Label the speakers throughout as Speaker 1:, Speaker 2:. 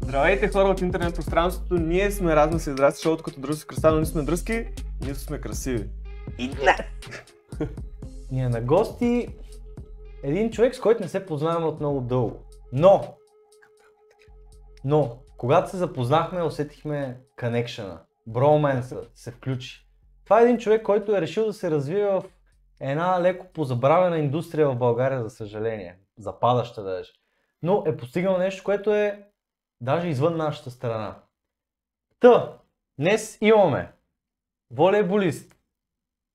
Speaker 1: Здравейте хора от интернет пространството, ние сме разни си здрасти, шоуто като дръзки кръста, но не сме дръзки, ние сме красиви.
Speaker 2: И днес! Ние е на гости един човек, с който не се познаваме от много дълго. Но, но, когато се запознахме, усетихме конекшена. Броменса се включи. Това е един човек, който е решил да се развие в една леко позабравена индустрия в България, за съжаление. Западаща даже. Но е постигнал нещо, което е даже извън нашата страна. Та, днес имаме волейболист,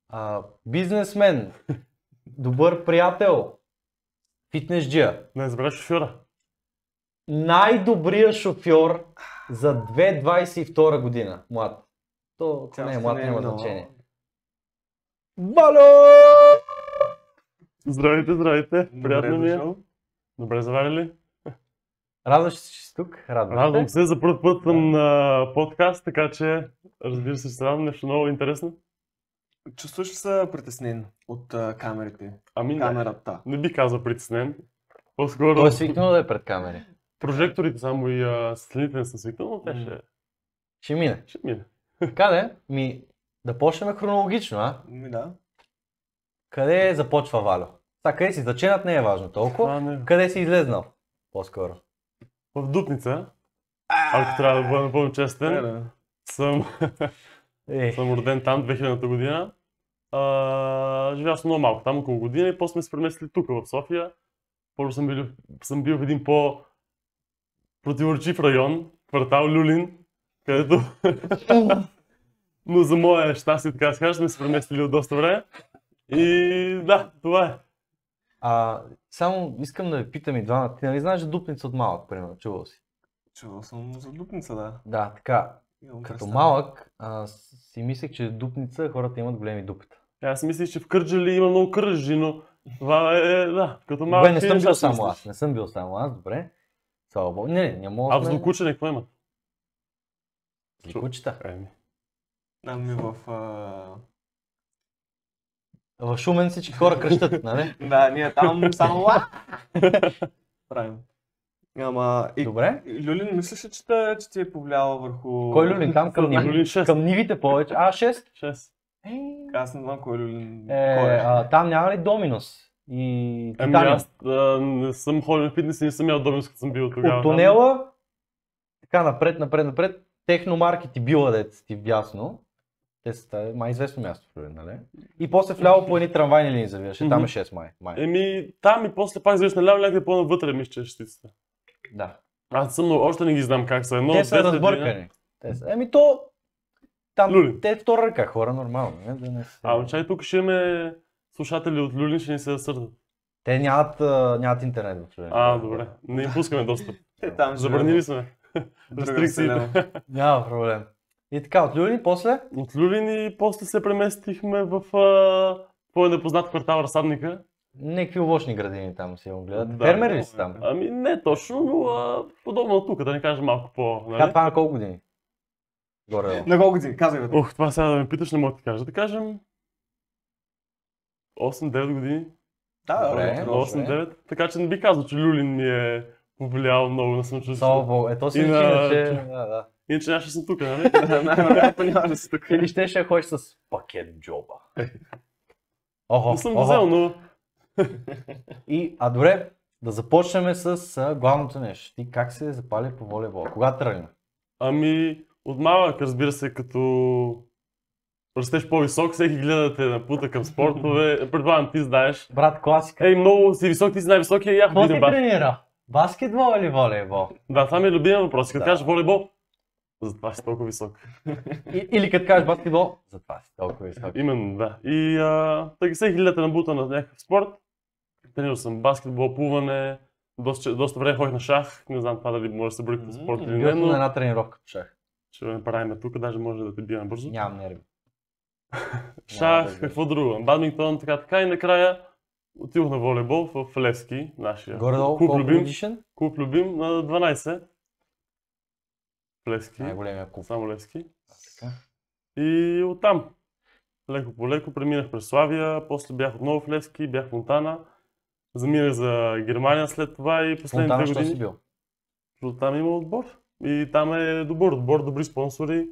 Speaker 2: а, бизнесмен, добър приятел, фитнесджия,
Speaker 3: Не забравя шофьора.
Speaker 2: най-добрия шофьор за 2022 година, млад. То, ако
Speaker 1: Тя
Speaker 2: не е
Speaker 1: още
Speaker 2: млад,
Speaker 1: не е
Speaker 2: няма
Speaker 1: много.
Speaker 2: значение. Бало!
Speaker 3: Здравейте, здравейте. Приятно
Speaker 1: Добре
Speaker 3: ми е.
Speaker 1: дошъл.
Speaker 3: Добре заварили.
Speaker 2: Радваш се, че си тук? Радвам,
Speaker 3: Радвам
Speaker 2: се.
Speaker 3: се. За първ път съм на подкаст, така че разбира се, ще се радвам нещо много интересно.
Speaker 1: Чувстваш ли се притеснен от а, камерите?
Speaker 3: Ами не,
Speaker 1: Камерата.
Speaker 3: не би казал притеснен. По-скоро
Speaker 2: Той е свикнал да е пред камери.
Speaker 3: прожекторите само и а, светлините не съм свикнал, но те ще,
Speaker 2: Ще мине.
Speaker 3: ще мине.
Speaker 2: Така де, ми да почнем хронологично, а?
Speaker 1: Ми да.
Speaker 2: Къде започва Валю? Та, къде си заченат не е важно толкова.
Speaker 3: Това не.
Speaker 2: Къде си излезнал? По-скоро.
Speaker 3: В Дупница, ако трябва да бъда напълно
Speaker 1: Е,
Speaker 3: честен,
Speaker 1: да.
Speaker 3: съм,
Speaker 2: Е,
Speaker 3: съм роден там 2000-та година. А, живял съм много малко, там около година и после сме се преместили тук в София. Първо съм бил, съм бил в един по противоречив район, квартал Люлин, където... Но за мое щастие, така да се каже, сме се преместили от доста време. И да, това е.
Speaker 2: а, само искам да ви питам и двамата. Ти нали знаеш дупница от малък, примерно? Чувал си.
Speaker 1: Чувал съм за дупница, да.
Speaker 2: Да, така.
Speaker 1: Имам
Speaker 2: Като
Speaker 1: представа.
Speaker 2: малък а, с- си мислех, че дупница хората имат големи дупита.
Speaker 3: Аз си мислих, че в Кърджали има много кържи, но това е, да, като малко...
Speaker 2: Добре, не съм бил само аз. Не съм бил само аз, добре. Слава Богу. Не, не мога.
Speaker 3: А в Злокучене какво има?
Speaker 2: Кучета.
Speaker 3: Еми,
Speaker 1: Ами в... А...
Speaker 2: В Шумен всички хора кръщат, нали?
Speaker 1: Да, ние там само... «Уа!» Правим. Ама... И...
Speaker 2: Добре.
Speaker 1: Люлин, мислиш ли, че, те- че ти е повлияла върху...
Speaker 2: Кой Люлин там към
Speaker 3: Люлин
Speaker 2: нивите?
Speaker 3: 6.
Speaker 2: Към нивите повече. А, 6?
Speaker 3: 6.
Speaker 2: Е,
Speaker 1: Аз не знам кой е Люлин. кой
Speaker 2: Е,
Speaker 1: е?
Speaker 2: а, там няма ли Доминос? И
Speaker 3: Ами
Speaker 2: Титаниум?
Speaker 3: аз а, не съм ходил в фитнес и не съм ял доминс, като съм бил тогава.
Speaker 2: От тунела, така напред, напред, напред, техномаркет и била дец ти вясно. Те са та- май известно място в Люлин, нали? И после вляво по едни трамвайни линии завиваше. Там е
Speaker 3: Мгм.
Speaker 2: 6 май. май.
Speaker 3: Еми, там и после пак завиш наляво някъде по-навътре, мисля, че е шестицата.
Speaker 2: Да.
Speaker 3: Аз съм, много- още не ги знам как са. Едно,
Speaker 2: Те
Speaker 3: от
Speaker 2: са
Speaker 3: двете години.
Speaker 2: разбъркани. Те са. Еми то... Там
Speaker 3: Люлин.
Speaker 2: те втора ръка хора, нормално. Не? Да не се...
Speaker 3: А, чай, тук ще имаме слушатели от Люлин, ще ни се сърдат.
Speaker 2: Те нямат, а, нямат интернет в Люлин.
Speaker 3: А, добре. Не им пускаме достъп.
Speaker 1: Е, там
Speaker 3: Забранили сме.
Speaker 1: рестрикциите.
Speaker 3: Рестрикциите.
Speaker 2: Няма проблем. И така, от Люлин после
Speaker 3: От Люлин и после се преместихме в а, твой непознат квартал Разсадника.
Speaker 2: някакви овощни градини там си го гледат.
Speaker 3: Да,
Speaker 2: Фермери ли
Speaker 1: много
Speaker 2: си
Speaker 1: е.
Speaker 2: там?
Speaker 3: Ами не точно, но а, подобно на тук, да не кажа малко по...
Speaker 2: Така,
Speaker 3: Нали?
Speaker 2: това на колко години? Горе.
Speaker 1: На колко години? Казвай бе.
Speaker 3: Ох, това сега да ме питаш, не мога да ти кажа. Да кажем 8-9 години.
Speaker 1: Да,
Speaker 2: Добре.
Speaker 1: добре.
Speaker 2: Добре.
Speaker 3: 8-9. Така че не би казал, че Люлин ми е повлиял много на
Speaker 2: Слава
Speaker 3: самочувствието.
Speaker 2: Богу. Ето си
Speaker 3: И
Speaker 2: личи,
Speaker 3: на-
Speaker 2: че... Да, да.
Speaker 3: Иначе нямаше да съм тук, нали?
Speaker 1: Най-вероятно няма да си тук.
Speaker 2: Или ще ще ходиш с пакет джоба. Охо,
Speaker 3: Не съм го
Speaker 2: охо.
Speaker 3: взел, но
Speaker 2: И, а добре, да започнем с а, главното нещо. Ти как се запали по волейбола? Кога тръгна?
Speaker 3: Ами, от малък, разбира се, като растеш по-висок, всеки гледа да те напута към спортове. Предполагам, ти знаеш.
Speaker 2: Брат, класика.
Speaker 3: Ей, много си висок, ти си най-високия, я
Speaker 2: Какво ти
Speaker 3: видим Е, бас.
Speaker 2: тренира? Баскетбол или волейбол?
Speaker 3: Да, това ми е любимия въпрос. Като
Speaker 2: Да.
Speaker 3: кажеш волейбол, затова си толкова висок.
Speaker 2: И, или като кажеш баскетбол, затова си толкова висок.
Speaker 3: Именно, да. И а, тъй като всеки гледа те набута на някакъв спорт. Тренирал съм баскетбол, плуване, доста, доста време ходих на шах. Не знам това дали може да се брои като спорт или
Speaker 2: Бил
Speaker 3: не,
Speaker 2: съм на
Speaker 3: но
Speaker 2: една тренировка по шах.
Speaker 3: ще не правим тук, даже може да те бия бързо.
Speaker 2: Нямам нерви. Няма да
Speaker 3: Шах,
Speaker 2: е
Speaker 3: какво друго? Бадминтон, така, така. И накрая отидох на волейбол в Левски, нашия
Speaker 2: Горе-долу,
Speaker 3: клуб
Speaker 2: колко
Speaker 3: любим,
Speaker 2: годишен?
Speaker 3: клуб любим на 12. В Левски,
Speaker 2: Най-големия клуб.
Speaker 3: само Левски.
Speaker 2: Така.
Speaker 3: И оттам, леко по леко, преминах през Славия, после бях отново в Левски, бях в Монтана. Заминах за Германия след това и последните
Speaker 2: Фонтана,
Speaker 3: две
Speaker 2: що си
Speaker 3: години.
Speaker 2: бил?
Speaker 3: Защото там има отбор. И там е добър отбор, добри спонсори.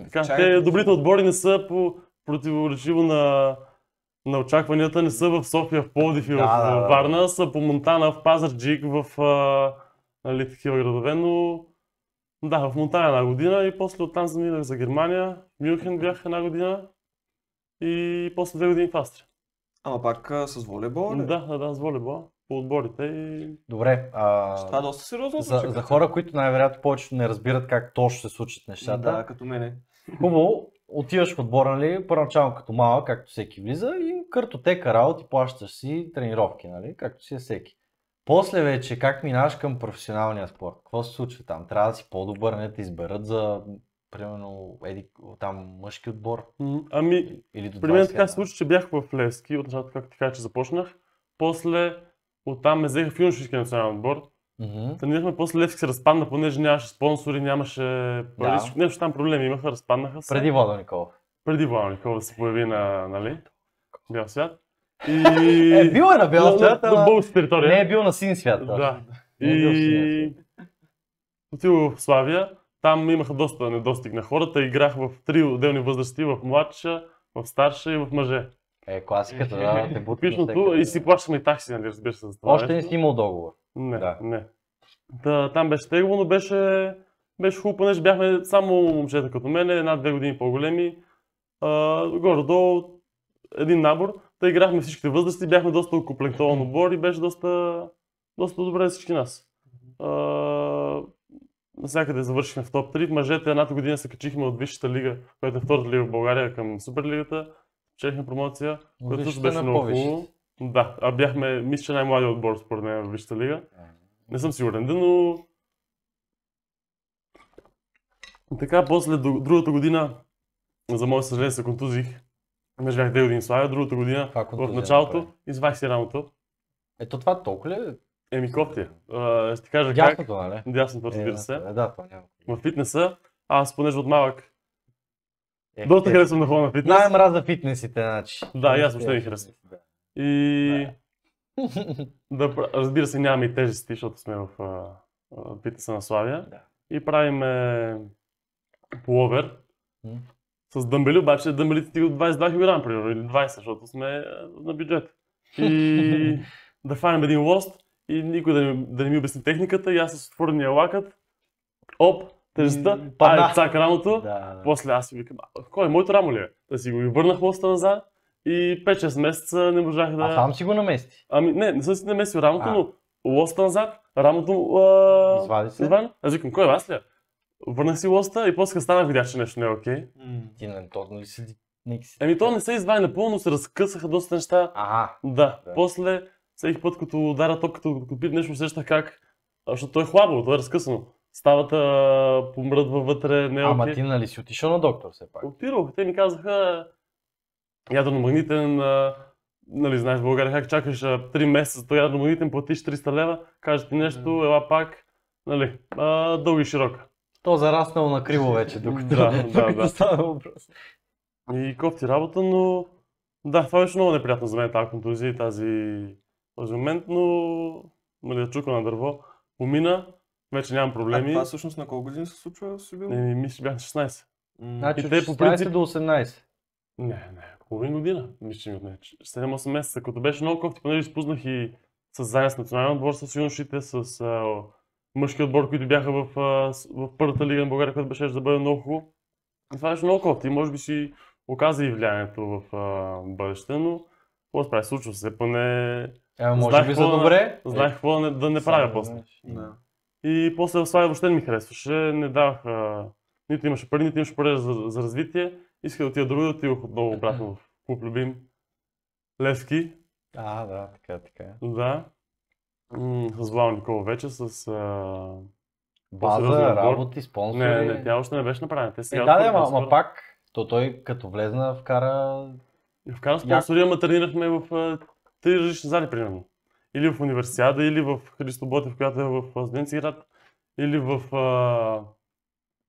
Speaker 3: Така,
Speaker 1: Чакайте.
Speaker 3: те, добрите отбори не са по противоречиво на, на очакванията, не са в София, в Пловдив и в
Speaker 2: Да, да, да.
Speaker 3: Варна, са по Монтана, в Пазарджик, в а, нали, такива градове, но да, в Монтана една година и после оттам заминах за Германия, в Мюнхен бях една година и после две години в Австрия.
Speaker 1: Ама пак а, с волейбол. ли?
Speaker 3: Да, да, да, с волейбол, по отборите и
Speaker 2: Добре,
Speaker 1: Това е
Speaker 2: а,
Speaker 1: доста сериозно.
Speaker 2: за,
Speaker 1: звучи,
Speaker 2: за
Speaker 1: като-
Speaker 2: хора, които най-вероятно повечето не разбират как точно се случат нещата,
Speaker 1: Да, като мене.
Speaker 2: Хубаво, отиваш в отбора, нали, първоначално като малък, както всеки влиза, и картотека работи, плащаш си тренировки, нали, както си е всеки. После вече, как минаваш към професионалния спорт? Какво се случва там? Трябва да си по-добър, не да те изберат за, примерно, еди, там мъжки отбор
Speaker 3: м, ами
Speaker 2: или до
Speaker 3: При мен така
Speaker 2: 21?
Speaker 3: се случи, че бях в Левски, от началото, както така, че започнах. После оттам ме взеха в юношеския национален отбор.
Speaker 2: Мгм.
Speaker 3: Тренирахме, после Левски се разпадна, понеже нямаше спонсори, нямаше пари,
Speaker 2: Да.
Speaker 3: всичко- нещо там проблеми имаха, разпаднаха се.
Speaker 2: Преди Водо Николов.
Speaker 3: преди Ваня Никола да се появи на, нали, бял свят. И...
Speaker 2: Е, бил е на бял свят,
Speaker 3: на, на, на
Speaker 2: ама
Speaker 3: българска територия.
Speaker 2: не е бил на син свят.
Speaker 3: Да.
Speaker 2: Не е бил в синия
Speaker 3: И отидох в Славия. Там имаха доста недостиг на хората. Играх в три отделни възрасти, в младша, в старша и в мъже.
Speaker 2: Е, класиката, да, те бутат
Speaker 3: Типичното
Speaker 2: навсякъде.
Speaker 3: и си плащаме и такси, нали, разбира се, за това.
Speaker 2: Още не
Speaker 3: нещо.
Speaker 2: си имал договор.
Speaker 3: Не,
Speaker 2: Да.
Speaker 3: не. Та, там беше тегло, но беше, беше хубаво, понеже бяхме само момчета като мен, една-две години по-големи. А, горе-долу един набор. Та играхме всичките възрасти, бяхме доста окомплектован отбор и беше доста, доста добре за всички нас. А, навсякъде завършихме в топ 3. В мъжете едната година се качихме от висшата лига, която е втората лига в България към Суперлигата. Чехме промоция, което също
Speaker 2: Вижте
Speaker 3: беше
Speaker 2: на
Speaker 3: много
Speaker 2: повечето.
Speaker 3: хубаво. Да, а бяхме, мисля, че най-младият отбор според мен в Висшата лига. Не съм сигурен, да, но... Така, после друг- другата година, за мое съжаление, се контузих. Между бях две години в Славия, другата година,
Speaker 2: Каква
Speaker 3: в
Speaker 2: контузия
Speaker 3: началото,
Speaker 2: направи?
Speaker 3: извадих си рамото.
Speaker 2: Ето това толкова ли? е?
Speaker 3: Еми, кофти. А, Ще ти кажа как.
Speaker 2: Дясното, нали?
Speaker 3: Дясното, разбира се.
Speaker 2: Е, да, това няма.
Speaker 3: В фитнеса, аз понеже от малък,
Speaker 2: Е,
Speaker 3: доста
Speaker 2: е,
Speaker 3: харесвам да ходя на фитнес.
Speaker 2: Най-мраза за фитнесите, значи.
Speaker 3: Да, и аз въобще не харесвам. И да, пра- разбира се, нямаме и тежести, защото сме в а, а, фитнеса на Славия.
Speaker 2: Да.
Speaker 3: И правиме половер.
Speaker 2: М.
Speaker 3: С дъмбели, обаче дъмбелите стигат 22 кг, примерно, или 20, защото сме а, на бюджет. И да хванем един лост и никой да не, да не ми обясни техниката, и аз с отворения лакът, оп, тежестта,
Speaker 1: М,
Speaker 2: падна.
Speaker 3: ай, цак рамото,
Speaker 2: Да, да.
Speaker 3: после аз си викам, «А, кой е моето рамо ли е? Да си го и върнах лоста назад и 5-6 месеца не можах да...
Speaker 2: А сам си го намести.
Speaker 3: Ами не, не съм си намесил рамото,
Speaker 2: А.
Speaker 3: но лоста назад, рамото а...
Speaker 2: Извади се.
Speaker 3: изваден. Аз викам, кой е аз ли? е? Върнах си лоста и после като станах видях, че нещо не е окей.
Speaker 1: М.
Speaker 2: Ти нали, не точно ли си? Нека си.
Speaker 3: Еми Ами то не се извади напълно, се разкъсаха доста неща.
Speaker 2: Ага.
Speaker 3: Да,
Speaker 2: Да.
Speaker 3: после всеки път като удара ток, като, като пип нещо, усещах как, а, защото то е хлабо, то е разкъсано. Ставата а, помръдва вътре, не е окей.
Speaker 2: Ама ти нали си отишъл на доктор все пак?
Speaker 3: Отидох, те ми казаха ядрено-магнитен, а, нали знаеш в България как чакаш а, 3 месеца за този ядрено-магнитен, платиш 300 лева, кажа ти нещо,
Speaker 1: Да.
Speaker 3: ела пак, нали, а, дълга и широка.
Speaker 2: То зараснал на криво вече, докато,
Speaker 3: Да, да,
Speaker 2: докато
Speaker 3: да.
Speaker 2: става въпрос.
Speaker 3: И кофти работа, но да, това беше много неприятно за мен, тази контузия и тази, този момент, но нали, да чука на дърво, помина, вече нямам
Speaker 1: А
Speaker 3: проблеми.
Speaker 1: Е, това всъщност на колко години се случва си бил?
Speaker 3: Еми, мисля, че бях на 16.
Speaker 1: М.
Speaker 2: Значи от
Speaker 3: те по
Speaker 2: 16
Speaker 3: принцип-
Speaker 2: до 18.
Speaker 3: Не, не, половин година, мисля, че ми отне. 7-8 месеца, като беше много кофти, понеже изпуснах и с заедно с националния отбор, с юношите, с а, мъжки отбор, които бяха в, а, с- в първата лига на България, която беше да бъде много хубаво. И това беше много кофти, може би си оказа и влиянието в а, бъдеще, но какво да прави, случва се, поне
Speaker 2: Е, може
Speaker 3: Знаех
Speaker 2: би за
Speaker 3: какво да-
Speaker 2: добре.
Speaker 3: знаех
Speaker 2: Е, значи,
Speaker 3: какво да не, да не
Speaker 2: сам
Speaker 3: правя
Speaker 2: не
Speaker 3: после.
Speaker 2: знаеш.
Speaker 1: Да.
Speaker 3: И после в Славия въобще не ми харесваше. Не давах. А... Нито имаше пари, нито имаше пари за, за развитие. Исках да отида друга, отидох отново обратно в клуб Любим. Левски,
Speaker 2: А, да, така, така.
Speaker 3: да. М, с Влал Никола вече, с... А... сериозен
Speaker 2: База,
Speaker 3: отбор.
Speaker 2: работи, спонсори.
Speaker 3: Не, не, тя още не беше направена. Те
Speaker 2: Е,
Speaker 3: сега...
Speaker 2: да, да,
Speaker 3: откриха
Speaker 2: ама,
Speaker 3: скоро.
Speaker 2: ама пак, то той като влезна вкара...
Speaker 3: Вкарам спонсори, ама тренирахме в а, три различни зали, примерно. Или в Универсиада, или в Христо Ботев, която е в а, Студентскиград, или в а,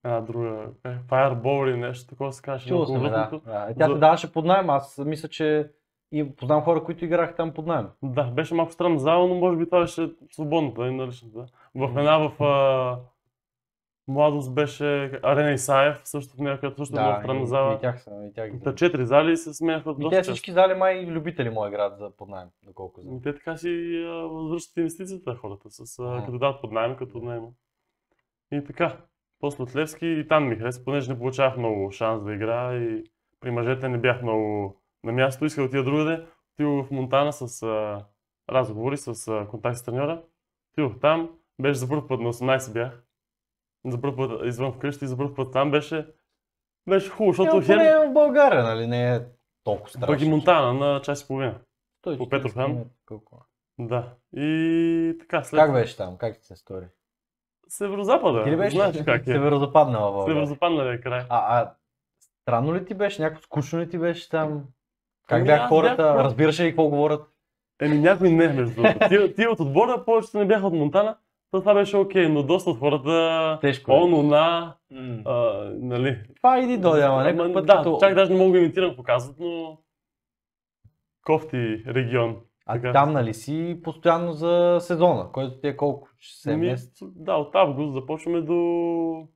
Speaker 3: една друга, как е, Fireball или нещо такова се казваше.
Speaker 2: Чувал
Speaker 3: много
Speaker 2: сме, да.
Speaker 3: лътното.
Speaker 2: да. Е, Тя
Speaker 3: За-
Speaker 2: те даваше под найем, аз мисля, че И познавам хора, които играха там под найем.
Speaker 3: Да, беше малко странна зала, но може би това беше нали, свободната и наричната. В една в а, младост беше Арена Исаев, също в нея, която също да, е странна
Speaker 2: и,
Speaker 3: зала.
Speaker 2: и тях са, и тях ги
Speaker 3: Та
Speaker 2: знам.
Speaker 3: четири зали се смеяха
Speaker 2: И
Speaker 3: доста
Speaker 2: те
Speaker 3: често.
Speaker 2: всички зали май любители моя град за под найем, доколко знам.
Speaker 3: Ами Те така си а, възвръщат инвестицията хората, с, а,
Speaker 2: Ага.
Speaker 3: като дадат под найем, като отнема. И така, после от Левски и там ми хареса, понеже не получавах много шанс да игра и при мъжете не бях много на място, исках да отида другаде. Отидох в Монтана с а, разговори, с а, контакт с треньора. Отидох там, беше за първ път на 18 бях. За първ път извън вкъщи, за първ път там беше. Беше хубаво, защото
Speaker 2: Защото
Speaker 3: хер...
Speaker 2: е в България, нали? Не е толкова страшно.
Speaker 3: Пък и Монтана на час и половина.
Speaker 2: Той
Speaker 3: по
Speaker 2: 40
Speaker 3: Петрохан.
Speaker 2: минути, колко.
Speaker 3: Да. И така, след
Speaker 2: Как е? беше там? Как ти се стори?
Speaker 3: Северозапада.
Speaker 2: Ти ли беше?
Speaker 3: Знаеш как е.
Speaker 2: Северозападна в България.
Speaker 3: Северозападналия край.
Speaker 2: А, а странно ли ти беше? Някакво скучно ли ти беше там? Как
Speaker 3: Ами
Speaker 2: бяха
Speaker 3: аз
Speaker 2: хората?
Speaker 3: бях-
Speaker 2: Разбираш ли какво говорят?
Speaker 3: Еми някой не, между другото. Тия, тия от отбора повечето не бяха от Монтана, то това беше окей, но доста от хората...
Speaker 2: Тежко е.
Speaker 3: Он, она,
Speaker 1: М.
Speaker 3: а, нали...
Speaker 2: Това иди дойде, ама някакъв път
Speaker 3: да,
Speaker 2: като-
Speaker 3: чак даже не мога да имитирам какво казват, но... Кофти регион.
Speaker 2: А
Speaker 3: така.
Speaker 2: там нали си постоянно за сезона, който ти е колко? 6
Speaker 3: Ми,
Speaker 2: месеца?
Speaker 3: да, от август започваме до...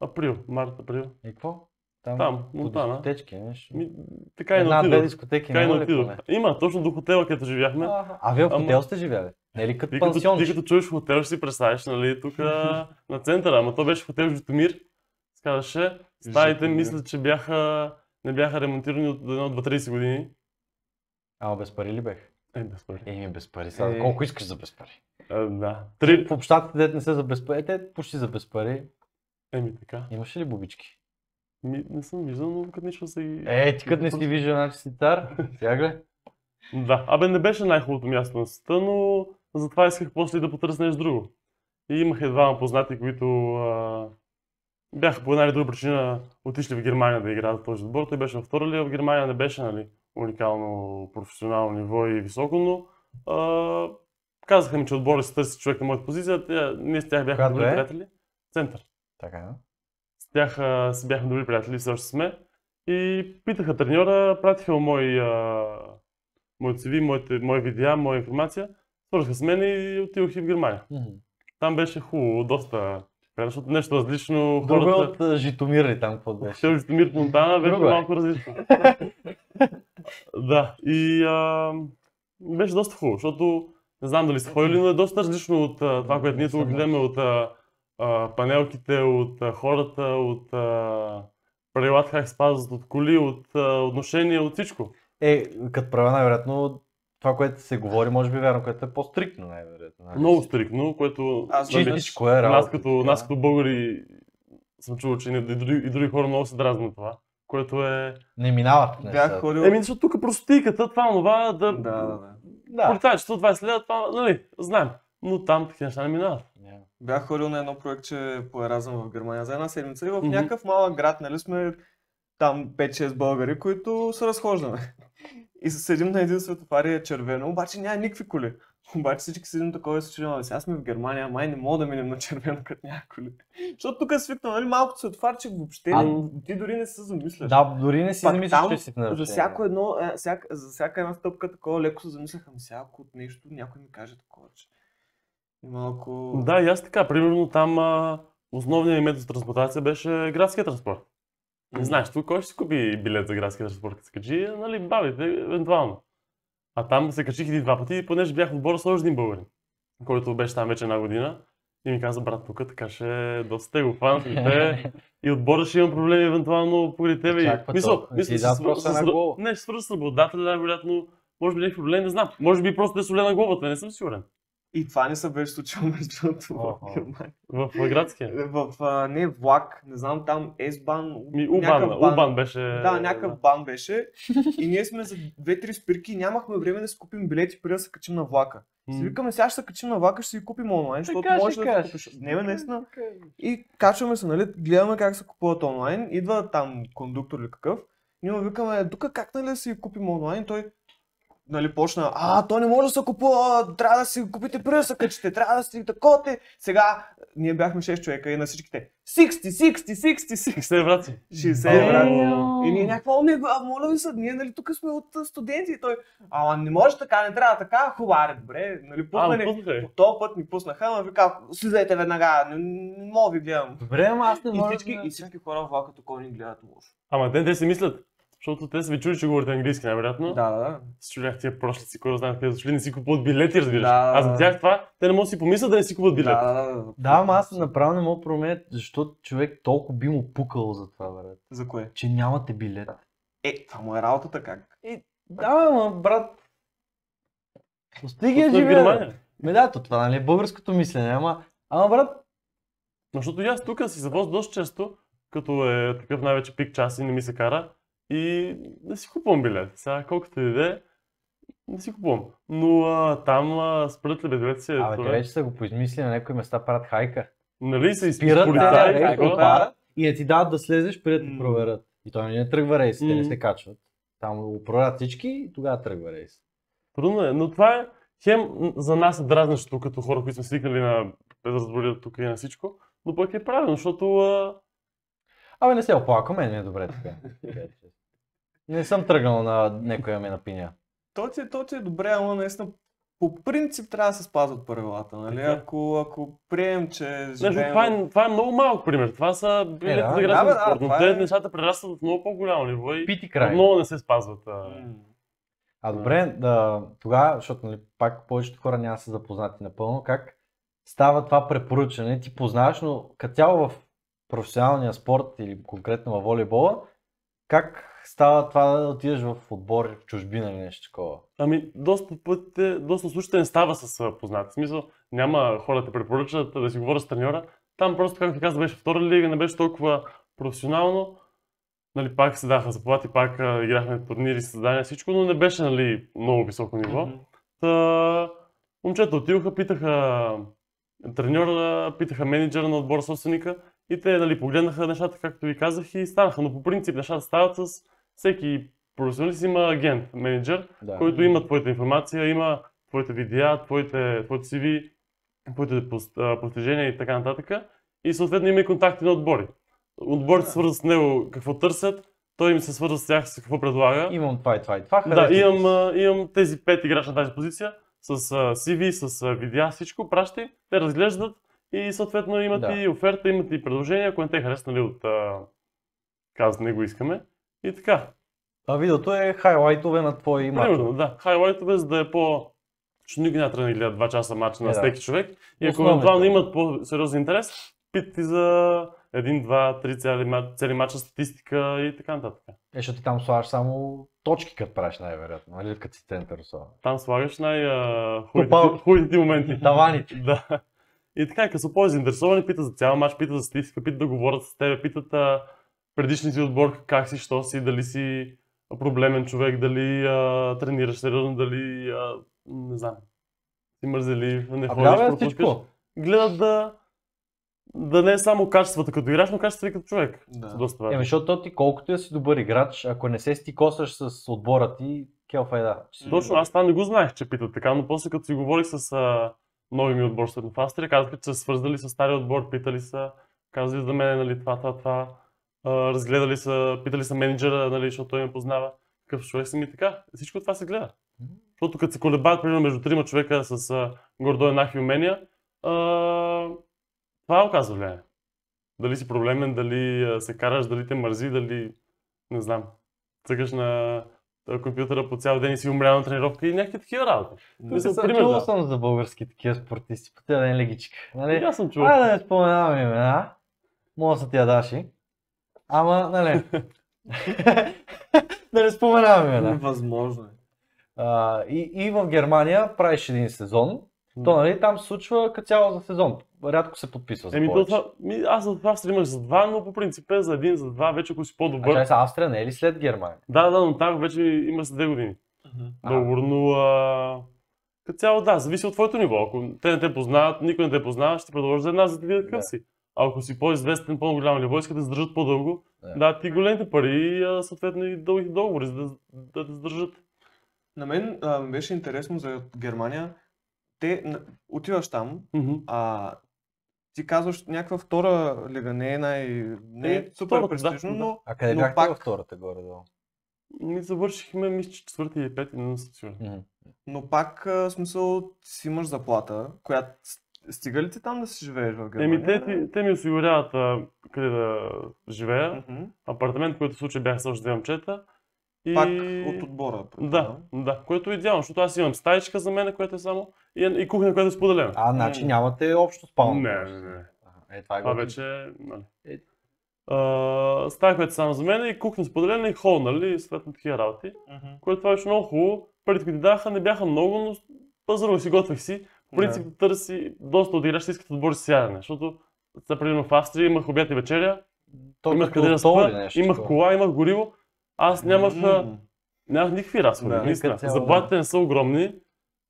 Speaker 3: Април, март, април.
Speaker 2: И какво? Там,
Speaker 3: Там,
Speaker 2: по
Speaker 3: Монтана.
Speaker 2: дискотечки, нещо.
Speaker 3: Ми, така и не
Speaker 2: Една-две
Speaker 3: отидох.
Speaker 2: дискотеки
Speaker 3: Така и не
Speaker 2: няма ли
Speaker 3: отидох.
Speaker 2: поне?
Speaker 3: Има, точно до хотела, където живяхме.
Speaker 2: Аха. А вие в
Speaker 3: Ама-
Speaker 2: хотел сте живяли? Не ли като
Speaker 3: Ти като, ти
Speaker 2: пансионче?
Speaker 3: като чуеш хотел, ще си представиш, нали, тук на центъра, ама то беше хотел Житомир, се казваше. Стаите,
Speaker 1: Житомир.
Speaker 3: мисля, че бяха, не бяха ремонтирани от едно от 30 години.
Speaker 2: Ама без пари ли бех?
Speaker 3: Е, без пари.
Speaker 2: Еми без пари. Сега,
Speaker 1: Е.
Speaker 2: колко искаш за без пари?
Speaker 3: А, да. Три.
Speaker 2: В общата дет не са за без пари. Е, Те почти за без пари.
Speaker 3: Еми така.
Speaker 2: Имаше ли бубички?
Speaker 3: Ми, не съм виждал, но като нищо са и...
Speaker 2: Е, ти като не си виждал, значи си тар. Сега гледай.
Speaker 3: Да. Абе, не беше най-хубавото място на света, но затова исках после да потърся нещо друго. И имах и двама познати, които а... бяха по една или друга причина отишли в Германия да играят в този отбор. Той беше на втора лига в Германия, не беше нали, уникално професионално ниво и високо, но а... казаха ми, че отбора се търси човек на моята позиция. Те, ние с тях бяхме
Speaker 2: Която
Speaker 3: добри
Speaker 2: е?
Speaker 3: приятели. Център.
Speaker 2: Така, е,
Speaker 3: С тях а, си бяхме добри приятели, все още сме. И питаха треньора, пратиха му мои, а, мои CV, моите, мои видеа, моя информация. Свързаха с мен и отидох и в Германия.
Speaker 2: да.
Speaker 3: Там беше хубаво, доста. приятно, Защото нещо различно.
Speaker 2: Друго е
Speaker 3: хората...
Speaker 2: от а, Житомир ли там, какво беше?
Speaker 3: Ще Житомир Монтана беше
Speaker 2: Друго е.
Speaker 3: малко различно. да, и а, беше доста хубаво, защото не знам дали сте ходили, но е доста различно от а, това, което ние
Speaker 2: Не
Speaker 3: тук
Speaker 2: съм.
Speaker 3: гледаме от а, а, панелките, от а, хората, от а, правилата как спазват, от коли, от а, отношения, от всичко.
Speaker 2: Е, като правя най-вероятно това, което се говори, може би е вярно, което е по-стриктно най-вероятно. нали?
Speaker 3: Много стрикно, което
Speaker 1: Аз
Speaker 3: нали,
Speaker 1: веднъж-
Speaker 2: Чистичко е работа.
Speaker 3: нас, като,
Speaker 2: така.
Speaker 3: нас като българи съм чувал, че и, и, други, и други хора много се дразнят на това, което е...
Speaker 2: Не минават
Speaker 1: Бях
Speaker 2: нещата.
Speaker 1: ходил...
Speaker 3: Еми, защото тук простиката, това, това,
Speaker 1: Да,
Speaker 3: да,
Speaker 1: да, да.
Speaker 2: Да.
Speaker 3: Пролетарчето 20 лева, това, нали, знаем. Но там такива неща не минават.
Speaker 2: Няма.
Speaker 1: Бях ходил на едно проектче по Еразъм в Германия за една седмица и в
Speaker 3: Мгм.
Speaker 1: някакъв малък град, нали сме там 5-6 българи, които се разхождаме. И се седим на един светофар и е червено, обаче няма никакви коли. Обаче всички седим такова и се чудим, «Абе, сега сме в Германия, май не мога да минем на червено, като няма коли. Защото тук е свикнал, нали, малкото светофарче въобще,
Speaker 2: А-
Speaker 1: не, ти дори не се замисляш.
Speaker 2: Да, дори не си
Speaker 1: Пак
Speaker 2: замисляш,
Speaker 1: там,
Speaker 2: че си в нарушение.
Speaker 1: За всяко едно, а, всяка, за всяка една стъпка такова леко се замислях, ами сега ако от нещо някой ми каже такова, че и малко...
Speaker 3: Да, и аз така. Примерно там а, основният ми метод за транспортация беше градския транспорт. Не знаеш, тук кой ще си купи билет за градския транспорт, като се качи, а, нали, бабите, евентуално. А там се качих един-два пъти, и понеже бях в отбора с още един българин, който беше там вече една година. И ми каза, брат, тук така ще е доста те го хванат ли
Speaker 1: Е,
Speaker 3: те. И отбора ще има проблеми евентуално покрай тебе. И-
Speaker 2: Очаква
Speaker 3: Мисъл,
Speaker 2: толкова. Ти
Speaker 3: мисъл,
Speaker 2: дава
Speaker 3: с-
Speaker 2: просто
Speaker 3: с-
Speaker 2: една
Speaker 3: с-
Speaker 2: глоба.
Speaker 3: Не, ще свърза с работодателя, вероятно, може би някакви проблеми, не знам. Може би просто е солена глобата, не съм сигурен.
Speaker 1: И това не се беше случило между другото в
Speaker 2: Охо.
Speaker 1: Германия.
Speaker 3: В градския.
Speaker 1: В, а, не влак, не знам там, Есбан,
Speaker 3: Ми, Убан, Убан беше.
Speaker 1: Да, някакъв бан беше. И ние сме за 2-3 спирки и нямахме време да си купим билети преди да се качим на влака. Си
Speaker 3: М.
Speaker 1: викаме, сега ще се качим на влака, ще си ги купим онлайн, защото
Speaker 2: Така
Speaker 1: може
Speaker 2: ще
Speaker 1: да си
Speaker 2: кажеш.
Speaker 1: купиш. Не, бе, наистина. И качваме се, нали, гледаме как се купуват онлайн, идва там кондуктор или какъв, ние му викаме, тук как нали да си купим онлайн, той нали, почна, а, то не може да се купува, а, трябва да си купите пръсъка, че трябва да си такоте. Сега, ние бяхме 6 човека и на всичките, 60, 60, 60,
Speaker 3: И се врати.
Speaker 1: 60, 60
Speaker 3: Е,
Speaker 1: брат.
Speaker 3: Ау.
Speaker 1: И ние някаква, о, не, а, моля ви се, ние нали, тук сме от а, студенти. И той, ама не може така, не трябва така, хубаре, добре, нали,
Speaker 3: А,
Speaker 1: пусна
Speaker 3: но
Speaker 1: ни.
Speaker 3: пуснаха
Speaker 1: По
Speaker 3: е.
Speaker 1: този път ни пуснаха, ама вика, слизайте веднага, не, не мога ви гледам.
Speaker 2: Добре, ама аз не
Speaker 1: И
Speaker 2: мога
Speaker 1: всички,
Speaker 2: да...
Speaker 1: и всички хора в влака тук ни гледат лошо.
Speaker 3: Ама те, те си мислят, защото те са ви чули, че говорите английски, най-вероятно.
Speaker 1: Да, да, да.
Speaker 3: Се чудях тия прошлици, кой знае къде са дошли, не си купуват билети, разбираш.
Speaker 1: Да.
Speaker 3: Аз за тях това, те не могат да си помислят да не си купуват билет.
Speaker 1: Да, да, да.
Speaker 2: Да, ама аз направо не мога да променя, защото човек толкова би му пукал за това, брат.
Speaker 1: За кое?
Speaker 2: Че нямате билет.
Speaker 1: Е, това му е работата как?
Speaker 2: Да, ама брат. Пусти ги
Speaker 3: Отиват в
Speaker 2: е живее.
Speaker 3: Германия.
Speaker 2: Ме да, то това нали е българското мислене, ама... Ама брат,
Speaker 3: Но защото и аз тук си завоз доста често, като е такъв най-вече пик час и не ми се кара. И да си купувам билет. Сега колкото и да е, не си купувам. Но а, там а, спрат ли бе, билет си е
Speaker 2: абе, те вече са го поизмислили на някои места правят хайка.
Speaker 3: Нали си с
Speaker 2: Спират те,
Speaker 3: полицаи? е.
Speaker 2: да,
Speaker 3: такова?
Speaker 2: да, да. И да ти дадат да слезеш, преди да те
Speaker 1: М.
Speaker 2: проверят. И той не е тръгва рейс, те не
Speaker 3: М.
Speaker 2: се качват. Там го проверят всички и тогава тръгва рейс.
Speaker 3: Трудно е, но това е хем за нас е дразнещо, като хора, които сме свикнали на безразборията тук и на всичко, но пък е правилно, защото а,
Speaker 2: Абе не се оплакваме, не е добре така. Не съм тръгнал на някоя ме напиня.
Speaker 1: То ти, е- то ти е добре, ама наистина по принцип трябва да се спазват правилата, нали?
Speaker 3: Така.
Speaker 1: Ако, ако прием, че
Speaker 3: знаеш,
Speaker 1: живеем...
Speaker 3: това, е, това е много малък пример. Това са билети
Speaker 2: Е, да,
Speaker 3: за
Speaker 1: да, бе,
Speaker 3: граждан
Speaker 1: да,
Speaker 3: спорт, но
Speaker 1: това
Speaker 3: те
Speaker 1: е-
Speaker 3: нещата прерастват в много по-голямо ниво и
Speaker 2: Пити край.
Speaker 3: много не се спазват. А...
Speaker 1: М,
Speaker 2: А добре, да, тогава, защото нали, пак повечето хора няма да са запознати напълно, как става това препоръчане? Ти познаваш, но като цяло в професионалния спорт или конкретно във волейбола, как става това да отидеш в отбор в чужбина или нещо такова?
Speaker 3: Ами, доста пътите, доста случаите не става с а, познати. В смисъл, няма хора да те препоръчат да си говоря с треньора. Там просто, както каза, беше втора лига, не беше толкова професионално. Нали, пак се даха заплати, пак а, играхме турнири, създания, всичко, но не беше нали, много високо ниво.
Speaker 1: мгм.
Speaker 3: Та, момчета отидоха, питаха треньора, питаха менеджера на отбора собственика и те нали, погледнаха нещата, както ви казах, и станаха. Но по принцип нещата стават с всеки професионалист има агент, менеджер,
Speaker 2: Да.
Speaker 3: който има твоята информация, има твоите видеа, твоите, твоето CV, твоите пост- а, постижения и така нататък. И съответно има и контакти на отбори. Отборите се свързват с него какво търсят, той им се свързва с тях с какво предлага.
Speaker 2: Имам това и това и това.
Speaker 3: Да,
Speaker 2: харесва ти
Speaker 3: имам,
Speaker 2: се.
Speaker 3: а, имам тези пет играча на тази позиция, с а, CV, с а, видеа, всичко, праща им, те разглеждат и съответно имат
Speaker 2: Да.
Speaker 3: и оферта, имат и предложения, ако не те харесат, нали, от а, каза, не го искаме. И така,
Speaker 2: А видеото е хайлайтове на твои матчове.
Speaker 3: примерно, да, хайлайтове, за да е по... Защото никой няма трябва да гледа 2 часа матч на
Speaker 2: Е, да.
Speaker 3: всеки човек. И ако
Speaker 2: Основните.
Speaker 3: евентуално имат по-сериозен интерес, питат ти за един, два, три цели, ма- цели матча, статистика и така нататък.
Speaker 2: Е, защото ти там слагаш само точки, като правиш най-вероятно, нали? Като си център особено.
Speaker 3: Там слагаш най-хубавите
Speaker 2: Топал.
Speaker 3: хубавите моменти.
Speaker 2: Таваните.
Speaker 3: Да. И така, като са по-заинтересовани, питат за цял матч, питат за статистика, питат да говорят с теб, питат а, предишния си отбор, как си, що си, дали си проблемен човек, дали а, тренираш сериозно, дали а, не знам, си мързелив, не
Speaker 2: А
Speaker 3: Е, ходиш,
Speaker 2: бля, бе,
Speaker 3: пропускаш.
Speaker 2: всичко.
Speaker 3: Гледат да, да не е само качествата като играч, но качествата и като човек.
Speaker 1: Да.
Speaker 3: Са Доста е.
Speaker 2: Еми,
Speaker 3: важни.
Speaker 2: Ами, защото то ти колкото и да си добър играч, ако не се стикосаш с отбора ти, келфа е да. че си
Speaker 3: Точно,
Speaker 2: добър.
Speaker 3: аз това не го знаех, че питат така, но после като си говорих с а, нови ми отбор след в Австрия, казаха, че са свързали с стария отбор, питали са, казали за мен, нали, това, това, това, а, разгледали са, питали са менеджера, нали, защото той ме познава, какъв човек съм и така. Всичко това се гледа. Защото като се колебаят, примерно, между трима човека с а, гордо еднакви умения, а, това оказва влияние. Дали си проблемен, дали а, се караш, дали те мързи, дали не знам. Цъкаш на а, компютъра по цял ден и си умрял на тренировка и някакви такива работи.
Speaker 2: Не
Speaker 3: Мисля,
Speaker 2: съм
Speaker 3: пример,
Speaker 2: чувал
Speaker 3: да.
Speaker 2: съм за български такива спортисти, по тя да е легичка.
Speaker 3: И
Speaker 2: Нали?
Speaker 3: аз съм чувал.
Speaker 2: Ай да не споменавам имена, може да са ти даши. Ама, нали, да не споменавам имена.
Speaker 1: Невъзможно е.
Speaker 2: А, и, и в Германия правиш един сезон, то нали, там се случва като цяло за сезон. Рядко се подписва за
Speaker 3: Еми, то,
Speaker 2: повече.
Speaker 3: това, ми, аз за това стримах за два, но по принцип е за един, за два, вече ако си
Speaker 2: А чай
Speaker 3: по-добър.
Speaker 2: са Австрия, не е ли след Германия?
Speaker 3: Да, да, но там вече има за две години.
Speaker 2: А.
Speaker 3: договор, но а, като цяло да, зависи от твоето ниво. Ако те не те познават, никой не те познава, ще предложи за една, за да видят
Speaker 2: Да.
Speaker 3: какъв си. А ако си по-известен, по-голямо ниво, искат да задържат по-дълго,
Speaker 2: Да.
Speaker 3: да, ти големите пари и а, съответно и дълги договори, за да, да те задържат.
Speaker 1: На мен а, ми беше интересно за Германия. Те н- отиваш там,
Speaker 3: Мгм.
Speaker 1: а ти казваш някаква втора лига, не е най... Не е
Speaker 3: Е,
Speaker 1: супер
Speaker 3: втора, да,
Speaker 1: престижно,
Speaker 3: да.
Speaker 1: но
Speaker 2: А къде
Speaker 1: Но
Speaker 2: бяхте
Speaker 1: пак-
Speaker 2: във втората горе-долу?
Speaker 3: Ние завършихме, мисля, че четвърти и пети, не съм сигурен.
Speaker 2: Мгм.
Speaker 1: Но пак, а, в смисъл, си имаш заплата, която... с- Стига ли ти там да си живееш в Германия?
Speaker 3: Еми, те, ти- те ми осигуряват а, къде да живея,
Speaker 1: Мгм.
Speaker 3: апартамент, който в случай бях с още две момчета. И...
Speaker 1: Пак от отбора.
Speaker 3: Да,
Speaker 1: предполагам.
Speaker 3: да, което е идеално, защото аз имам стаичка за мен, която е само и, и кухня, която е споделена.
Speaker 2: А, значи
Speaker 1: М.
Speaker 2: нямате общо спално.
Speaker 3: Не, не, не.
Speaker 2: Е, това
Speaker 3: Това
Speaker 2: е готино.
Speaker 3: вече е, нали.
Speaker 2: Е.
Speaker 3: А, стая, която е само за мен и кухня споделена и хол, нали, и съответно такива работи.
Speaker 1: Мгм.
Speaker 3: Което това беше много хубаво. Парите, които даха, не бяха много, но пазарувах си, готвих си. В принцип търси доста от играчите искат отбори с ядене, защото са примерно в Австрия имах обяд и вечеря,
Speaker 2: То
Speaker 3: имах
Speaker 2: като
Speaker 3: къде да
Speaker 2: стол или
Speaker 3: спа,
Speaker 2: нещо
Speaker 3: имах
Speaker 2: такова.
Speaker 3: кола, имах гориво. Аз нямах, а,
Speaker 1: М,
Speaker 3: нямах никакви разходи,
Speaker 1: Да.
Speaker 3: наистина.
Speaker 2: Като цяло, да.
Speaker 3: Заплатите не са огромни,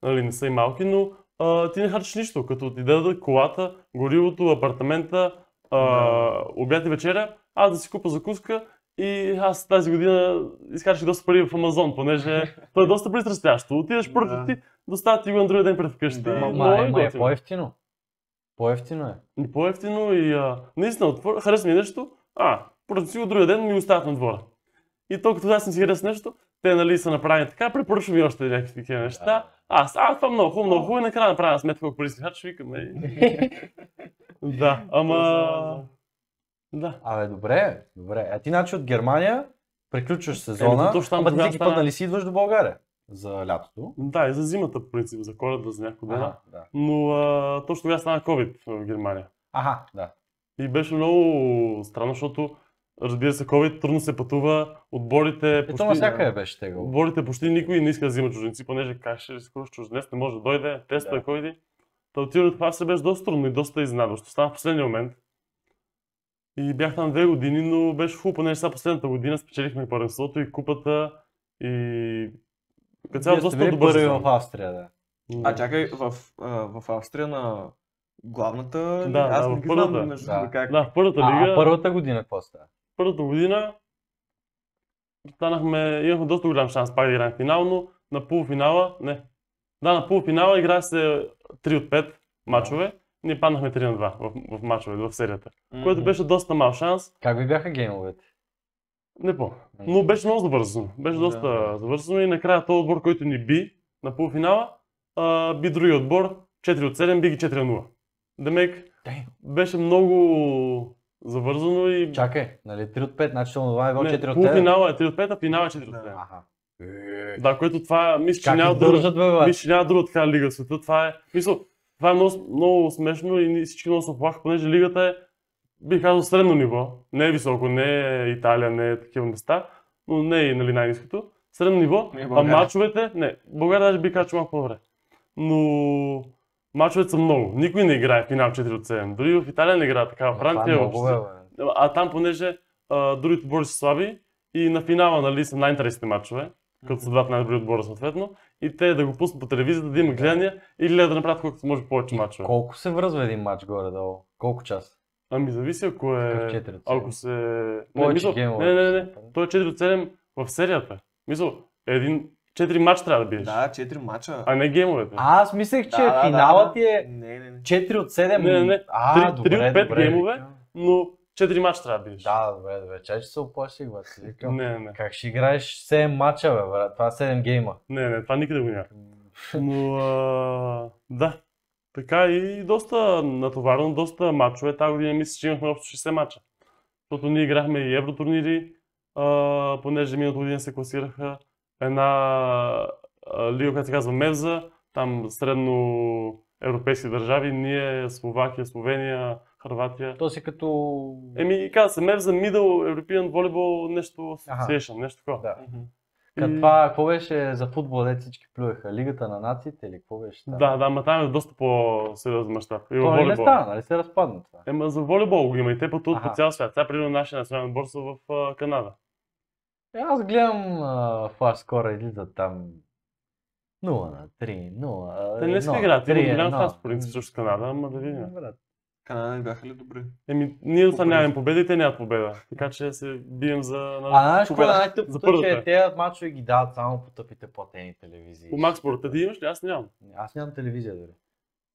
Speaker 3: нали, не са и малки, но а, ти не харчиш нищо, като ти дадат колата, горивото, апартамента, а,
Speaker 1: Да.
Speaker 3: обяд и вечеря, аз да си купа закуска и аз тази година изкарах доста пари в Амазон, понеже то е доста пристрастящо. Отидеш първо
Speaker 1: Да.
Speaker 3: ти, доставят ти го на другия ден пред вкъщи.
Speaker 1: Да.
Speaker 2: Ма,
Speaker 1: Е,
Speaker 2: ма, е, ма, е
Speaker 3: готино.
Speaker 2: по-ефтино. По-ефтино е.
Speaker 3: И по-ефтино и а, наистина отвор... хареса ми нещо, а, поръчам си го другия ден ми го оставят на двора. И то като аз не си хареса нещо, те нали са направени така, препоръчвам ми още някакви такива неща. Аз, а, това много хубаво, много хубаво и накрая направя сметка колко пари си харча, викам, ей. Да, ама... Да.
Speaker 2: Абе, добре, добре. А ти значи от Германия приключваш сезона,
Speaker 3: Еми, точно Е, там
Speaker 2: ама ти
Speaker 3: тогава
Speaker 2: всеки път
Speaker 3: стана-
Speaker 2: нали си идваш до България за лятото?
Speaker 3: Да, и за зимата, по принцип, за коледа, за няколко дена.
Speaker 2: Аха, да.
Speaker 3: Но а, точно тогава стана COVID в Германия.
Speaker 2: Аха, да.
Speaker 3: И беше много странно, защото, разбира се, COVID трудно се пътува, отборите
Speaker 2: Ето навсякъде беше тегало.
Speaker 3: Отборите почти никой не иска да взима чужденци, понеже как ще рискуваш чужденец, не може да дойде, тества
Speaker 2: Да.
Speaker 3: да. кой иди. Та отидох, това се беше доста трудно и доста изненадващо. Стана в последния момент. И бях там две години, но беше хубаво, понеже сега последната година спечелихме първенството и купата и... Като цяло
Speaker 2: Вие сте
Speaker 3: доста
Speaker 2: били
Speaker 3: добър
Speaker 2: първи
Speaker 3: сезон.
Speaker 2: в Австрия, да.
Speaker 1: А чакай, в, а, в Австрия на главната...
Speaker 3: Да,
Speaker 1: аз
Speaker 3: да,
Speaker 1: не
Speaker 3: в
Speaker 1: ги знам,
Speaker 3: първата.
Speaker 1: между
Speaker 2: Да.
Speaker 1: другото, как.
Speaker 3: Да, в първата лига,
Speaker 2: А, а първата година е какво става?
Speaker 3: първата година станахме, имахме доста голям шанс пак да играем финал, но на полуфинала, не. Да, на полуфинала играе се 3 от 5 мачове. Ние паднахме 3 на 2 в, в мачове, в серията,
Speaker 1: М,
Speaker 3: което беше доста мал шанс.
Speaker 2: Как ви бяха геймовете?
Speaker 3: Не по. Но беше много завързано. Беше
Speaker 1: Да.
Speaker 3: доста завързано и накрая този отбор, който ни би на полуфинала, а, би другия отбор 4 от 7, би ги 4 на 0. Демек
Speaker 2: Damn.
Speaker 3: беше много завързано и...
Speaker 2: Чакай, нали 3 от 5, значи това е било
Speaker 3: Не,
Speaker 2: 4 от 7.
Speaker 3: полуфинала е 3 от 5, а финала е 4 от 7.
Speaker 2: Аха. Е.
Speaker 3: Да, което това, мисля, че
Speaker 2: Как
Speaker 3: няма
Speaker 2: ги
Speaker 3: друга,
Speaker 2: държат, бе, бе?
Speaker 3: мисля, че няма друга така лига в света. Това е, мисля, това е много, много смешно и ни- всички много се оплаха, понеже лигата е, бих казал, средно ниво. Не е високо, не е Италия, не е такива места, но не е и, нали, най-низкото. Средно ниво,
Speaker 1: Не е
Speaker 3: а
Speaker 1: България.
Speaker 3: мачовете, не, България даже би казал, че малко по-добре. Но мачовете са много. Никой не играе финал 4 от 7. Дори в Италия не играе така,
Speaker 2: Ама
Speaker 3: в
Speaker 2: това е
Speaker 3: Франция,
Speaker 2: много,
Speaker 3: въобще-
Speaker 2: бе, бе.
Speaker 3: а там, понеже а, другите отбори са слаби и на финала нали, са най-интересните матчове, като са двата най-добри отбора съответно, и те да го пуснат по телевизията, да има гледания и гледа да направят колкото може повече матчове.
Speaker 2: Колко се връзва един матч горе-долу? Колко часа?
Speaker 3: Ами зависи ако
Speaker 2: Такъв
Speaker 3: е...
Speaker 2: четири от седем.
Speaker 3: Ако се... Не,
Speaker 2: Повече
Speaker 3: мисъл,
Speaker 2: геймове
Speaker 3: не, не, не,
Speaker 2: ще
Speaker 3: не.
Speaker 2: са, да.
Speaker 3: Той е 4 от 7 в серията. Мисъл, един... 4 матч трябва да биеш,
Speaker 1: Да, 4 мача.
Speaker 3: а не геймовете.
Speaker 2: А, аз мислех, че
Speaker 1: Да, да, да,
Speaker 2: финалът ти
Speaker 1: да.
Speaker 2: е
Speaker 1: Не, не, не.
Speaker 2: 4 от 7.
Speaker 3: Не, не, не.
Speaker 2: А,
Speaker 3: Три- три
Speaker 2: добре,
Speaker 3: от пет
Speaker 2: добре,
Speaker 3: геймове.
Speaker 2: викам.
Speaker 3: Но 4 матч трябва да биеш.
Speaker 2: Да, добре, добре. Чай, че се оплаших, брат. си Викам.
Speaker 3: Не, не,
Speaker 2: Как ще играеш 7 мача, бе, брат? Това 7 гейма.
Speaker 3: не, не, това никъде го няма. Но а, да, така и доста натоварено, доста матчове. Тази година мисля, че имахме общо 60 матча. Защото ние играхме и евротурнири, а, понеже миналата година се класираха една а, лига, която се казва Мевза, там средно европейски държави, ние, Словакия, Словения, Харватия.
Speaker 2: То си като...
Speaker 3: Еми, каза се Мевза Middle European Volleyball нещо Association, нещо такова.
Speaker 2: Да.
Speaker 1: Мгм.
Speaker 2: Като това, какво беше за футбол, де всички плюеха? Лигата на нациите или какво беше? там?
Speaker 3: Да, да, ма там е доста по-сериозен мащаб. И във
Speaker 2: То нали не
Speaker 3: волейбола.
Speaker 2: стана, нали се разпадна това?
Speaker 3: Ема за волейбол го има и те пътуват
Speaker 2: Аха.
Speaker 3: по цял свят. Сега, примерно, нашия национален отбор са в а, Канада.
Speaker 2: Е, аз гледам а, Flash скоро излизат там 0 на 3, 0
Speaker 3: Те не си играят, има голям шанс, по принцип, срещу Канада, ама да видим.
Speaker 1: Канада не бяха ли добри?
Speaker 3: Еми, ние
Speaker 1: По
Speaker 3: са нямаме победа и те нямат победа. Така че се бием за...
Speaker 2: А
Speaker 3: на-
Speaker 2: знаеш кое е
Speaker 3: победа. За
Speaker 2: най-тъпото,
Speaker 3: първата.
Speaker 2: че тези мачове ги дават само по тъпите платени телевизии.
Speaker 3: По Макс Спорта ти имаш ли? Аз нямам.
Speaker 2: Аз нямам телевизия дори.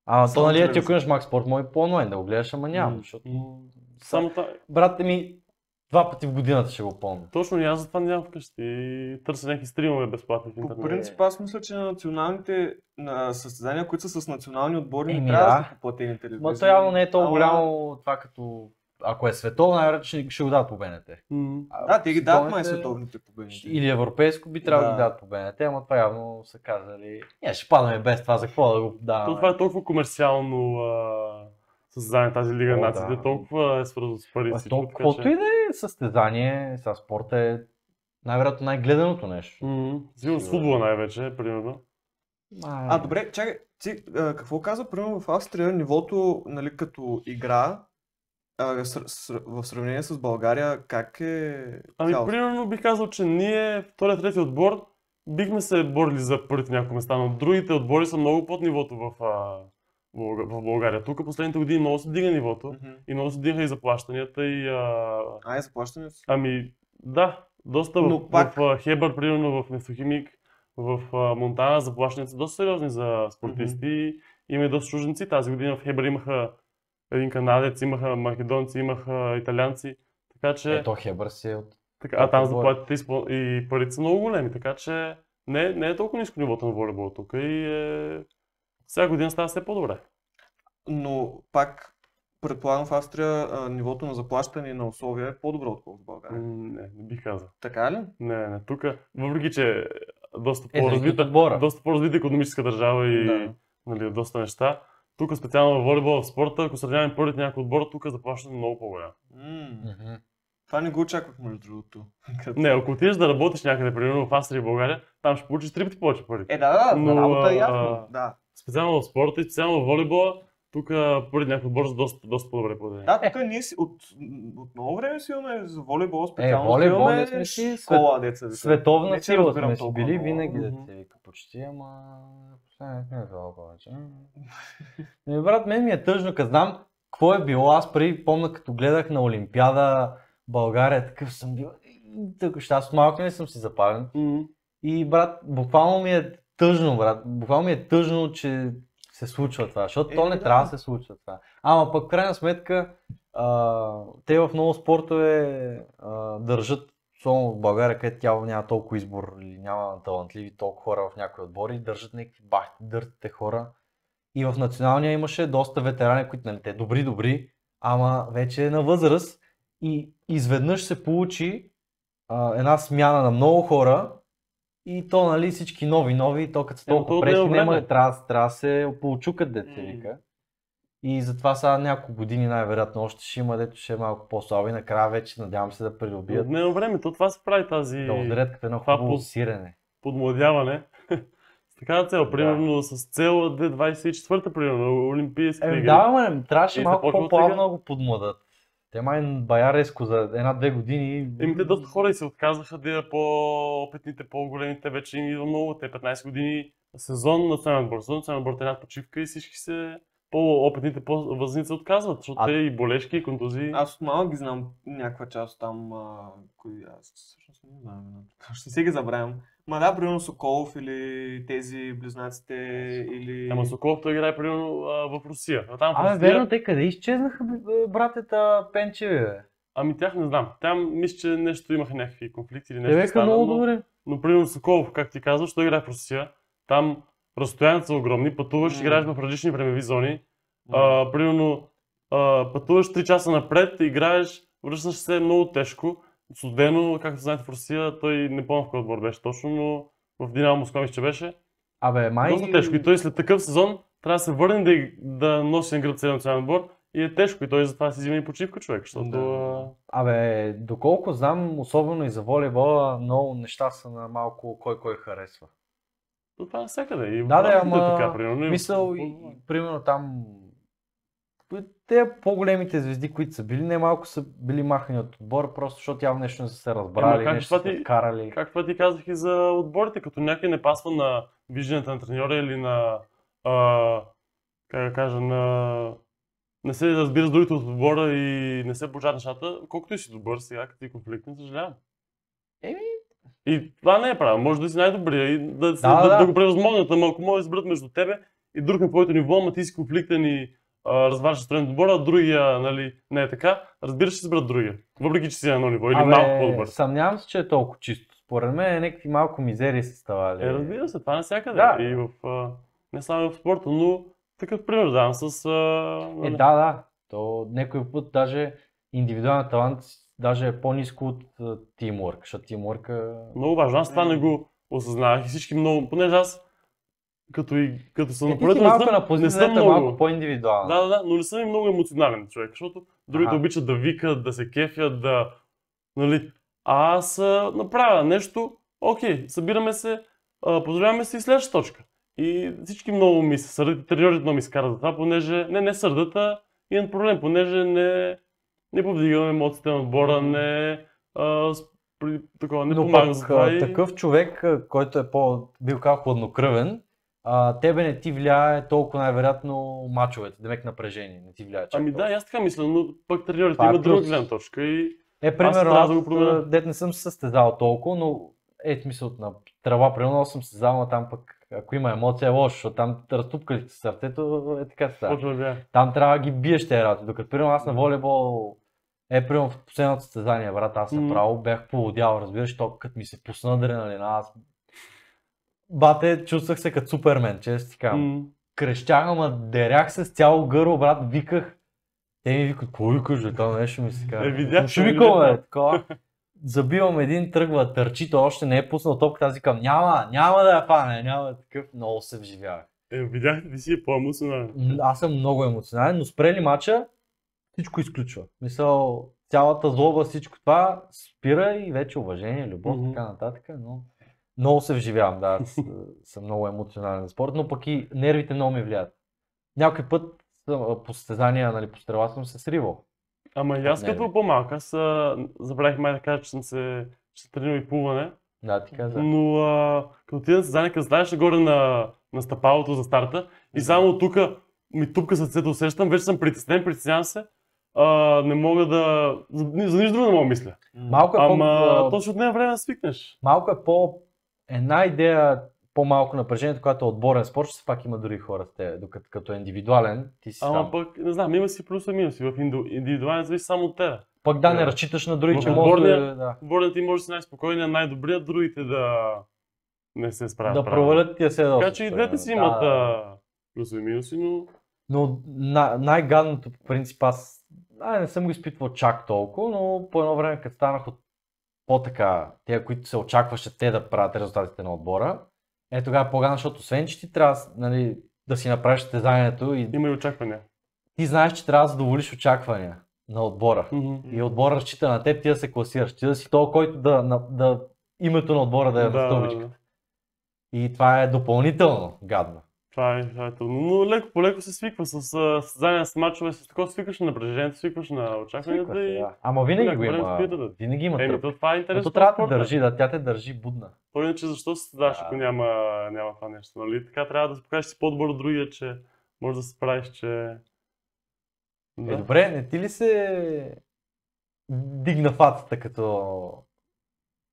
Speaker 2: А, то
Speaker 1: Само
Speaker 2: нали, ти
Speaker 1: телевизия.
Speaker 2: ако имаш Макс Спорт, може и по онлайн да го гледаш, ама нямам,
Speaker 3: М,
Speaker 2: защото...
Speaker 3: м, Само та...
Speaker 2: Брат ми, два пъти в годината ще го помня.
Speaker 3: Точно и аз затова нямам вкъщи. И Търся някакви стримове безплатни в
Speaker 1: По
Speaker 3: интернет.
Speaker 1: принцип, аз мисля, че на националните на състезания, които са с национални отбори, не
Speaker 2: Еми,
Speaker 1: трябва да
Speaker 2: да.
Speaker 1: са по платени телевизии.
Speaker 2: Ма то явно не е толкова
Speaker 1: Ама-
Speaker 2: голямо това като... Ако е световно, най-вероятно ще, ще го дадат по БНТ.
Speaker 3: М,
Speaker 2: А,
Speaker 1: Да, те ги дават е май
Speaker 2: световните-
Speaker 1: световните победи.
Speaker 2: ще- Или европейско би трябвало да
Speaker 1: Да.
Speaker 2: ги дадат по БНТ, ама това явно са казали... Ние ще падаме без това, за какво да го
Speaker 3: То това
Speaker 2: даваме.
Speaker 3: е толкова комерциално а... създание тази Лига
Speaker 2: О,
Speaker 3: на
Speaker 2: да.
Speaker 3: нациите. Толкова е свързано с пари. и
Speaker 2: Ма
Speaker 3: всичко,
Speaker 2: то,
Speaker 3: така
Speaker 2: Каквото
Speaker 3: че-
Speaker 2: и да е състезание, сега спорта е най-вероятно най-гледаното нещо.
Speaker 3: М, Сигурно с футбола най-вече, примерно.
Speaker 1: А, добре, чакай, ти а, какво каза, примерно в Австрия, нивото, нали, като игра, а, с, с, в сравнение с България, как е
Speaker 3: Ами,
Speaker 1: цялото?
Speaker 3: примерно бих казал, че ние, втория, трети отбор, бихме се борили за първите няколко места, но другите отбори са много под нивото в, а, Бълга- в България. Тук последните години много се дига нивото
Speaker 1: Мгм.
Speaker 3: и много се дигаха и заплащанията и... А...
Speaker 1: А, е заплащането си.
Speaker 3: Ами, да, доста в,
Speaker 1: Но пак-
Speaker 3: в а, Хебър, примерно в Нефтохимик, в а, Монтана заплащанията са доста сериозни за спортисти. Има и доста чужденци. Тази година в Хебър имаха един канадец, имаха македонци, имаха италианци. Така че...
Speaker 2: Ето Хебър си е от...
Speaker 3: Така, а там
Speaker 2: Отбор.
Speaker 3: заплатите и спо- и парите са много големи, така че не, не е толкова ниско нивото на волейбола тук и е... сега година става все по-добре.
Speaker 1: Но пак, предполагам, в Австрия а, нивото на заплащане и на условия е по-добро, отколкото в
Speaker 3: М,
Speaker 1: България.
Speaker 3: Не, не бих казал.
Speaker 1: Така ли?
Speaker 3: Не, не, тук, въпреки че е доста
Speaker 2: Е, зависи от
Speaker 3: по-развита,
Speaker 2: отбора.
Speaker 3: доста по-развита економическа държава и
Speaker 1: Да.
Speaker 3: нали, доста неща, тук специално в волейбола, в спорта, ако сравняваме първите някои отбора, тук заплащането е много по-голямо.
Speaker 1: М,
Speaker 2: Мгм.
Speaker 1: Това не го очаквах, между другото. Като-
Speaker 3: Не, ако отидеш да работиш някъде, примерно в Австрия и България, там ще получиш три пъти повече пари.
Speaker 1: Е, да, да,
Speaker 3: Но,
Speaker 1: за работа е
Speaker 3: а,
Speaker 1: ясно. Да,
Speaker 3: Специално в спорта и специално в волейбола, тук поради някой отбор са доста, доста по-добре платени.
Speaker 1: да тук ние си, от, от много време си имаме за волейбол специално.
Speaker 2: Е, волейбол
Speaker 1: си
Speaker 2: ние
Speaker 1: имаме
Speaker 2: сме си
Speaker 1: школа, деца. вика.
Speaker 2: Световна
Speaker 1: Не, че
Speaker 2: сила
Speaker 1: разбирам
Speaker 2: сме си
Speaker 1: толкова
Speaker 2: били
Speaker 1: много.
Speaker 2: винаги да
Speaker 3: Мгм.
Speaker 2: се вика почти, ама... Последният не е било повече. Ми, брат, мен ми е тъжно, като знам какво е било. Аз преди помня, като гледах на Олимпиада България, такъв съм бил. «И, Тук ще аз малко не съм си запален.
Speaker 3: М.
Speaker 2: И брат, буквално ми е тъжно, брат. Буквално ми е тъжно, че се случва това, защото
Speaker 1: Е,
Speaker 2: то не
Speaker 1: да.
Speaker 2: трябва да се случва това. Ама пък в крайна сметка, а, те в много спортове а, държат, особено в България, където тя няма толкова избор или няма талантливи толкова хора в някои отбори, държат някакви бахти, дъртите хора. И в националния имаше доста ветерани, които нали, те добри, добри, ама вече е на възраст и изведнъж се получи а, една смяна на много хора и то, нали, всички нови, нови, то като са
Speaker 3: Ема, то
Speaker 2: толкова
Speaker 3: отнема
Speaker 2: пресни,
Speaker 3: време.
Speaker 2: няма, трябва, да- трябва да се получукат деца,
Speaker 1: М.
Speaker 2: вика. И затова сега няколко години най-вероятно още ще има, дето ще е малко по-слаби. Накрая вече надявам се да придобият
Speaker 3: Отнема време, то това се прави тази
Speaker 2: да удрят като едно
Speaker 3: това
Speaker 2: хубаво
Speaker 3: пус-
Speaker 2: сирене.
Speaker 3: подмладяване. С такава цел,
Speaker 2: Да.
Speaker 3: примерно с цел 2024-та, примерно, Олимпийските
Speaker 2: Еми
Speaker 3: игри.
Speaker 2: Ами да, ама не, трябваше
Speaker 3: Е,
Speaker 2: малко
Speaker 3: започва от
Speaker 2: по-плавно
Speaker 3: сега.
Speaker 2: да го подмладат. Те май бая резко за една-две години.
Speaker 3: Еми, те доста хора и се отказаха да идат по-опитните, по-големите, вече им идва много, те 15 години сезон на национален отбор. Сезон на национален отбор, те една почивка и всички се по-опитните, по-възрастни се отказват, защото
Speaker 2: А-
Speaker 3: те и болешки, и контузии.
Speaker 1: Аз от малък ги знам някаква част там, а, кои аз всъщност не знам имената. Ще си ги забравям. Ма да, примерно Соколов или тези близнаците или...
Speaker 3: Ама Соколов той играе примерно а, в Русия. А там в
Speaker 2: Абе,
Speaker 3: Русия,
Speaker 2: верно, те къде изчезнаха бе, братята Пенчеви, бе?
Speaker 3: ами тях не знам. Там мисля, че нещо имаха някакви конфликти или
Speaker 2: Те
Speaker 3: нещо
Speaker 2: бяха
Speaker 3: стана,
Speaker 2: много
Speaker 3: но-
Speaker 2: добри.
Speaker 3: Но примерно Соколов, как ти казваш, той играе в Русия. Там разстоянията са огромни, пътуваш,
Speaker 1: Мгм.
Speaker 3: играеш в различни времеви зони.
Speaker 1: М.
Speaker 3: А, примерно а, пътуваш 3 часа напред, играеш, връщаш се много тежко. Судено, както знаете в Русия, той не помня в кой отбор беше точно, но в Динамо Москва мисля, че беше.
Speaker 2: Абе, май...
Speaker 3: Доста тежко. И той след такъв сезон трябва да се върне да, иг- да носи на гръб целия национален отбор. И е тежко. И той затова си взима и почивка човек, защото...
Speaker 1: Да.
Speaker 3: а,
Speaker 2: Абе, доколко знам, особено и за волейбола, много неща са на малко кой кой харесва.
Speaker 3: то Това е всякъде. И в
Speaker 2: Да, да,
Speaker 3: работите е
Speaker 2: ама
Speaker 3: така, примерно. и е в
Speaker 2: Мисъл, и,
Speaker 3: футбола.
Speaker 2: и примерно там, те по-големите звезди, които са били, немалко са били махани от отбора, просто защото явно нещо не са се разбрали,
Speaker 3: Ема как
Speaker 2: нещо
Speaker 3: това
Speaker 2: са се
Speaker 3: ти-
Speaker 2: карали.
Speaker 3: Как това ти казах и за отборите, като някой не пасва на вижданията на треньора или на, а, как да кажа, на не се разбира с другите от отбора и не се получават нещата, колкото и си добър сега, като и конфликтен, съжалявам.
Speaker 2: Еми.
Speaker 3: И това не е право. Може да си най-добрия и да, да,
Speaker 2: Да,
Speaker 3: да, да,
Speaker 2: да.
Speaker 3: го превъзмогнат, ама ако може да изберат между тебе и друг на твоето ниво, ама ти си конфликтен и а, разваляш настроението на отбора, а другия нали, не е така, разбира се, ще изберат другия. Въпреки, че си на едно ниво или
Speaker 2: Абе,
Speaker 3: малко по-добър.
Speaker 2: Съмнявам се, че е толкова чисто. Според мен е някакви малко мизерии са ставали.
Speaker 3: Е, разбира се, това навсякъде.
Speaker 2: Да.
Speaker 3: И в, а, не само в спорта, но такъв пример давам с... А,
Speaker 2: Е,
Speaker 3: нали,
Speaker 2: да, да. То някой път даже индивидуален талант даже е по-низко от а, тимворк, защото тимворка...
Speaker 3: Много важно. Аз това
Speaker 1: М.
Speaker 3: не го осъзнавах и всички много, понеже аз като, и, като съм
Speaker 2: Е,
Speaker 3: на
Speaker 2: ти си
Speaker 3: полето, не
Speaker 2: малко на
Speaker 3: съм, не съм
Speaker 2: позицията
Speaker 3: много.
Speaker 2: малко по-индивидуална.
Speaker 3: Да, да, да, но не съм и много емоционален човек, защото другите
Speaker 2: Аха.
Speaker 3: обичат да викат, да се кефят, да... Нали? А аз а, направя нещо, окей, събираме се, а, поздравяваме се и следваща точка. И всички много ми се сърдят, и треньорите много ми се карат за това, понеже... Не, не сърдат, а имам проблем, понеже не, не повдигам емоциите на отбора, не... А, с- при, такова, не
Speaker 2: Но
Speaker 3: помагам за
Speaker 2: пък
Speaker 3: това
Speaker 2: а,
Speaker 3: и...
Speaker 2: такъв човек, а, който е по, бил казал, хладнокръвен, а, тебе не ти влияе толкова най-вероятно мачовете, демек напрежение, не ти влияе чак
Speaker 3: Ами да, и
Speaker 2: толкова.
Speaker 3: аз така мисля, но пък треньорите
Speaker 2: Това е
Speaker 3: имат друга
Speaker 2: плюс.
Speaker 3: гледна точка и...
Speaker 2: Е, примерно,
Speaker 3: трябва
Speaker 2: аз,
Speaker 3: да го променя.
Speaker 2: а, дет не съм се състезавал толкова, но е, мисъл, на трава, примерно, аз съм състезавал, но там пък, ако има емоция, е лошо, защото там разтупкали ти сърцето, е така става.
Speaker 3: Почва да бях.
Speaker 2: Там трябва да ги биеш тези работи. Докато примерно аз на волейбол, е, примерно в последното състезание, брат, аз
Speaker 3: Мгм.
Speaker 2: направо бях полудял, разбираш, то като ми се пусна адреналина, аз... Бате, чувствах се като супермен, често ти казвам.
Speaker 3: М.
Speaker 2: Крещях, ама дерях се с цяло гърло, брат, виках. Те ми викат, какво викаш, бе, това нещо ми се казва.
Speaker 3: Е, видях,
Speaker 2: Ще
Speaker 3: че ми
Speaker 2: викам, бе,
Speaker 3: лепна.
Speaker 2: такова. Забивам един, тръгва, търчи, той още не е пуснал топката, аз викам, няма, няма да я фане, няма такъв, много се вживявах.
Speaker 3: Е, видяхте, ти си е по-емоционален.
Speaker 2: М, аз съм много емоционален, но спрели мача, всичко изключва. Мисъл, цялата злоба, всичко това спира и вече уважение, любов,
Speaker 3: Мгм.
Speaker 2: така нататък, но много се вживявам, да, аз е, съм много емоционален за спорт, но пък и нервите много ми влияят. Някой път съм, а, по състезания, нали, по стрела съм се сривал.
Speaker 3: Ама и аз
Speaker 2: Не,
Speaker 3: като
Speaker 2: не.
Speaker 3: по-малък, аз а, забравих май да кажа, че съм се, че съм тренирал и плуване,
Speaker 2: Да, ти казах.
Speaker 3: но а, като отида на състезание, като знаеш нагоре на, на стъпалото за старта и само тук ми тупка сърцето усещам, вече съм притеснен, притеснявам се, а, не мога да, за, ни- за нищо друго не мога да мисля.
Speaker 2: Малко е,
Speaker 3: Ама
Speaker 2: по,
Speaker 3: точно от нея време да свикнеш.
Speaker 2: малко е по една идея по-малко напрежението, когато е отборен спорт, че все пак има други хора с теб, докато като е индивидуален, ти си сам.
Speaker 3: Ама пък, не знам, има си плюса и минуси. В инди- индивидуален зависи само от тебе.
Speaker 2: Пак да, не
Speaker 3: Да.
Speaker 2: разчиташ на други,
Speaker 3: В
Speaker 2: че може да,
Speaker 3: отборния-
Speaker 2: да,
Speaker 3: Борен ти може да си най-спокойния, най-добрия, другите да не се справят.
Speaker 2: да
Speaker 3: правилно.
Speaker 2: провалят тия се
Speaker 3: Така че и двете си имат а, плюсови и минуси, но
Speaker 2: Но на, най-гадното по принцип аз ай, не съм го изпитвал чак толкова, но по едно време, като станах от по-така, те, които се очакваше те да правят резултатите на отбора, е тогава е по-гадно, защото освен, че ти трябва нали, да си направиш състезанието и
Speaker 3: има и очаквания.
Speaker 2: ти знаеш, че трябва да задоволиш очаквания на отбора.
Speaker 3: Мгм.
Speaker 2: И отбора разчита на теб, ти да се класираш, ти да си то, който да, на, да името на отбора да е на стълбичката. И това е допълнително гадно.
Speaker 3: Това е, това е трудно. Но леко по леко се свиква с а, състезания, с мачове, с такова свикваш на напрежението, свикваш на очакванията
Speaker 2: Свиква се,
Speaker 3: и...
Speaker 2: да. Ама винаги
Speaker 3: Някой
Speaker 2: го
Speaker 3: време
Speaker 2: има.
Speaker 3: спира да-
Speaker 2: Винаги има
Speaker 3: Еми,
Speaker 2: тръп.
Speaker 3: то това е
Speaker 2: Но
Speaker 3: интересно.
Speaker 2: то трябва да
Speaker 3: спорта.
Speaker 2: те държи, да, тя те държи будна.
Speaker 3: То иначе защо се създаваш, ако
Speaker 2: Да.
Speaker 3: няма, няма това нещо, нали? Така трябва да се покажеш че си по-добър от другия, че може да се справиш, че...
Speaker 2: Е,
Speaker 3: Да.
Speaker 2: добре, не ти ли се дигна фатата като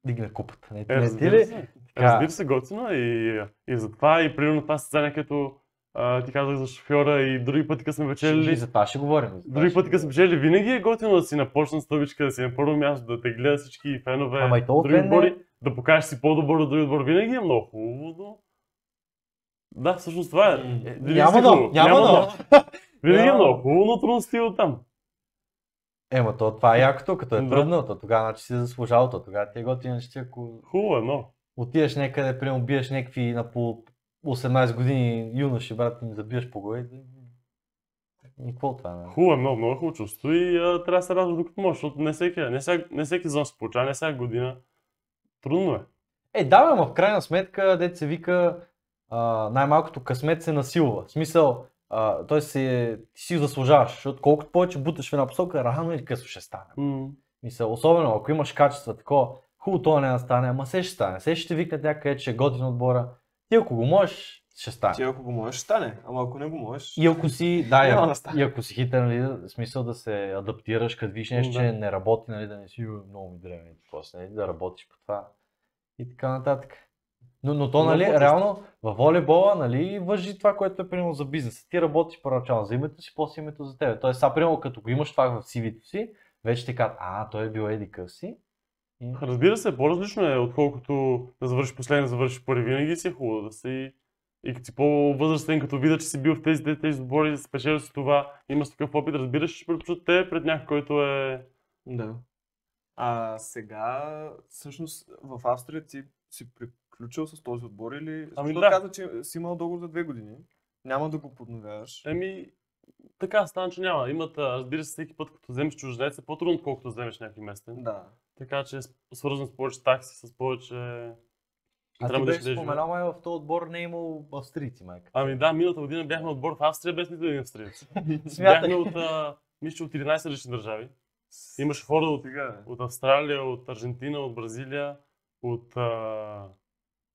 Speaker 2: дигна купата? Не, ти-
Speaker 3: Е,
Speaker 2: не ти
Speaker 3: разбира
Speaker 2: ли?
Speaker 3: се. Е,
Speaker 2: Така.
Speaker 3: Разбира се, готино е. и, и затова и примерно това състезание, като а, ти казах за шофьора и други пъти, като сме
Speaker 2: Ще,
Speaker 3: вечерили,
Speaker 2: за това ще говорим. за това
Speaker 3: Други
Speaker 2: ще
Speaker 3: пъти, като сме
Speaker 2: говорим.
Speaker 3: печели, винаги е готино да си на почна стъпичка, да си на първо място, да те гледат всички фенове,
Speaker 2: Ама и то
Speaker 3: други
Speaker 2: отвен
Speaker 3: отбори,
Speaker 2: не...
Speaker 3: да покажеш си по-добър от други отбор. Винаги е много хубаво, но... Да, всъщност това е.
Speaker 1: М.
Speaker 3: Е, винаги
Speaker 2: Няма
Speaker 3: си
Speaker 2: да,
Speaker 3: хубаво.
Speaker 2: няма да.
Speaker 3: Винаги е
Speaker 2: Няма.
Speaker 3: много хубаво, но трудно стига оттам.
Speaker 2: Ема то това е якото, като е
Speaker 3: Да.
Speaker 2: трудно, то тогава значи си заслужал, то тогава ти е готино, иначе ти ако
Speaker 3: Хубаво е, но...
Speaker 2: отидеш някъде, примерно биеш някакви на по 18 години юноши, брат, им забиеш по главите. И какво това, нали?
Speaker 3: Хубаво е, много, много хубаво чувство и а, трябва да се радва докато може, защото не всеки, не всяк, не всеки зон се получава, не всяка година. Трудно е.
Speaker 2: Е, да, бе, ама в крайна сметка, дете се вика, а, най-малкото късмет се насилва. В смисъл, а, той си, е, ти си го заслужаваш, защото колкото повече буташ в една посока, рано или късно ще стане.
Speaker 3: М.
Speaker 2: Мисъл, особено ако имаш качества, такова, хубаво то не да стане, ама се ще стане, се ще ти викнат някъде, че е готин отбора. Ти ако го можеш, ще стане.
Speaker 1: Ти ако го можеш, ще стане. Ама ако не го можеш...
Speaker 2: И ако си, да, и
Speaker 1: Няма
Speaker 2: ако,
Speaker 1: да стане.
Speaker 2: и ако си хитър, нали, в смисъл да се адаптираш, като видиш нещо,
Speaker 3: Да.
Speaker 2: че не работи, нали, да не си «Ю, много ми дреме, после, нали, да работиш по това и така нататък. Но, но то,
Speaker 1: Много
Speaker 2: нали,
Speaker 1: по-тъжно.
Speaker 2: реално във волейбола, нали, въжи това, което е примерно за бизнеса. Ти работиш първоначално за името си, после името за тебе. Тоест, сега, примерно, като го имаш това в CV-то си, вече ти казват, а, той е бил еди къв си. И...
Speaker 3: Разбира се, по-различно е, отколкото да завършиш последен, да завършиш първи. Винаги си е хубаво да си. И като си по-възрастен, като видя, че си бил в тези, тези, тези сбори, спечелил си това, имаш такъв опит, разбираш, ще предпочитат те пред някой, който е...
Speaker 1: Да. А сега, всъщност, в Австрия ти си приключил с този отбор или... Защото
Speaker 3: Ами да.
Speaker 1: каза, че си имал договор за две години. Няма да го подновяваш.
Speaker 3: Еми, така стана, че няма. Имат, а, разбира се, всеки път, като вземеш чужденец, е по-трудно, отколкото вземеш някой местен.
Speaker 1: Да.
Speaker 3: Така че е свързан с повече такси, с повече...
Speaker 2: А ти
Speaker 3: Трябва да
Speaker 2: беше
Speaker 3: ще живееш.
Speaker 2: споменал, май, в този отбор не е имал австрийци, майка.
Speaker 3: Ами да, миналата година бяхме отбор в Австрия без нито един австриец.
Speaker 2: Смятах.
Speaker 3: бяхме от, а, мисля, че от 11 различни държави. Имаше хора от
Speaker 1: Сега,
Speaker 3: От Австралия, от Аржентина, от Бразилия, от а,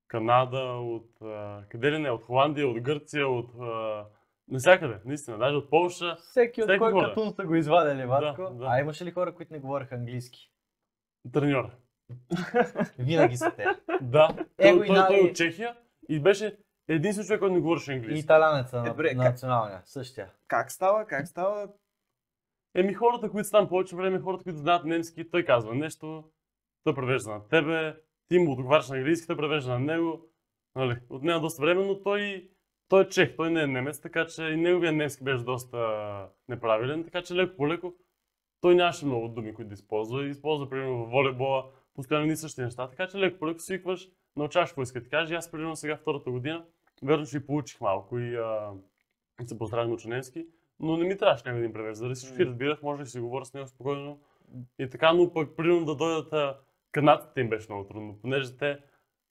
Speaker 3: Канада, от а, къде ли не, от Холандия, от Гърция, от а, навсякъде, наистина, даже от Полша.
Speaker 2: Всеки от
Speaker 3: Всеки
Speaker 2: кой
Speaker 3: хора.
Speaker 2: катун са го извадили, Ватко.
Speaker 3: да.
Speaker 2: А имаше ли хора, които не говореха английски?
Speaker 3: Треньор.
Speaker 2: Винаги са те.
Speaker 3: Да,
Speaker 2: Его
Speaker 3: той,
Speaker 2: Е, и
Speaker 3: той,
Speaker 2: нали-
Speaker 3: той
Speaker 2: Нави.
Speaker 3: от Чехия и беше единствен човек, който не говореше
Speaker 2: И
Speaker 3: английски.
Speaker 2: италянеца на,
Speaker 1: Е, бре,
Speaker 2: на
Speaker 1: как-
Speaker 2: националния, същия.
Speaker 1: как става, как става?
Speaker 3: Еми хората, които са там повече време, хората, които знаят немски, той казва нещо, той превежда на тебе, ти му отговаряш на английски, той превежда на него. Нали, отнема доста време, но той, той е чех, той не е немец, така че и неговия немски беше доста неправилен, така че леко по леко той нямаше много думи, които да използва. Използва, примерно, в волейбола, постоянно ни същи неща, така че леко по леко свикваш, научаваш какво иска да ти каже. И Аз, примерно, сега втората година, верно, че и получих малко и а, се поздравя на немски, но не ми трябваше някой да им превежда. Дали всички
Speaker 1: Мгм.
Speaker 3: разбирах, може да си говоря с него спокойно. И така, но пък, примерно, да дойдат а, канадците им беше много трудно, понеже те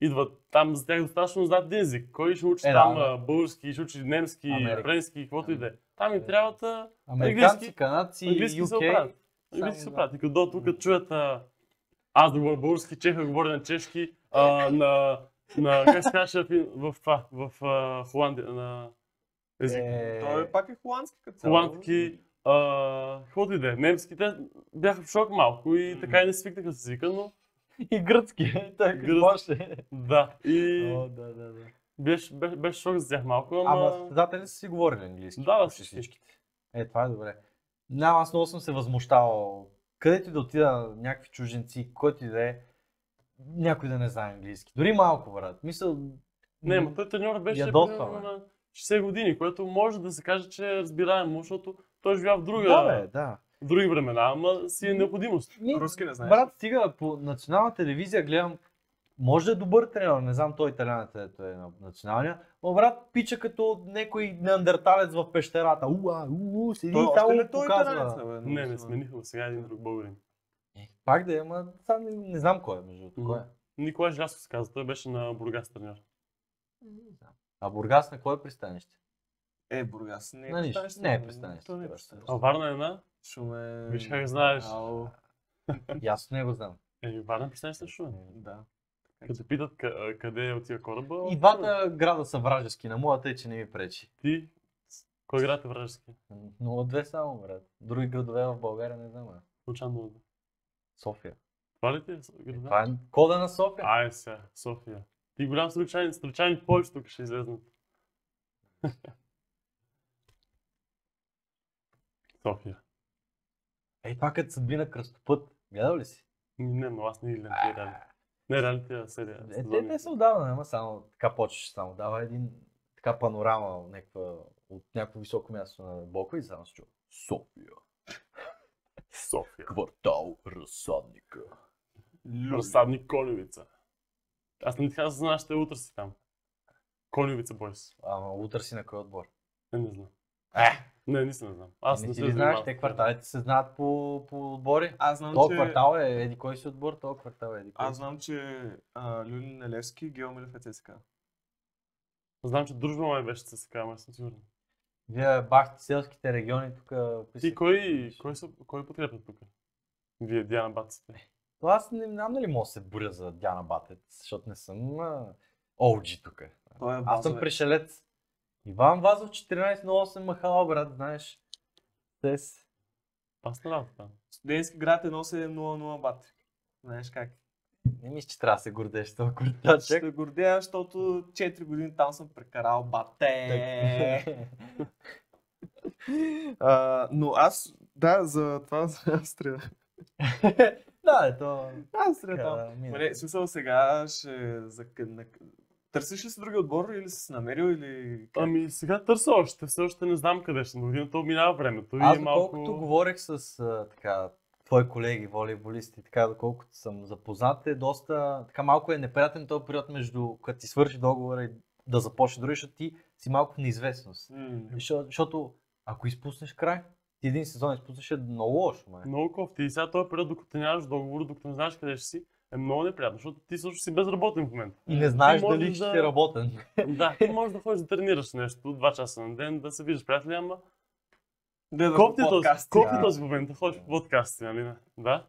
Speaker 3: идват там, за тях е достатъчно знаят един език. Кой ще учи
Speaker 2: Е, да,
Speaker 3: там
Speaker 2: да.
Speaker 3: а, български, ще учи немски,
Speaker 2: Америка.
Speaker 3: френски, каквото и да е. Там им
Speaker 2: Америка.
Speaker 3: трябват а,
Speaker 2: Американци,
Speaker 3: Английски.
Speaker 2: канадци,
Speaker 3: Английски се
Speaker 2: UK.
Speaker 3: оправят. Английски се
Speaker 2: Само да.
Speaker 3: оправят. И като дойдат тук, като чуят а, аз да говоря български, чеха говоря на чешки, а, на, на, как се казваше в, в това, в а, Холандия, на език.
Speaker 2: Е,
Speaker 1: Той пак е холандски като цяло.
Speaker 3: Холандски, а, каквото и да е, немски, те бяха в шок малко и така и не свикнаха с езика, но
Speaker 2: И гръцки. Той
Speaker 3: Гръцки.
Speaker 2: какво ще?
Speaker 3: да. И
Speaker 2: О, да, да, да.
Speaker 3: беше, беше, беше шок за тях малко, ама...
Speaker 2: Ама състезатели са си говорили английски.
Speaker 3: Да, бе,
Speaker 2: Почти
Speaker 3: всички.
Speaker 2: Е, това е добре. Не, аз много съм се възмущавал. Където и да отида някакви чужденци, който и да е, някой да не знае английски. Дори малко, брат. Мисъл...
Speaker 3: Не, ма той треньор беше
Speaker 2: Ядосва,
Speaker 3: примерно
Speaker 2: бе.
Speaker 3: на 60 години, което може да се каже, че е разбираемо, защото той живя в е друга...
Speaker 2: Да, бе, да.
Speaker 3: в други времена, ама си е необходимост.
Speaker 2: Ми,
Speaker 1: Руски не знаеш.
Speaker 2: Брат, стига по национална телевизия гледам, може да е добър тренер, не знам той италянец, ето е на националния, но брат пича като някой неандерталец в пещерата. Уа, у, у, седи
Speaker 1: Той
Speaker 2: и там
Speaker 1: още ли
Speaker 2: му
Speaker 1: е той италянец,
Speaker 2: показва.
Speaker 1: бе?
Speaker 3: Не, не смениха го сега един друг българин.
Speaker 2: Е, Пак да е, ма сега не, не знам кой е, между другото. Кой е?
Speaker 3: Мгм. Николай Желяско се казва, той беше на Бургас треньор.
Speaker 2: А Бургас на кое пристанище?
Speaker 1: Е, Бургас не е
Speaker 2: На нищо.
Speaker 1: пристанище.
Speaker 2: Не е
Speaker 1: бе.
Speaker 2: пристанище,
Speaker 1: То не е
Speaker 2: това ще
Speaker 3: А
Speaker 1: пристанище.
Speaker 3: Варна е на?
Speaker 1: Шумен.
Speaker 3: Виж как знаеш.
Speaker 1: Ау.
Speaker 2: И аз не го знам.
Speaker 3: Е, Варна представяш ли Шумен?
Speaker 1: Да.
Speaker 3: Като питат къ- къде е отива кораба,
Speaker 2: И двата града са вражески, на моята е, че не ми пречи.
Speaker 3: ти кой град е вражески?
Speaker 2: Но от две само, брат. Други градове в България не знам. бе.
Speaker 3: Случайно. да.
Speaker 2: София.
Speaker 3: Това ли ти е с-
Speaker 2: Е,
Speaker 3: града?
Speaker 2: това е кода на София.
Speaker 3: Ай сега, София. Ти голям случайен, случайни повече тук ще излезнат. София.
Speaker 2: Ей, това като съдби на кръстопът. Гледал ли си?
Speaker 3: Ми, Не, но аз не ги гледам тия реалити. Не реалити, а серия.
Speaker 2: Е, те,
Speaker 3: сезони.
Speaker 2: те са отдавна, ама само така почваш само. Дава един така панорама от някаква, от някакво високо място на Бока и само се чува. София.
Speaker 3: София.
Speaker 2: Квартал Разсадника.
Speaker 3: Разсадни Колевица. Аз не ти казах за нашите утърси е там. Колевица бойс.
Speaker 2: Ама утре си на кой отбор?
Speaker 3: Не, не знам. Е, не, наистина не знам. Аз
Speaker 2: Аз не,
Speaker 3: не,
Speaker 2: ти
Speaker 3: се
Speaker 2: ли знаеш,
Speaker 3: занимавам
Speaker 2: те
Speaker 3: с
Speaker 2: кварталите се знаят по, по отбори.
Speaker 1: Аз знам,
Speaker 2: Този
Speaker 1: че...
Speaker 2: квартал е еди кой си отбор, този квартал е еди кой
Speaker 1: Аз
Speaker 2: си.
Speaker 1: знам, че а, Люлин Нелевски, Гео Милев е ЦСКА.
Speaker 3: това. Знам, че дружба май беше с СКА, ама не съм сигурен.
Speaker 2: Вие бахте селските региони тук.
Speaker 3: Ти
Speaker 2: писахте,
Speaker 3: кой,
Speaker 2: виж.
Speaker 3: кой, са, кой подкрепя тук? Вие, Диана Баците.
Speaker 2: То аз не знам дали мога да се буря за Диана Батет, защото не съм а, OG тук.
Speaker 1: Той е
Speaker 2: Аз съм
Speaker 1: базове.
Speaker 2: пришелец. Иван Вазов, 1408 Махала, брат, знаеш. Тес.
Speaker 3: Аз на работа.
Speaker 1: Студентски град е 1700 бат. Знаеш как.
Speaker 2: Не мисля, че трябва да се гордееш с този
Speaker 1: Ще
Speaker 2: куртачък.
Speaker 1: те гордея, защото 4 години там съм прекарал бате. А, но аз, да, за това за Австрия.
Speaker 2: да, е то.
Speaker 1: Австрия
Speaker 2: така,
Speaker 1: там.
Speaker 2: да, мина.
Speaker 1: Добре, в смисъл сега ще... За... на- Търсиш ли си други отбор или си се намерил или... как?
Speaker 3: Ами сега търся още, все още не знам къде ще, но година то минава времето и е
Speaker 2: Аз
Speaker 3: малко...
Speaker 2: доколкото говорих с а, така, твои колеги, волейболисти, така доколкото съм запознат, е доста, така малко е неприятен този период между като ти свърши договора и да започне други, защото ти си малко в неизвестност.
Speaker 1: М,
Speaker 2: Защо- Защото ако изпуснеш край, ти един сезон изпуснеш е много лошо, ме.
Speaker 3: Много кофти. И сега този период, докато нямаш договор, докато не знаеш къде ще си, е много неприятно, защото ти също си безработен в момента.
Speaker 2: И не знаеш
Speaker 3: можеш
Speaker 2: дали
Speaker 3: да-
Speaker 2: ще си работен.
Speaker 3: да, ти можеш да ходиш да тренираш нещо, два часа на ден, да се видиш с приятели, ама
Speaker 1: Да, е да,
Speaker 3: Кофти
Speaker 1: по
Speaker 3: този,
Speaker 1: подкасти.
Speaker 3: кофти
Speaker 2: да.
Speaker 3: този момент, да ходиш по подкасти, нали? да. Да.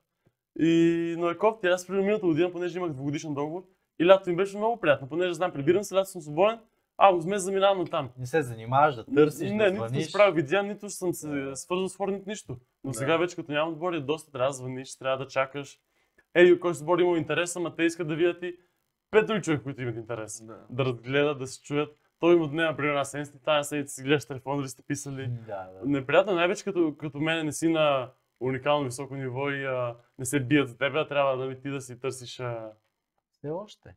Speaker 3: И, но е кофти, аз при миналата година, понеже имах двугодишен договор, и лято ми беше много приятно, понеже знам, прибирам се, лято съм свободен, август месец заминавам на там.
Speaker 2: Не се занимаваш да търсиш,
Speaker 3: не,
Speaker 2: да
Speaker 3: нито съм
Speaker 2: звъниш.
Speaker 3: справил видеа, нито съм се
Speaker 2: Да.
Speaker 3: свързал с форнит нищо. Но
Speaker 1: Да.
Speaker 3: сега вече като нямам отбор, е доста трябва да звъниш, трябва да чакаш. Ей, кой отбор има интерес, ама те искат да видят и пет други човека, които имат интерес.
Speaker 1: Да.
Speaker 3: Да разгледат, да се чуят. Той им отнема, например, една седмица, тази седмица си гледаш телефон, дали сте писали.
Speaker 2: Да, да.
Speaker 3: Неприятно е, най-вече като, като мене не си на уникално високо ниво и а, не се бият за теб, а трябва нали, ти да си търсиш. А...
Speaker 2: Все още.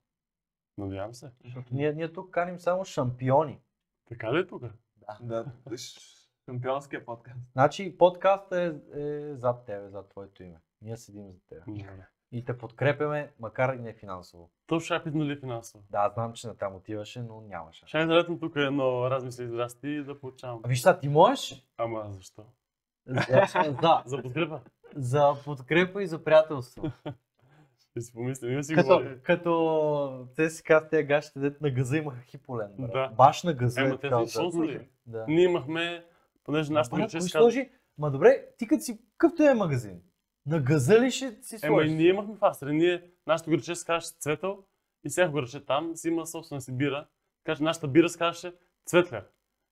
Speaker 3: Надявам се.
Speaker 2: Защото ние, ние тук каним само шампиони.
Speaker 3: Така ли е тук?
Speaker 1: Да, ш- шампионския подкаст.
Speaker 2: Значи подкастът е, е зад тебе, зад твоето име. Ние седим за теб. И те подкрепяме, макар и не финансово.
Speaker 3: То ще я питам дали е финансово.
Speaker 2: Да, знам, че натам отиваше, но нямаше.
Speaker 3: Ще е заредно тук едно размисля израсти и да получавам.
Speaker 2: А виж, сега ти можеш
Speaker 3: Ама защо?
Speaker 2: за,
Speaker 3: За подкрепа.
Speaker 2: за подкрепа и за приятелство.
Speaker 3: Ще си помисля, ние си
Speaker 2: като,
Speaker 3: говорим.
Speaker 2: като те си казват, тези гащите дете на газа имаха хиполен. брат.
Speaker 3: Да.
Speaker 2: Баш на газа.
Speaker 3: Ема те
Speaker 2: е така,
Speaker 3: са спонсори.
Speaker 2: Да.
Speaker 3: Ние имахме, понеже нашата
Speaker 2: Брат,
Speaker 3: момиче
Speaker 2: кой
Speaker 3: си
Speaker 2: ще
Speaker 3: казва.
Speaker 2: сложи? Ма добре, ти като си къвто е магазин, на газа ли ще си
Speaker 3: Ема
Speaker 2: сложиш?
Speaker 3: и ние имахме фастри. Ние, нашето градче се казваше Цветъл и всяко градче там си има собствена си бира. Така че нашата бира се казваше Цветлер.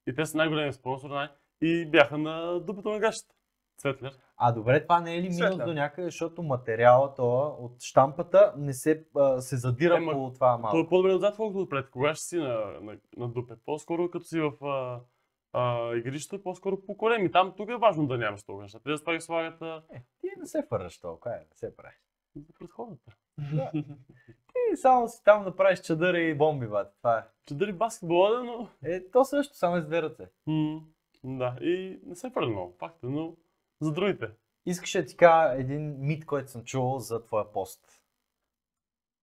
Speaker 3: И те са най-големия спонсор най- и бяха на дупето на гащата. Цветлер.
Speaker 2: А добре, това не е ли минус
Speaker 1: Светла.
Speaker 2: до някъде, защото материала това от щампата не се, а, се задира
Speaker 3: Ема,
Speaker 2: по това малко.
Speaker 3: То е по-добре отзад, колкото отпред. Кога ще си на, на, на дупе? По-скоро като си в а, а, игрището, по-скоро по кореми. Там тук е важно да нямаш толкова неща. Те да ги слагат а,
Speaker 2: Е, ти не се фърнеш толкова, е, не се прави.
Speaker 3: пред хората.
Speaker 2: Ти само си там направиш чадъра и бомби, бат. Това е.
Speaker 3: Че дали баскетбола, да, но...
Speaker 2: Е, то също, само е с две ръце.
Speaker 3: М, да, и не се прави много, факт е, но за другите.
Speaker 2: Искаше да ти кажа един мит, който съм чувал за твоя пост.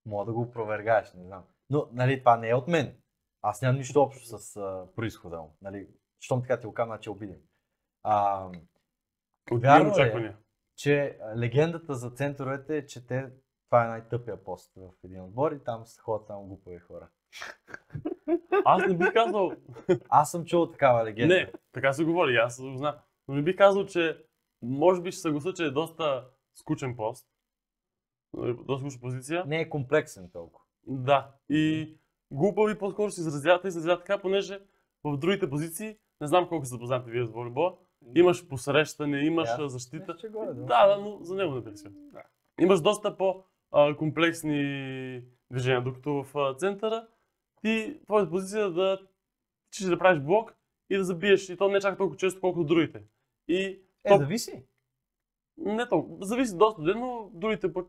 Speaker 2: Мога да го опровергаеш, не знам. Но, нали, това не е от мен. Аз нямам нищо общо с а, происхода му. Нали, щом така ти го казвам, значи е обиден. А,
Speaker 3: Отивам
Speaker 2: ли е?
Speaker 3: очаквания.
Speaker 2: че а, легендата за центровете е, че те, това е най-тъпия пост в един отбор и там се ходят само глупави хора.
Speaker 3: Аз не бих казал.
Speaker 2: Аз съм чувал такава легенда.
Speaker 3: не, така се говори, аз го знам. Но не бих казал, че може би ще съглася, че е доста скучен пост. Е, Доста скучна позиция.
Speaker 2: не е комплексен толкова.
Speaker 3: Да. И глупави по-скоро се изразяват и изразяват така, понеже в другите позиции, не знам колко се запознате вие с волейбола, имаш посрещане, имаш
Speaker 2: Ясно. е,
Speaker 3: а, защита.
Speaker 2: Мисля, че горе,
Speaker 3: Да, да, но за него не търся. Имаш доста по-комплексни движения, докато в а, центъра ти, твоята позиция е да че да правиш блок и да забиеш, и то не чак толкова често, колкото другите. И
Speaker 2: Е,
Speaker 3: топ-
Speaker 2: зависи.
Speaker 3: не толкова, зависи доста ден, но другите пък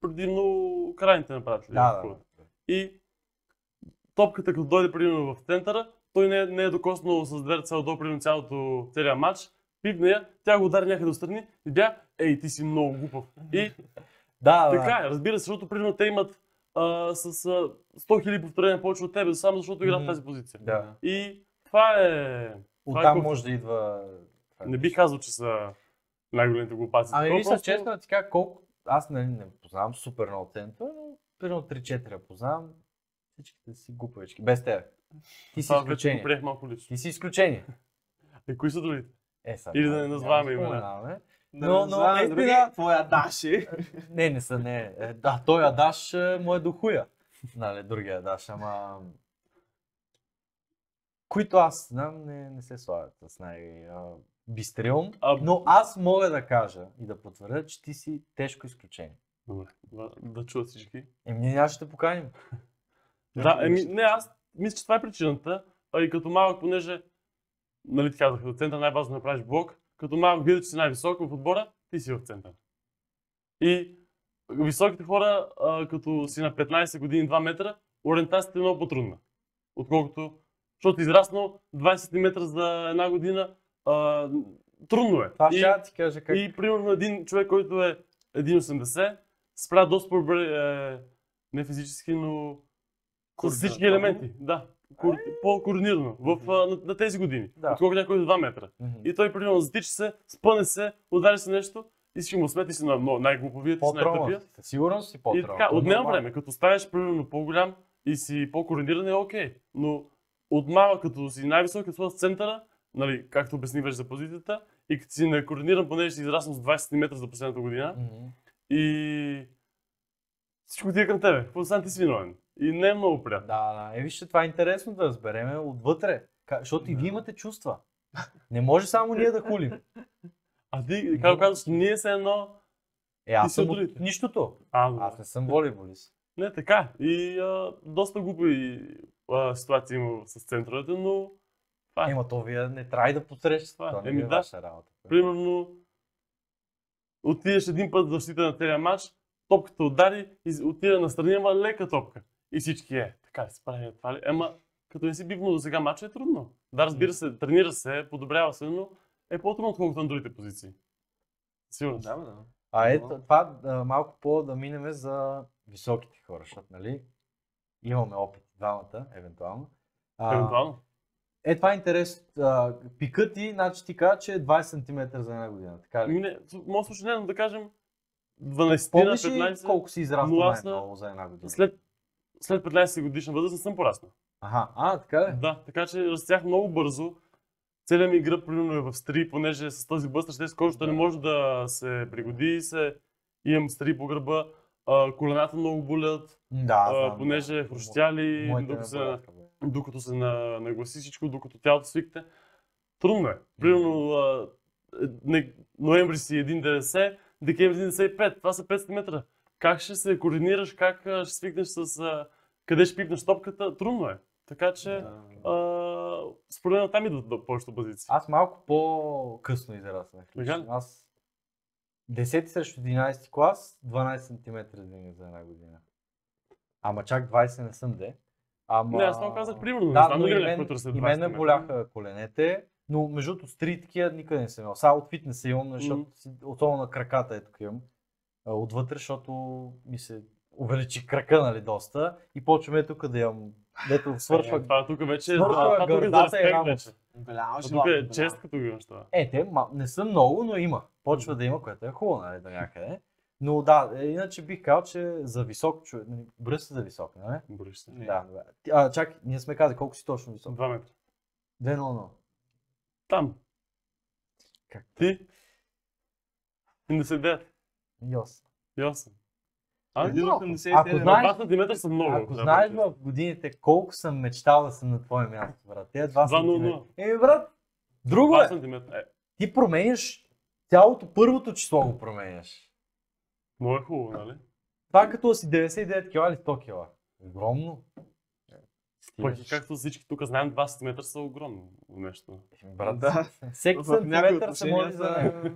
Speaker 3: предимно крайните нападатели.
Speaker 2: Да, да.
Speaker 3: атакуват. И топката, като дойде примерно в центъра, той не, е- не е докоснал с две ръце отдолу примерно цялото, целият матч, пипне я, тя го удари някъде отстрани и бя, ей, ти си много глупав. И
Speaker 2: Да, да.
Speaker 3: така е, разбира се, защото примерно те имат а, с а, 100 000 повторения повече от тебе, само защото играят в
Speaker 2: Мгм.
Speaker 3: тази позиция.
Speaker 2: да.
Speaker 3: И това е... Това е
Speaker 2: Оттам
Speaker 3: хубаво.
Speaker 2: може да идва...
Speaker 3: Не бих казал, че са най-големите глупаци.
Speaker 2: Ами
Speaker 3: Такова
Speaker 2: виж,
Speaker 3: просто-
Speaker 2: честно да ти кажа колко... Аз нали, не познавам супер много център, но примерно 3-4 я познавам. Всичките си глупавички, без тебе. Ти си
Speaker 3: Това вече го
Speaker 2: изключение.
Speaker 3: приех малко лично.
Speaker 2: Ти си изключение.
Speaker 3: Е, кои са другите?
Speaker 2: Е, сега.
Speaker 3: Или да не
Speaker 2: няма
Speaker 3: назваваме имена.
Speaker 2: споменаваме.
Speaker 1: Да
Speaker 2: Но-
Speaker 1: не
Speaker 2: но
Speaker 1: знам,
Speaker 2: наистина-
Speaker 1: други, Твоя Даши.
Speaker 2: Не, не са, не. Е, да, той Адаш е, му е до хуя. Нали, другия Адаш, ама... които аз знам не, не се слагат с най а, бистриум,
Speaker 3: А-
Speaker 2: но аз мога да кажа и да потвърда, че ти си тежко изключение.
Speaker 3: Добре, да, да чуят всички.
Speaker 2: Еми ние няма ще те поканим.
Speaker 3: Да, еми, не, аз мисля, че това е причината. А и като малък, понеже, нали ти казах, в центъра най-важно е да правиш блок, като малък видя, че си най-висок в отбора, ти си в центъра. И високите хора, а, като си на 15 години 2 метра, ориентацията е много по-трудна. Отколкото, защото израснал 20 метра за една година, а, трудно е.
Speaker 2: Това
Speaker 3: И-
Speaker 2: ще да ти кажа как...
Speaker 3: и примерно един човек, който е 1,80, спря доста по-добре, е, не физически, но с всички елементи. Да, кор... по-координирано в, а, на, на, тези години,
Speaker 2: Да.
Speaker 3: отколкото някой от 2 метра.
Speaker 2: Мгм.
Speaker 3: И той примерно затича се, спъне се, удари се нещо и си му смети си на но- най-глуповия, ти си най-тъпия.
Speaker 2: По-троман. си. Сигурно си
Speaker 3: И
Speaker 2: по-троман.
Speaker 3: така, отнема
Speaker 2: Нормално.
Speaker 3: време. Като станеш примерно по-голям и си по-координиран е окей. Но от малък, като си най-висок, като в центъра, нали, както обясни вече за позицията, и като си некоординиран, понеже си израснал с 20 метра за последната година,
Speaker 2: Мгм.
Speaker 3: и всичко ти е към тебе. Какво стана ти си виновен? И не е много приятно.
Speaker 2: Да, да. Е, вижте, това е интересно да разбереме отвътре. Как- Защото и
Speaker 3: Да.
Speaker 2: вие имате чувства. Не може само ние да хулим.
Speaker 3: А ти, както казваш, ние се едно...
Speaker 2: Е, аз
Speaker 3: си
Speaker 2: съм
Speaker 3: от
Speaker 2: от
Speaker 3: другите.
Speaker 2: нищото.
Speaker 3: А, добре.
Speaker 2: Аз не съм волейболист.
Speaker 3: Не, така. е. И а, доста глупи а, ситуации има с центровете, но това е.
Speaker 2: Ема то вие не трябва и да посрещате
Speaker 3: Това е.
Speaker 2: това. не
Speaker 3: Еми
Speaker 2: ви е
Speaker 3: да.
Speaker 2: ваша работа.
Speaker 3: Примерно, отидеш един път в защита на целия матч, топката удари, из- отиде настрани, ама лека топка. И всички е, така ли се прави, това ли? Ема, като не си бивно до сега матча е трудно. Да, разбира се, тренира се, подобрява се, но е по-трудно, отколкото на другите позиции. Сигурно.
Speaker 1: Да, бе, да.
Speaker 2: А
Speaker 1: Добре.
Speaker 2: ето, това а, малко по да минеме за високите хора, защото, нали, имаме опит двамата, евентуално. А,
Speaker 3: Евентуално.
Speaker 2: Е, това е интерес. А, пика ти, значи ти каза, че е 20 см за една година. Така ли?
Speaker 3: Ами Не, може случайно да кажем 12 на
Speaker 2: Помниш ли
Speaker 3: 15.
Speaker 2: колко си израснал
Speaker 3: но аз на-
Speaker 2: най-много за една година?
Speaker 3: След, след 15 годишна възраст не съм пораснал.
Speaker 2: Аха, а, така ли?
Speaker 3: Да, така че растях много бързо. Целият ми гръб примерно е в стри, понеже с този бъстър ще скоростта не може да се пригоди и се имам стри по гърба. А, колената много болят,
Speaker 2: Да,
Speaker 3: а,
Speaker 2: знам, да. е
Speaker 3: понеже хрущяли,
Speaker 2: Моите
Speaker 3: докато
Speaker 2: не
Speaker 3: се,
Speaker 2: болят, бе.
Speaker 3: докато се на- нагласи всичко, докато тялото свикне. Трудно е. Примерно а, е, не, ноември си 1,90, декември 1,95. Това са 500 метра. Как ще се координираш, как а, ще свикнеш с а, къде ще пипнеш топката, трудно е. Така че...
Speaker 1: Да.
Speaker 3: А, според мен там идват до- повечето позиции.
Speaker 2: Аз малко по-късно израснах.
Speaker 3: Така ли?
Speaker 2: лично. Аз 10 срещу 11 клас, 12 см дигна за една година. Ама чак 20 не съм де. Ама...
Speaker 3: Не, аз това казах примерно, не
Speaker 2: Да,
Speaker 3: знам
Speaker 2: но
Speaker 3: дали
Speaker 2: и
Speaker 3: има
Speaker 2: мен,
Speaker 3: някой търсят
Speaker 2: и
Speaker 3: 20
Speaker 2: мен ме
Speaker 3: метра.
Speaker 2: боляха коленете, но между другото с три такива никъде не съм имал. Само от фитнеса имам, защото си, особено на краката е тук имам. а, Отвътре, защото ми се увеличи крака, нали, доста. И почваме тук да имам, дето свършва.
Speaker 3: Е, Това тук вече е,
Speaker 2: Свършва
Speaker 3: това тук е за
Speaker 2: гърдата и
Speaker 3: респект
Speaker 2: рамото.
Speaker 3: вече.
Speaker 1: Голямо
Speaker 3: Това тук
Speaker 1: желание,
Speaker 3: е
Speaker 1: голямо.
Speaker 3: чест, като го имаш това.
Speaker 2: Е, те ма- не са много, но има. Почва да има, което е хубаво, нали, до някъде. Но да, е, иначе бих казал, че за висок човек, нали, бръст е за висок, нали?
Speaker 3: Бориш се.
Speaker 1: Не.
Speaker 2: Да, добре. Ти- А, чакай, ние сме казали колко си точно висок.
Speaker 3: Два метра.
Speaker 2: 2-0.
Speaker 3: Там.
Speaker 2: Как?
Speaker 3: Ти? 79.
Speaker 2: Йос.
Speaker 3: И 8. А,
Speaker 1: Един
Speaker 2: Ако
Speaker 1: 87
Speaker 2: знаеш-
Speaker 1: е
Speaker 3: на
Speaker 2: знаеш-
Speaker 3: 2 сантиметра са много.
Speaker 2: Ако
Speaker 3: да,
Speaker 2: знаеш
Speaker 3: бъдеш.
Speaker 2: в годините колко съм мечтал да съм на твое място, брат. Те два
Speaker 3: Два нула.
Speaker 2: сантиметра. Еми, брат, друго
Speaker 3: Два
Speaker 2: е.
Speaker 3: сантиметра. Е,
Speaker 2: Ти променяш цялото първото число го променяш.
Speaker 3: много е хубаво, нали?
Speaker 2: Това е като да си 99 кг или 100 кг. Огромно.
Speaker 3: Пък и
Speaker 2: Стигаш.
Speaker 3: както всички тук знаем, 2 сантиметра са огромно нещо.
Speaker 2: Брат,
Speaker 1: Да.
Speaker 2: всеки
Speaker 1: В някои
Speaker 2: сантиметър се
Speaker 1: отношения
Speaker 2: моли за...
Speaker 1: са-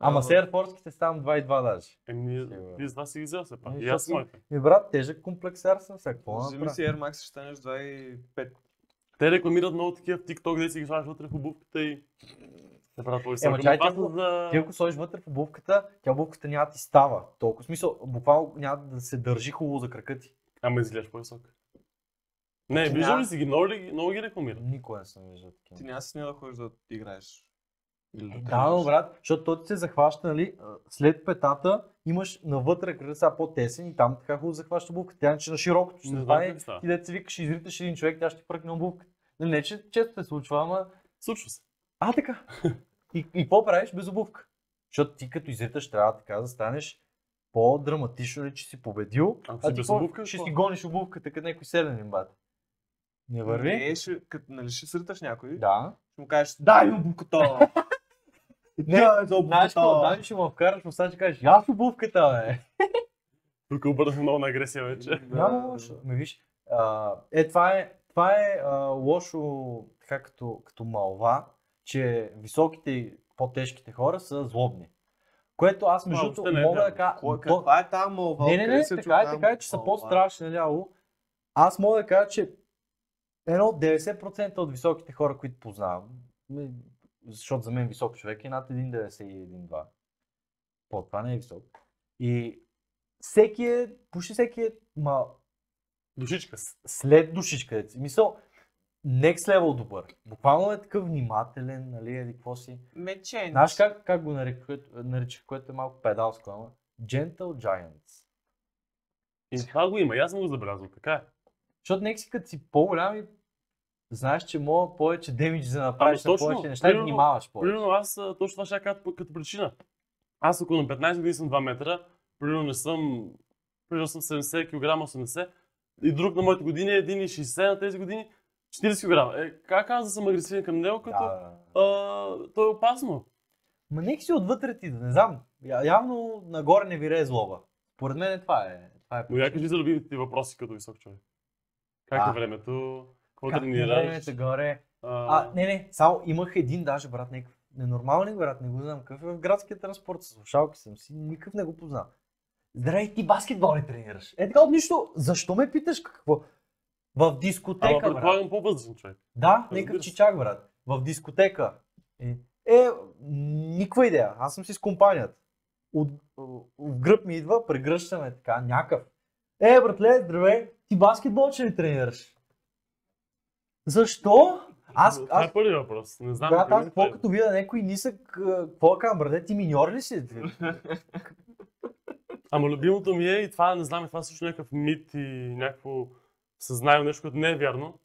Speaker 2: Ама серфорските ставам 2,2 даже.
Speaker 3: Еми,
Speaker 2: Сигурно.
Speaker 3: ти с два си ги взел все пак.
Speaker 2: Ами,
Speaker 3: И аз
Speaker 2: защото съм-
Speaker 3: моите.
Speaker 2: Ми брат, тежък комплексар съм, сега какво да
Speaker 1: Вземи
Speaker 2: направя?
Speaker 1: си Air Max, ще станеш 2,5.
Speaker 3: Те рекламират много такива в TikTok, де си ги слагаш вътре в обувката и те правят по
Speaker 2: Ема, чай, тя го-
Speaker 3: за...
Speaker 2: Ти ако сложиш вътре в обувката, тя обувката няма да ти става. Толкова В смисъл, буквално няма да се държи хубаво за крака ти.
Speaker 3: Ама изглеждаш по-висок. Не,
Speaker 2: Ти
Speaker 3: виждал
Speaker 2: няма-
Speaker 3: ли си ги? Много, ли, ги- много ги рекламират.
Speaker 2: Никога не съм виждал
Speaker 1: Ти
Speaker 2: такива.
Speaker 1: няма с нея да ходиш да играеш. Или
Speaker 2: Да, но
Speaker 1: тренираш.
Speaker 2: брат, защото той ти се захваща, нали, а, след петата имаш навътре кръка сега по-тесен и там така хубаво захваща обувката. Тя иначе на широко ще
Speaker 3: Не
Speaker 2: се
Speaker 3: знам
Speaker 2: стане.
Speaker 3: как става.
Speaker 2: Ти дете си викаш, изриташ един човек, тя ще ти пръкне обувката. Нали, Не, че често се случва, ама
Speaker 3: Случва се.
Speaker 2: А, така. И, и какво правиш без обувка? Защото ти като изриташ трябва така да станеш по-драматично, ли, че си победил,
Speaker 3: Ако
Speaker 2: а
Speaker 3: си
Speaker 2: ти
Speaker 3: без
Speaker 2: какво?
Speaker 3: обувка,
Speaker 2: ще
Speaker 3: какво?
Speaker 2: си гониш обувката като някой селянин бате. Не върви?
Speaker 1: Не, ще, като нали ще сриташ някой,
Speaker 2: Да.
Speaker 1: ще му кажеш, дай му букото!
Speaker 2: Не,
Speaker 1: Дай за
Speaker 2: Знаеш какво?
Speaker 1: букото!
Speaker 2: Даже ще му вкараш в уста, ще кажеш, аз обувката, бе.
Speaker 3: Тук обърнах много на агресия вече.
Speaker 2: Да, да, лошо. Ме виж, а, е, това е, това е а, лошо така като, като малва, че високите и по-тежките хора са злобни. Което аз между
Speaker 3: въобще
Speaker 2: другото
Speaker 3: не е
Speaker 2: мога да
Speaker 3: вярно.
Speaker 2: кажа...
Speaker 1: Кой,
Speaker 2: то-
Speaker 1: каква е тази молва?
Speaker 2: не, не, не,
Speaker 1: Откъде се чу
Speaker 2: така е,
Speaker 1: тая
Speaker 2: така е, че са
Speaker 1: молва?
Speaker 2: по-страшни наляво. Аз мога да кажа, че едно 90% от високите хора, които познавам, м, защото за мен висок човек е над 1,91-2. По това не е висок. И всеки е, почти всеки е, ма,
Speaker 3: Душичка си.
Speaker 2: след душичка. деца. Мисъл, next level добър. Буквално е такъв внимателен, нали, еди какво си.
Speaker 1: Мечен.
Speaker 2: Знаеш как, как го наричах, което, наричах, което е малко педалско, ама? Gentle Giants.
Speaker 3: И това го има, и аз съм го забелязал, така е.
Speaker 2: Защото някак си като си по-голям и знаеш, че мога повече демидж да направиш
Speaker 3: Ама
Speaker 2: на
Speaker 3: Ами, точно,
Speaker 2: повече неща и
Speaker 3: примерно-
Speaker 2: внимаваш повече.
Speaker 3: Примерно аз а, точно това ще я кажа по- като причина. Аз около на 15 години съм 2 метра, примерно не съм, примерно съм 70 кг, 80 и друг на моите години е 1,60 на тези години, 40 кг. Е, как аз да съм агресивен към него, като
Speaker 2: Да, да, да.
Speaker 3: а, то е опасно.
Speaker 2: Ма нека си отвътре ти, да не знам. Я- Явно нагоре не вирее злоба. Поред мен е това е. Това е
Speaker 3: Но я кажи за любимите ти въпроси като висок човек. Как
Speaker 2: А.
Speaker 3: е времето? Какво
Speaker 2: Как е
Speaker 3: тренираш?
Speaker 2: времето горе?
Speaker 3: А,
Speaker 2: А, не, не, само имах един даже брат, някакъв ненормален брат, не го знам какъв е в градския транспорт, с слушалки съм си, никакъв не го познавам. Здравей, ти баскетбол не тренираш. Е така от нищо, защо ме питаш какво? В
Speaker 3: Ама
Speaker 2: дискотека, брат.
Speaker 3: предполагам по-възрастен човек.
Speaker 2: Да,
Speaker 3: разбира
Speaker 2: някакъв
Speaker 3: се.
Speaker 2: чичак, брат. В дискотека. Е, е, никаква идея, аз съм си с компанията. От, в гръб ми идва, прегръщаме така, някакъв. Е, братле, здравей, ти баскетбол ще не тренираш. Защо? Аз,
Speaker 3: Това
Speaker 2: аз
Speaker 3: е първият въпрос. Не знам. нали е?
Speaker 2: Брат,
Speaker 3: какви
Speaker 2: аз
Speaker 3: са
Speaker 2: какво
Speaker 3: те.
Speaker 2: като видя някой нисък, а, какво да кажа, браде, ти миньор ли си?
Speaker 3: Ама любимото ми е и това, не знам, и това е също някакъв мит и някакво съзнание, нещо, което не е вярно,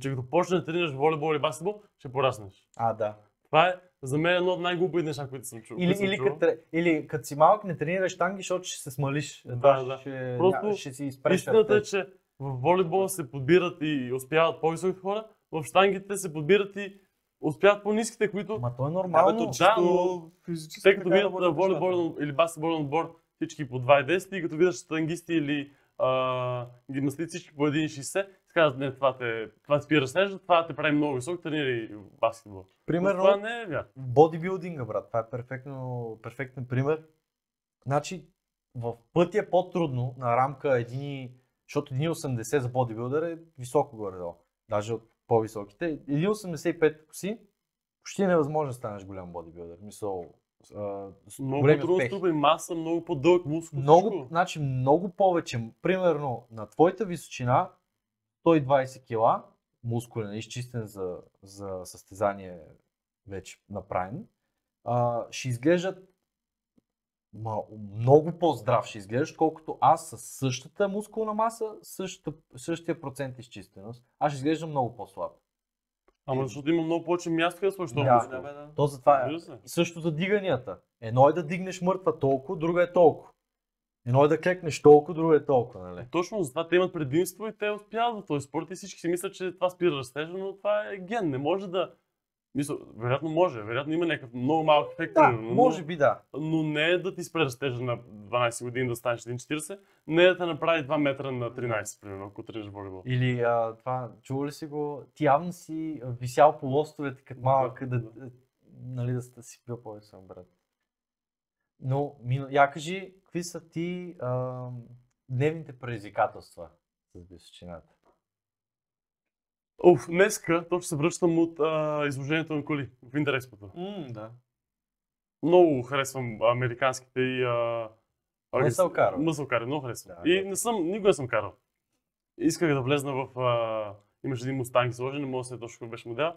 Speaker 3: че като почнеш да тренираш волейбол или баскетбол, ще пораснеш.
Speaker 2: А, да.
Speaker 3: Това е за мен едно от най-глупите неща, които съм чул.
Speaker 2: Или,
Speaker 3: които съм
Speaker 2: или,
Speaker 3: чул.
Speaker 2: като, тре- или като си малък не тренираш штанги, защото ще се смалиш.
Speaker 3: Да,
Speaker 2: Едва
Speaker 3: да.
Speaker 2: Ще,
Speaker 3: Просто
Speaker 2: ня- ще си изпреш
Speaker 3: Истината е,
Speaker 2: ръце.
Speaker 3: че в волейбола се подбират и успяват по-високи хора, в штангите се подбират и успяват по-низките, които
Speaker 2: Ма то е
Speaker 1: Абе,
Speaker 2: нормално.
Speaker 1: то
Speaker 3: да,
Speaker 1: чисто физически
Speaker 3: Те като
Speaker 1: така
Speaker 3: видят
Speaker 1: работят
Speaker 3: на волейболен
Speaker 1: нещата.
Speaker 3: или баскетболен отбор всички по 2,10 и като видят штангисти или а, гимнастици всички по 1,60, си казват, не, това те, това те спира снежа, това те прави много висок, тренирай баскетбол. Но
Speaker 2: Примерно,
Speaker 3: това не е вярно.
Speaker 2: в бодибилдинга, брат, това е перфектно, перфектен пример. Значи, в пътя е по-трудно на рамка едини, защото 1,80 за бодибилдър е високо горе-долу. Даже от по-високите. 1,85 ако си, почти е невъзможно да станеш голям бодибилдър. Мисъл, а, с
Speaker 3: Много
Speaker 2: големи
Speaker 3: трудно
Speaker 2: успехи.
Speaker 3: струпа и маса, много по-дълъг мускул.
Speaker 2: Много,
Speaker 3: всичко.
Speaker 2: значи много повече, примерно на твоята височина 120 кг, мускулен, изчистен за, за състезание вече направен, а, ще изглеждат ма, много по-здрав ще изглеждаш, колкото аз с същата мускулна маса, същата, същия процент изчистеност, аз ще изглеждам много по-слаб.
Speaker 3: Ама защото има много повече място, където сложиш този
Speaker 2: Да.
Speaker 1: Да,
Speaker 3: мускул.
Speaker 1: бе, да.
Speaker 2: То затова е
Speaker 3: Разбира се.
Speaker 2: също за диганията. Едно е да дигнеш мъртва толкова, друго е толкова. Едно е да клекнеш толкова, друго е толкова, нали?
Speaker 3: Точно затова те имат предимство и те успяват в този спорт и всички си мислят, че това спира растежа, но това е ген. Не може да... Мисля, вероятно може, вероятно има някакъв много малък ефект.
Speaker 2: Да,
Speaker 3: примерно, но-
Speaker 2: може би да.
Speaker 3: но не е да ти спре растежа на 12 години да станеш 1,40, не е да те направи 2 метра на 13, примерно, ако тренираш волейбол.
Speaker 2: Или а, това, чува ли си го? Ти явно си а, висял по лостовете като малък, да, да, нали, да, да си пил повече съм, брат. Но, мина, я кажи, какви са ти а, дневните предизвикателства с височината?
Speaker 3: Оф, днеска точно се връщам от а, изложението на коли в Интерекспото.
Speaker 1: М, да.
Speaker 3: Много харесвам американските и... А, агрес-
Speaker 2: Мъсълкарове.
Speaker 3: Мъсълкарове, много харесвам.
Speaker 2: Да,
Speaker 3: и
Speaker 2: да.
Speaker 3: не съм, никога не съм карал. Исках да влезна в... А, имаше един мустанг сложен, не мога да се сетя точно какъв беше модел.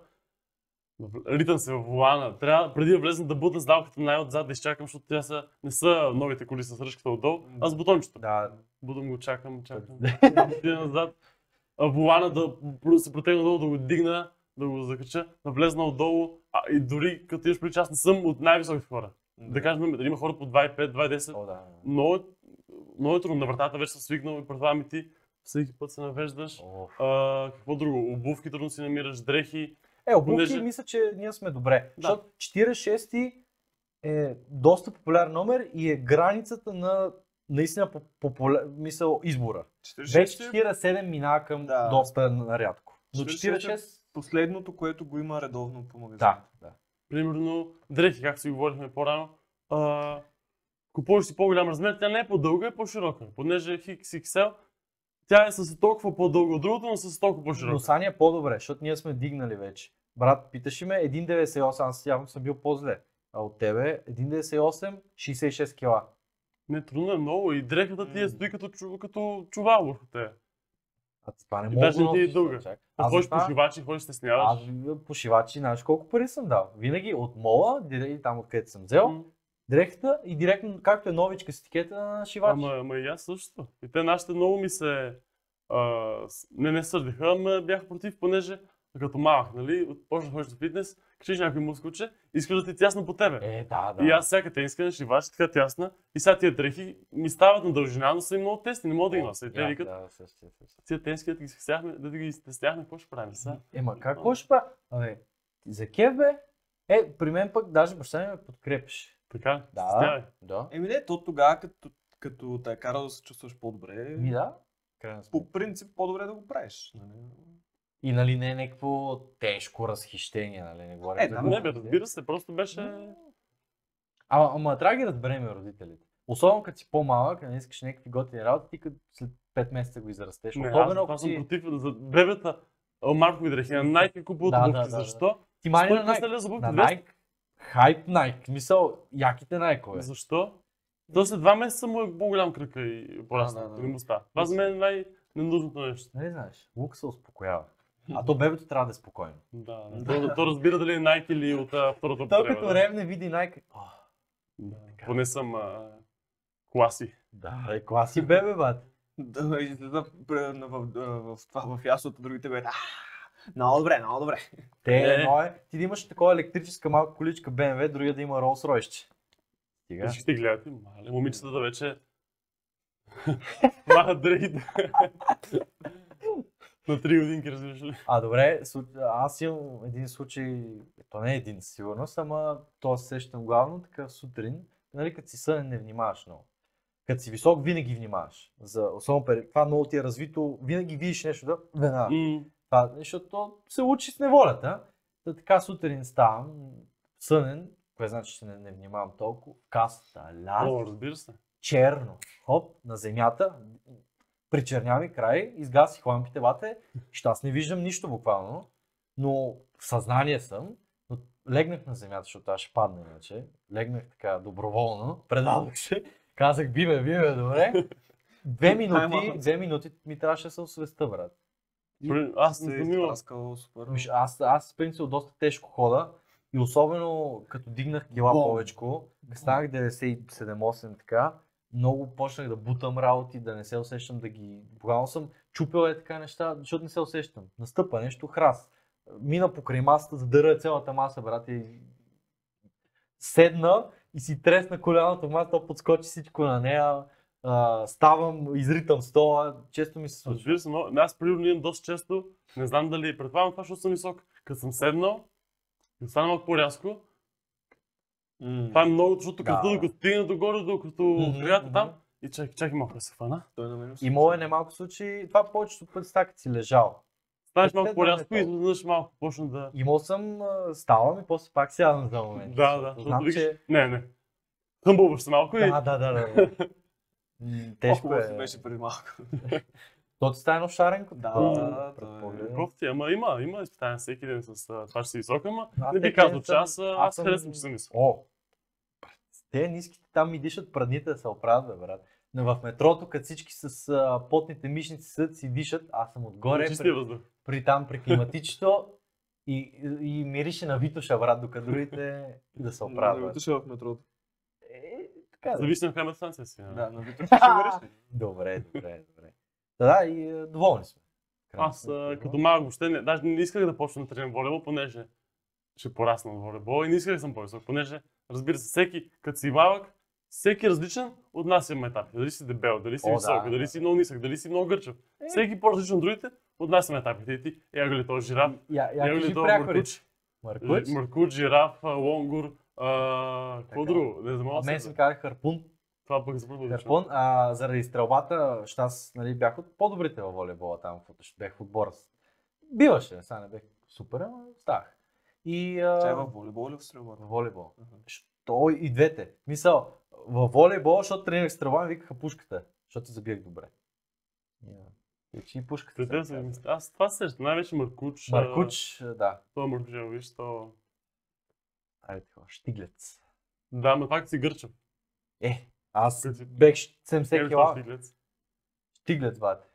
Speaker 3: Ритам се в вулана. Трябва, преди да влезна да бутна сдалката най-отзад, да изчакам, защото тя са, не са новите коли с ръжката отдолу, а с бутончето.
Speaker 2: Да,
Speaker 3: Будам го, чакам, чакам. Отида назад. А вулана да пр- се протегна долу, да го дигна, да го закача, да влезна отдолу. А, и дори като идеш при част, не съм от най-високите хора. Да кажем, има хора по 2,5, 2,10.
Speaker 2: О, да.
Speaker 3: Много, е- много е трудно. На вратата вече съм свикнал и предполагам и ти. всеки път се навеждаш.
Speaker 2: Оф.
Speaker 3: А, какво друго? Обувки трудно си намираш, дрехи.
Speaker 2: Е, обувки
Speaker 3: Понеже-
Speaker 2: мисля, че ние сме добре.
Speaker 3: Да.
Speaker 2: Защото 46-ти е доста популярен номер и е границата на наистина по- популя... мисъл избора.
Speaker 1: 46
Speaker 2: Вече 47 минава към
Speaker 1: Да.
Speaker 2: доста нарядко. Но 46...
Speaker 1: последното, което го има редовно по магазин.
Speaker 2: Да, да.
Speaker 3: Примерно дрехи, както си говорихме по-рано. А, купуваш си по-голям размер, тя не е по-дълга, е по-широка. Понеже е XXL, тя е с толкова по-дълга от другото, но с толкова по-широка.
Speaker 2: Но Саня е по-добре, защото ние сме дигнали вече. Брат, питаше ме 1,98, аз явно съм бил по-зле. А от тебе 1,98, 66 кила.
Speaker 3: Не, трудно е много и дрехата ти е
Speaker 1: М.
Speaker 3: стои като, чу- като чувал върху те.
Speaker 2: А това не
Speaker 3: И
Speaker 2: мога
Speaker 3: даже не ти е дълга.
Speaker 2: чак.
Speaker 3: А
Speaker 2: Аз
Speaker 3: ходиш по
Speaker 2: затова-
Speaker 3: шивачи, ходиш се сняваш.
Speaker 2: Аз пошивачи, знаеш колко пари съм дал. Винаги от мола, директно там откъдето съм взел,
Speaker 3: М.
Speaker 2: дрехата и директно, както е новичка с етикета на шивач.
Speaker 3: Ама, ама и аз също. И те нашите много ми се... А, с- не, не сърдиха, ама бях против, понеже като малък, нали, от- почна да ходиш на фитнес, качиш някой мускулче, иска да ти е тясно по тебе.
Speaker 2: Е, да, да.
Speaker 3: И аз всяка тениска на шивач, така тясна, и сега тия дрехи ми стават на дължина, но са им много тесни, не мога да ги нося. И те
Speaker 2: Я,
Speaker 3: викат,
Speaker 2: да, се, се, се, се.
Speaker 3: тия тениски да ги стесняхме, да ги стесняхме, какво ще правим сега?
Speaker 2: Ема как Е, какво ще правя? Абе, за кеф бе, е, при мен пък даже баща ми ме подкрепеше.
Speaker 3: Така,
Speaker 2: Да.
Speaker 3: стеснявай.
Speaker 2: Да.
Speaker 1: Еми не, то тогава, като, като те е карал да се чувстваш по-добре,
Speaker 2: Ми да. Крайна сметка.
Speaker 1: по принцип по-добре да го правиш. нали?
Speaker 2: И нали не е някакво тежко разхищение, нали? Не говорим
Speaker 1: Е,
Speaker 2: за
Speaker 1: да,
Speaker 2: друго.
Speaker 3: Не бе, разбира се, просто беше...
Speaker 2: Ама, ама трябва да ги разберем и родителите. Особено като си по-малък, не искаш някакви готини работи, ти като след 5 месеца го израстеш.
Speaker 3: Не, аз
Speaker 2: Особено
Speaker 3: затова
Speaker 2: ако
Speaker 3: съм
Speaker 2: ти,
Speaker 3: против за бебета. а, Маркови дрехи, на Nike купуват
Speaker 2: Да, да,
Speaker 3: обувки.
Speaker 2: да, да.
Speaker 3: Защо?
Speaker 2: ти мани
Speaker 3: Стой
Speaker 2: на Nike.
Speaker 3: песен за обувки.
Speaker 2: На
Speaker 3: 200
Speaker 2: Nike. Хайп Nike. Мисъл, яките Nike-ове.
Speaker 3: Защо? То след два месеца му е по-голям кръка и порасна.
Speaker 1: Да, да, да.
Speaker 3: Не му става. Това за мен е най-ненужното нещо.
Speaker 2: Нали знаеш, лук се успокоява. А то бебето трябва да е спокойно.
Speaker 3: Да,
Speaker 1: Да.
Speaker 3: да. То, то разбира дали е Nike или от а, втората
Speaker 2: То
Speaker 3: употреба.
Speaker 2: като
Speaker 3: да.
Speaker 2: ревне види Nike. О,
Speaker 3: Да, Поне съм а, класи.
Speaker 2: да, е класи бебе, бат.
Speaker 1: Да, излиза в, в, в, в това в ясното, другите бе. «А, Много добре, много добре.
Speaker 2: Те
Speaker 3: Е.
Speaker 2: едно е. Ти да имаш такова електрическа малка количка BMW, другия да има Rolls Royce. Стига.
Speaker 3: Всички те гледат и мале, момичетата вече махат дрехите. На три годинки, разбираш ли?
Speaker 2: А добре, су- аз имам един случай, то не е един със сигурност, ама то се сещам главно така сутрин, нали, като си сънен не внимаваш много. Като си висок, винаги внимаваш. За, особено пер- това много ти е развито, винаги видиш нещо да веднага.
Speaker 3: М,
Speaker 2: Това, защото то се учи с неволята. Та така сутрин ставам, сънен, кое значи, че не, не внимавам толкова, каста,
Speaker 3: О,
Speaker 2: ляз,
Speaker 3: разбира се.
Speaker 2: черно, хоп, на земята, причерня ми край, изгасих лампите, бате, защото аз не виждам нищо буквално, но в съзнание съм, но легнах на земята, защото аз ще падна иначе, легнах така доброволно, предадох се, казах би ме, би ме, добре. Две минути,
Speaker 1: Time out.
Speaker 2: две минути ми трябваше да се освеста, брат.
Speaker 3: При- Аз не
Speaker 1: се
Speaker 3: съм имал.
Speaker 1: изтласкал супер.
Speaker 2: Виж, аз, аз в принцип доста тежко хода и особено като дигнах кила
Speaker 1: Бом.
Speaker 2: повечко, станах 97-8 така, много почнах да бутам работи, да не се усещам да ги... Буквално съм чупил е така неща, защото не се усещам. Настъпа нещо, храс. Мина покрай масата, задъра цялата маса, брат, и седна и си тресна коляното в масата, то подскочи всичко на нея, а, ставам, изритам стола, често ми се случва.
Speaker 3: Разбира се, но аз примерно имам доста често, не знам дали предполагам това, защото съм висок. Като съм седнал, като стана малко по-рязко,
Speaker 1: М,
Speaker 3: това е много, защото
Speaker 2: Да.
Speaker 3: като докато стигна догоре, докато
Speaker 2: Мгм,
Speaker 3: крията там,
Speaker 2: мгм.
Speaker 3: и чакай, чакай малко да се хвана.
Speaker 1: Той на мен.
Speaker 2: Имало е немалко случаи, това повечето пъти става като си лежал.
Speaker 3: Станеш
Speaker 2: Е,
Speaker 3: малко
Speaker 2: да,
Speaker 3: по-рязко
Speaker 2: да,
Speaker 3: и
Speaker 2: да.
Speaker 3: изведнъж малко почна да...
Speaker 2: Имал съм, а, ставам и после пак сядам за момент.
Speaker 3: Да, да, защото
Speaker 2: Знам,
Speaker 3: викаш,
Speaker 2: че...
Speaker 3: не, не. Хъмбълваш се малко и
Speaker 2: Да, да, да, да. да. М, Тежко
Speaker 1: О,
Speaker 2: е.
Speaker 1: хубаво си беше преди малко.
Speaker 2: То ти стане едно шаренко.
Speaker 1: Да,
Speaker 2: такова,
Speaker 3: да,
Speaker 1: да,
Speaker 2: пред
Speaker 1: то е.
Speaker 2: погледа.
Speaker 3: кофти, ама има, има изпитания всеки ден с а, това, че си висок, ама
Speaker 2: Аз
Speaker 3: не би
Speaker 2: всеки
Speaker 3: казал,
Speaker 2: ден
Speaker 3: че
Speaker 2: съм-
Speaker 3: аз, а, аз
Speaker 2: съм-
Speaker 3: харесвам, че съм висок.
Speaker 2: О, те ниските там ми дишат прадните да се оправят, бе, брат. Но в метрото, като всички с а, потните мишници съд си дишат, аз съм отгоре
Speaker 3: Чистия
Speaker 2: при,
Speaker 3: въздух.
Speaker 2: при, там, при климатичето и, и мирише на Витоша, брат, докато другите да се
Speaker 1: Да,
Speaker 2: оправят.
Speaker 1: Отишъл в метрото.
Speaker 2: Е, така да.
Speaker 3: Зависи на коя станция си. нали?
Speaker 1: Да, на Витоша ще вървиш ли?
Speaker 2: Добре, добре, добре. Да, да, и а, доволни сме. Крайна
Speaker 3: Аз
Speaker 2: сметка,
Speaker 3: а,
Speaker 2: да.
Speaker 3: като малък въобще не, даже не исках да почна да тренирам волейбол, понеже ще порасна от волейбол и не исках да съм по-висок, понеже разбира се, всеки като си малък всеки е различен от нас има етапи. Дали си дебел, дали си
Speaker 2: О, да,
Speaker 3: висок,
Speaker 2: да. Е.
Speaker 3: дали си много нисък, дали си много гърчев. Всеки е по-различен от другите, от нас има етапите. И ти, яга ли този жираф,
Speaker 2: Я, я
Speaker 3: яга ли
Speaker 2: кажи
Speaker 3: този
Speaker 2: пряко Е, реч.
Speaker 3: мъркуч,
Speaker 2: Мъркуч.
Speaker 3: мъркуч, жираф, а, лонгур, а, какво
Speaker 2: Така.
Speaker 3: друго? Не знам,
Speaker 2: А
Speaker 3: аз
Speaker 2: Мен се казах харпун.
Speaker 3: това пък е супер логично.
Speaker 2: Харпун. А, заради стрелбата, щас, нали, бях от по-добрите във волейбола там, фут- бях в отбора. с- Биваше, сега не бех супер, ама ставах. И а,
Speaker 1: Чай във волейбол ли в стрелба?
Speaker 2: в волейбол. Що и двете. Мисъл, във волейбол, защото тренирах стрелба, ми викаха пушката, защото забиях добре. Yeah. И пушката.
Speaker 3: Те
Speaker 2: се
Speaker 3: те са
Speaker 2: казва.
Speaker 3: ми- Аз това се срещам. Най-вече Маркуч. а,
Speaker 2: Маркуч, да.
Speaker 3: Той Маркуч, а, виж, то...
Speaker 2: Айде така, штиглец.
Speaker 3: Да, но пак си гърчев.
Speaker 2: Е, аз
Speaker 3: Къде си?
Speaker 2: бех
Speaker 3: Е,
Speaker 2: 70
Speaker 3: ли това
Speaker 2: кила.
Speaker 3: стиглец?
Speaker 2: Штиглец, бате.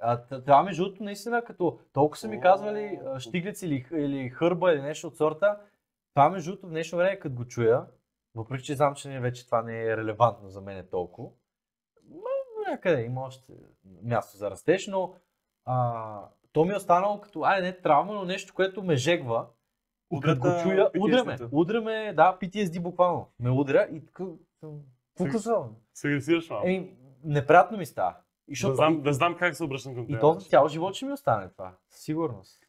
Speaker 2: А, т- това между другото наистина, като толкова са ми казвали а, штиглец или, или хърба или нещо от сорта, това между другото в днешно време, като го чуя, въпреки че знам, че не, вече това не е релевантно за мен толкова, но някъде има още място за растеж, но а, то ми е останало като, айде не травма, но нещо, което ме жегва. И като го
Speaker 1: Удрата
Speaker 2: чуя,
Speaker 1: PTSD-то.
Speaker 2: удряме, удряме, да, PTSD буквално. Ме удря и така,
Speaker 3: Сега-
Speaker 2: фокусвам.
Speaker 3: Се агресираш малко.
Speaker 2: Еми, неприятно ми става.
Speaker 3: Да
Speaker 2: И, защото,
Speaker 3: знам, да знам как се обръщам към
Speaker 2: и
Speaker 3: теб.
Speaker 2: то за цял живот ще ми остане това. Със сигурност.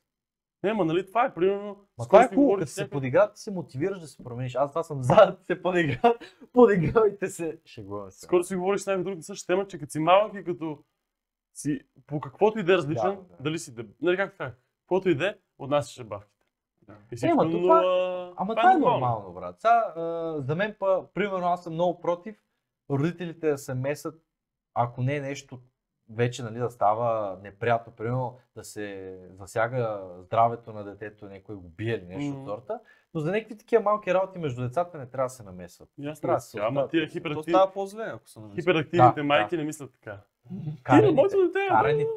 Speaker 3: Не, ма нали това е примерно...
Speaker 2: Ма
Speaker 3: с
Speaker 2: това
Speaker 3: който
Speaker 2: е
Speaker 3: си
Speaker 2: хубаво,
Speaker 3: говориш
Speaker 2: като се
Speaker 3: всякакви-
Speaker 2: подигра, ти се мотивираш да се промениш. Аз това съм за да се подигра, подигравайте се. Шегувам се.
Speaker 3: Скоро си говориш с някой друг на същата тема, че като си малък и като си по каквото и да е различен,
Speaker 2: Да, да.
Speaker 3: дали си деб... Нали как така? Каквото и да е, отнасяше бавките. И
Speaker 2: Е, ма,
Speaker 3: като,
Speaker 2: то това-
Speaker 3: а,
Speaker 2: Ама това е нормално, брат. Сега, а, за мен, па, примерно, аз съм много против родителите да се месят, ако не е нещо вече нали, да става неприятно, примерно да се засяга здравето на детето, някой го бие или нещо
Speaker 3: Мгм.
Speaker 2: от сорта. Но за някакви такива малки работи между децата не трябва да се намесват.
Speaker 3: Ясно,
Speaker 2: Трябва
Speaker 3: да
Speaker 2: да се
Speaker 3: ама
Speaker 2: оставят.
Speaker 3: тия
Speaker 1: То
Speaker 3: хиперактив...
Speaker 1: става по-зле, ако се намесиш.
Speaker 3: хиперактивните
Speaker 2: Да,
Speaker 3: майки не мислят така. Ти на
Speaker 2: Караните.
Speaker 3: моето дете! бе!
Speaker 2: Караните.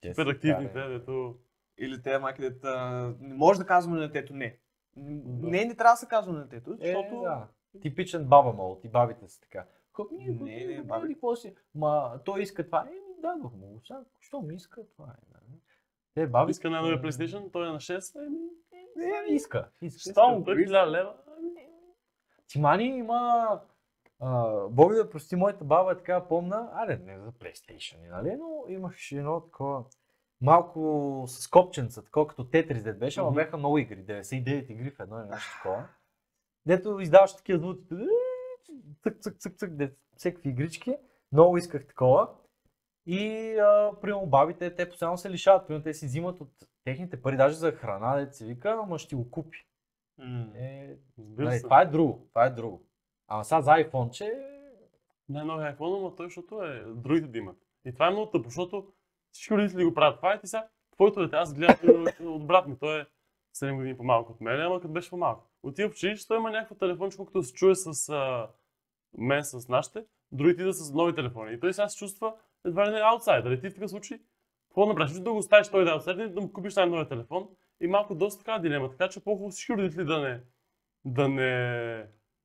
Speaker 2: Те са
Speaker 3: Хиперактивните,
Speaker 2: карани.
Speaker 3: дето...
Speaker 1: Или те майки дета, не може да казваме на детето не. М,
Speaker 3: Да.
Speaker 1: Не, не трябва да се казва на детето, защото...
Speaker 2: Защото... Е, да. Типичен баба молт и бабите са така. Как ми
Speaker 1: Не, не,
Speaker 2: не,
Speaker 1: баби.
Speaker 2: баби. Какво си? Ма, той иска това. Е, ми дадох му го. Сега, що ми иска това? Е, да. Те, баби...
Speaker 3: Иска най-новия PlayStation, той е на 6, еми...
Speaker 2: Не, иска. иска.
Speaker 3: Щом, той е 1000 лева. ами,
Speaker 2: Тимани има... А, Бог да прости, моята баба е така помна, аре не за PlayStation, нали, но имаше едно такова малко с копченца, такова като Tetris дед беше, ама
Speaker 3: Мгм.
Speaker 2: бяха много игри, 99 игри в едно или нещо такова. Дето издаваше такива звуци, цък, цък, цък, цък, де, всякакви игрички, много исках такова. И, а, примерно, бабите, те постоянно се лишават, примерно, те си взимат от техните пари, даже за храна, дето си вика, ама ще ти го купи.
Speaker 1: М,
Speaker 2: Е,
Speaker 3: Разбира
Speaker 2: Нали,
Speaker 3: се.
Speaker 2: това е друго, това е друго. Ама сега за iPhone, че... е-
Speaker 3: най-новия iPhone, но той, защото е другите да имат. И това е много тъпо, защото всички родители го правят. Това е ти сега, твоето дете, аз гледам примерно, от брат ми, той е 7 години по-малко от мен, ама като беше по-малко. Отива в училище, той има някакво телефонче, колкото се чуе с а, мен, с нашите, другите да с нови телефони. И той сега се чувства едва ли не аутсайдър. И ти в такъв случай, какво направиш? Виж Да го оставиш той да е аутсайдър, да му купиш най-новия телефон. И малко доста така дилема. Така че по-хубаво всички родители да не, да не,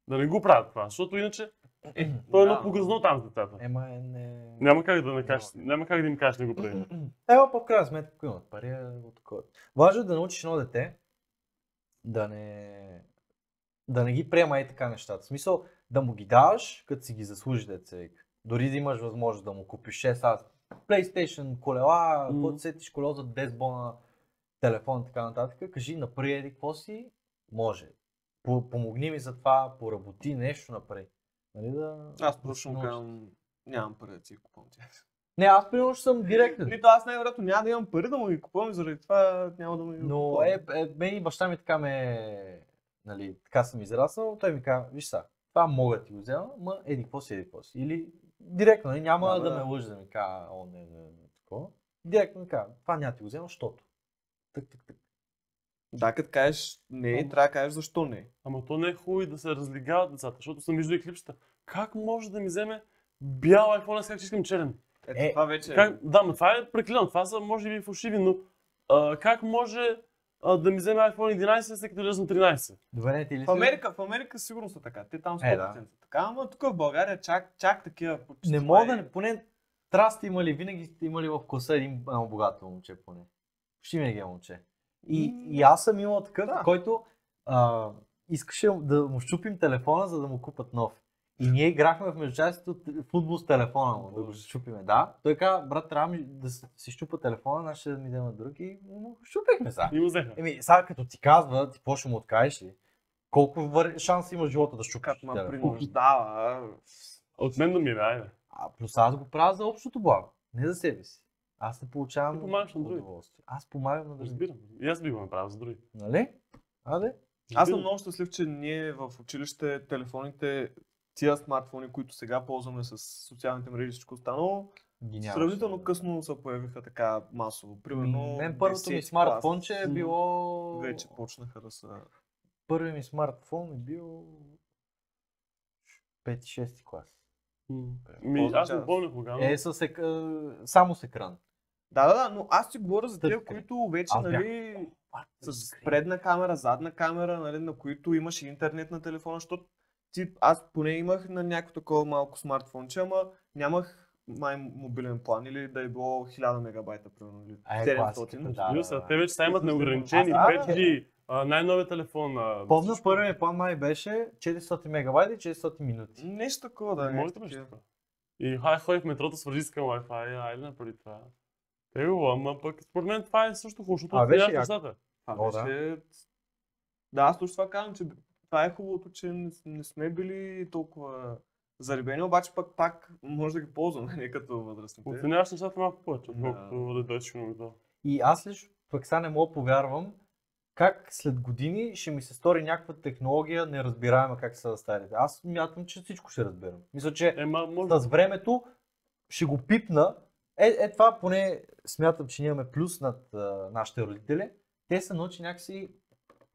Speaker 3: да не го правят това. Защото иначе
Speaker 1: Е,
Speaker 3: той е
Speaker 1: да,
Speaker 3: едно погръзнал там с децата.
Speaker 2: Ема е не...
Speaker 3: Няма как да не кажеш,
Speaker 2: Няма.
Speaker 3: няма как да им кажеш не го прави.
Speaker 2: Ема по Е, крайна сметка, ако имат пари, е го такова. Важно е да научиш едно дете да не... да не ги приема и така нещата. В смисъл, да му ги даваш, като си ги заслужи, деца вика. Дори да имаш възможност да му купиш 6 аз PlayStation, колела,
Speaker 3: Мгм.
Speaker 2: каквото сетиш колело за 10 бона, телефон и така нататък. Кажи, напри еди, какво си, може. По- помогни ми за това, поработи нещо напред. Нали да...
Speaker 1: Аз
Speaker 2: да
Speaker 1: просто
Speaker 2: се
Speaker 1: ще му
Speaker 2: научиш.
Speaker 1: казвам, нямам пари да ти ги купувам тях.
Speaker 2: Не, аз примерно ще съм директен.
Speaker 1: Нито аз най-вероятно няма да имам пари да му ги купувам и заради това няма да му ги
Speaker 2: Но
Speaker 1: купувам.
Speaker 2: е, е, мен и баща ми така ме... Нали, така съм израснал, той ми каза, виж са, това мога да ти го взема, ма еди какво си, еди какво си. Или директно, нали, няма
Speaker 1: Да,
Speaker 2: да,
Speaker 1: да, да.
Speaker 2: ме лъжи да ми казва, о, не, не, не, такова. Директно ми казва, това няма да ти го взема, защото. Тък, тък, тък.
Speaker 1: Да, като кажеш не,
Speaker 3: Ама-
Speaker 1: трябва да кажеш защо не.
Speaker 3: Ама то не е хубаво и да се разлигават децата, защото съм виждал и клипчета. Как може да ми вземе бял iPhone, аз как ще искам черен?
Speaker 1: Ето
Speaker 2: Е,
Speaker 1: това вече
Speaker 3: Как, да, но това е преклено, това са може би фалшиви, но а, как може а, да ми вземе iPhone 11, след като излезе на 13?
Speaker 2: Добре, не ти ли
Speaker 1: В Америка, в Америка сигурно са така. Те там 100%
Speaker 2: Е, да.
Speaker 1: са така, ама тук в България чак, чак такива почти.
Speaker 2: Не
Speaker 1: това
Speaker 2: мога да
Speaker 1: е-
Speaker 2: не, поне трябва да сте имали, винаги сте имали в класа един едно богато момче поне. Почти винаги е момче. И,
Speaker 1: М,
Speaker 2: и аз съм имал такъв,
Speaker 1: да.
Speaker 2: който а, искаше да му щупим телефона, за да му купат нов. И ние играхме в междучастието т- футбол с телефона му, да го щупиме, да. Той каза, брат, трябва ми да с- си щупа телефона, аз ще ми дадем на друг и му щупихме сега.
Speaker 3: И го взеха.
Speaker 2: Еми, сега като ти казва, ти какво ще му откажеш ли? Колко вър... шанс има в живота да щупиш
Speaker 1: Като ма
Speaker 2: телефон?
Speaker 1: принуждава.
Speaker 3: От мен да ми е, бе, айде.
Speaker 2: А плюс аз го правя за общото благо, не за себе си. Аз не получавам
Speaker 3: Ти помагаш на други.
Speaker 2: удоволствие. Аз помагам на другите.
Speaker 3: Разбирам. И аз би го направил за други.
Speaker 2: Нали? Аде?
Speaker 1: Аз съм
Speaker 3: Разбирам.
Speaker 1: много щастлив, че ние в училище телефоните, тия смартфони, които сега ползваме с социалните мрежи и всичко останало,
Speaker 2: Ги нямаш.
Speaker 1: сравнително късно се появиха така масово. Примерно.
Speaker 2: Ами, Мен първото ми
Speaker 1: 10
Speaker 2: смартфонче е
Speaker 1: клас
Speaker 2: било...
Speaker 1: Вече почнаха да са.
Speaker 2: Първият ми смартфон е бил 5-6 клас.
Speaker 3: М. Ми, аз
Speaker 1: означава?
Speaker 3: не помня кога, но...
Speaker 2: Е, с ек... е, само с екран.
Speaker 1: Да, да, да, но аз ти говоря за тия,
Speaker 2: Стъпка.
Speaker 1: които вече,
Speaker 2: Аз бях-
Speaker 1: нали, с предна камера, задна камера, нали, на които имаш и интернет на телефона, защото ти, аз поне имах на някакво такова малко смартфонче, ама нямах май мобилен план или да е било 1000 мегабайта, примерно, или
Speaker 2: А, е,
Speaker 1: 700.
Speaker 2: класиката, да.
Speaker 3: Разбира се, те вече са имат неограничени
Speaker 2: Аз- а,
Speaker 3: 5G, а, най-новия телефон. а,
Speaker 2: Помня,
Speaker 3: всичко.
Speaker 2: първият ми план май беше 400 мегабайта и 400 минути.
Speaker 1: Нещо такова, да.
Speaker 3: Може
Speaker 1: нещо
Speaker 3: да беше
Speaker 1: такива.
Speaker 3: така. И хай, хай в метрото, свържи се към Wi-Fi, айде направи това. Е, го, ама пък според мен това е също хубаво, защото
Speaker 2: А, беше
Speaker 3: отваря
Speaker 2: яко.
Speaker 3: нещата.
Speaker 1: Това
Speaker 2: О, да.
Speaker 1: беше... Да, аз точно това казвам, че това е хубавото, че не, не сме били толкова заребени, обаче пък пак може да ги ползваме, не като възрастните.
Speaker 3: Оценяваш нещата малко повече,
Speaker 1: Да.
Speaker 3: отколкото да е дойдеш на метро.
Speaker 2: И аз лично пък сега не мога да повярвам как след години ще ми се стори някаква технология неразбираема как са старите. Аз мятам, че всичко ще разберам. Мисля, че
Speaker 3: Ема, може да.
Speaker 2: с времето ще го пипна. Е, е това поне смятам, че ние имаме плюс над а, нашите родители. Те са научи някакси,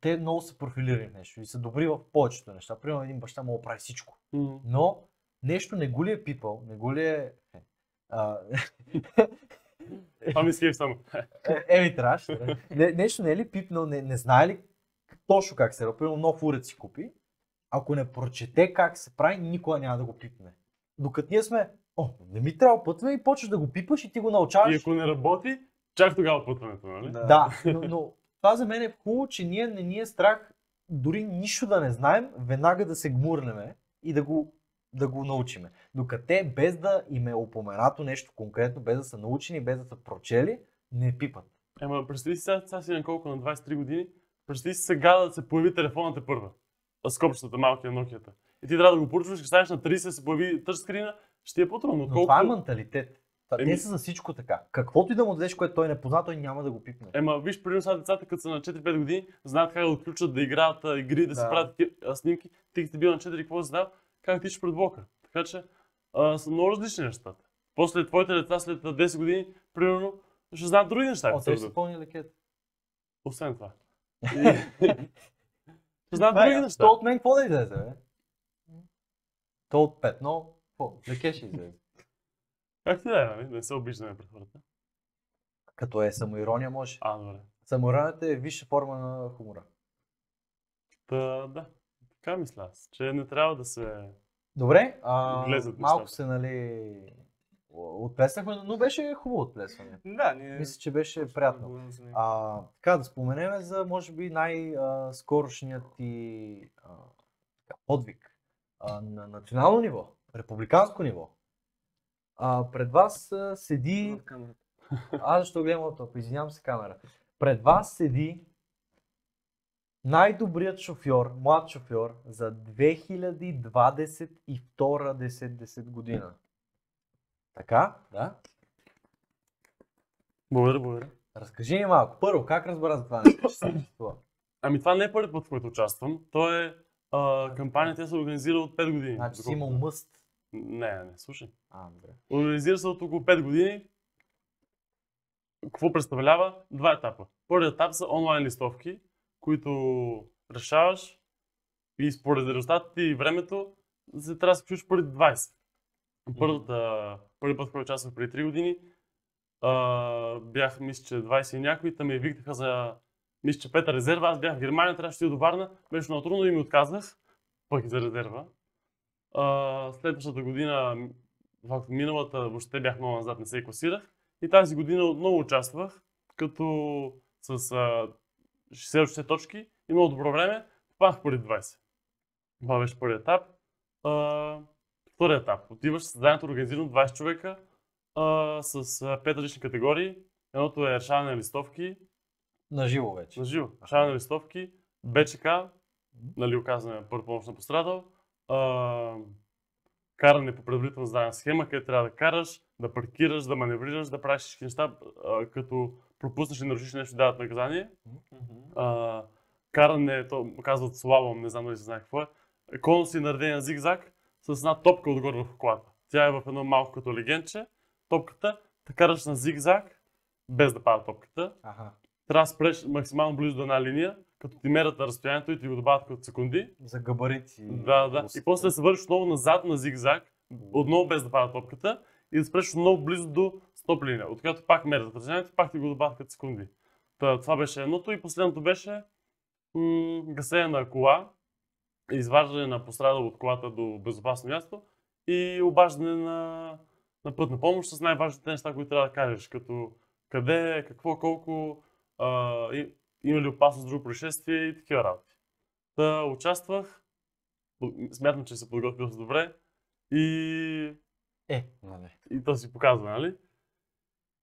Speaker 2: те много са профилирани в нещо и са добри в повечето неща. Примерно един баща му прави всичко.
Speaker 3: М.
Speaker 2: Но нещо не го ли е пипал, не го ли е... А,
Speaker 3: Това ми скип Ами, само.
Speaker 2: Е, Еми, трябваше. да. Не, нещо не е ли пипнал, не, не знае ли точно как се прави. Примерно нов уред си купи. Ако не прочете как се прави, никога няма да го пипне. Докато ние сме, о, не ми трябва пътване и почваш да го пипаш и ти го
Speaker 3: И
Speaker 2: научаваш.
Speaker 3: ако не работи, чак тогава пътването, нали?
Speaker 1: Да.
Speaker 2: Да, но, но това за мен е хубаво, че ние не ни е страх дори нищо да не знаем, веднага да се гмурнеме и да го, да го научиме. Докато те, без да им е упоменато нещо конкретно, без да са научени, без да са прочели, не пипат.
Speaker 3: Ема, представи си сега, сега си на колко, на 23 години, представи си сега да се появи телефоната първа. А с копчетата, малкия Nokia-та. И ти трябва да го поръчваш, ще станеш на 30, се появи тъчскрина, ще ти е по-трудно.
Speaker 2: Но
Speaker 3: колкото-
Speaker 2: това е менталитет. Това-
Speaker 3: Еми-
Speaker 2: Те са за всичко така. Каквото и да му дадеш, което той не позна, той няма да го пипне.
Speaker 3: Ема, виж, примерно сега децата, като са на 4-5 години, знаят как да отключат, да играят а, игри, да, си
Speaker 1: Да.
Speaker 3: правят таки- а, снимки. Ти като си бил на 4, какво си знал, как тичаш пред блока. Така че а, са много различни нещата. После твоите деца, след а, 10 години, примерно, ще знаят други неща.
Speaker 2: О,
Speaker 3: като се
Speaker 2: те са
Speaker 3: родят.
Speaker 2: пълни лекет.
Speaker 3: Освен това. И- Ще знаят
Speaker 2: е
Speaker 3: други неща.
Speaker 2: То от мен какво да излезе, бе? То от петно, какво? Лекет ще излезе.
Speaker 3: Как ти да е, нали? Да не се обиждаме пред хората.
Speaker 2: Като е самоирония, може.
Speaker 3: А, добре.
Speaker 2: Самоиронията е висша форма на хумора.
Speaker 3: Та, да. Така мисля аз, че не трябва да се...
Speaker 2: Добре, а,
Speaker 3: Влезат
Speaker 2: малко
Speaker 3: нещата.
Speaker 2: се, нали, отплеснахме, но беше хубаво отплесване.
Speaker 1: Да,
Speaker 3: Е.
Speaker 1: ние...
Speaker 2: Мисля, че беше приятно.
Speaker 1: Говорим за него.
Speaker 2: А, така, да споменем за, може би, най-скорошният ти а, така, подвиг а, на национално ниво, републиканско ниво. А, пред вас а, седи...
Speaker 1: В камерата.
Speaker 2: Аз защо гледам лаптоп? Извинявам се, камера. Пред вас седи най-добрият шофьор, млад шофьор за 2022-10 година. Така? Да.
Speaker 3: Благодаря, благодаря.
Speaker 2: Разкажи ни малко. Първо, как разбра за това нещо, че съществува?
Speaker 3: Ами това не е първият път, в който участвам. То е а, кампанията се организира от 5 години.
Speaker 2: Значи си
Speaker 3: доколкото
Speaker 2: имал
Speaker 3: знам.
Speaker 2: мъст.
Speaker 3: Не, не, слушай.
Speaker 2: А, добре.
Speaker 3: Организира се от около 5 години. Какво представлява? Два етапа. Първият етап са онлайн листовки, които решаваш и според резултатите и времето се трябва да се включиш първи 20. Първата, първи път, който участвах преди 3 години, а, бях, мисля, че 20 и някои, там ми викнаха за, мисля, че пета резерва, аз бях в Германия, трябваше да отида до Варна, беше много трудно и ми отказах, пък и за резерва. А, следващата година в миналата въобще бях много назад, не се класирах. И тази година отново участвах, като с а, 60-60 точки и много добро време, попаднах първи 20. Това беше първи етап. А, Втория етап. Отиваш създанието организирано 20 човека а, с 5 различни категории. Едното е решаване на листовки,
Speaker 2: На живо вече.
Speaker 3: на живо, решаване на листовки, БЧК, нали, оказване на първа помощ на пострадал, а, каране по предварително зададена схема, къде трябва да караш, да паркираш, да маневрираш, да правиш всички неща, а, като пропуснеш и нарушиш нещо, дават наказание. а, каране, то му казват слалом, не знам дали се знае какво е, конуси наредени на зигзаг с една топка отгоре в колата. Тя е в едно малко като легенче, топката, те караш на зигзаг, без да пада топката.
Speaker 2: Аха.
Speaker 3: Трябва да спреш максимално близо до една линия, като ти мерят на разстоянието и ти го добавят като секунди.
Speaker 2: За габарити.
Speaker 3: Да, да. И после да се вършиш отново назад на зигзаг, отново без да пада топката и да спреш отново близо до стоп линия, от която пак мерят отражението, пак ти го добавят като секунди. Та, това беше едното и последното беше м- гасене на кола, изваждане на пострадал от колата до безопасно място и обаждане на, на пътна помощ с най-важните неща, които трябва да кажеш, като къде, какво, колко, а, и, има ли опасност от друго происшествие и такива работи. Та, участвах, по- смятам, че се подготвил добре и
Speaker 2: Е, нали.
Speaker 3: и то си показва, нали?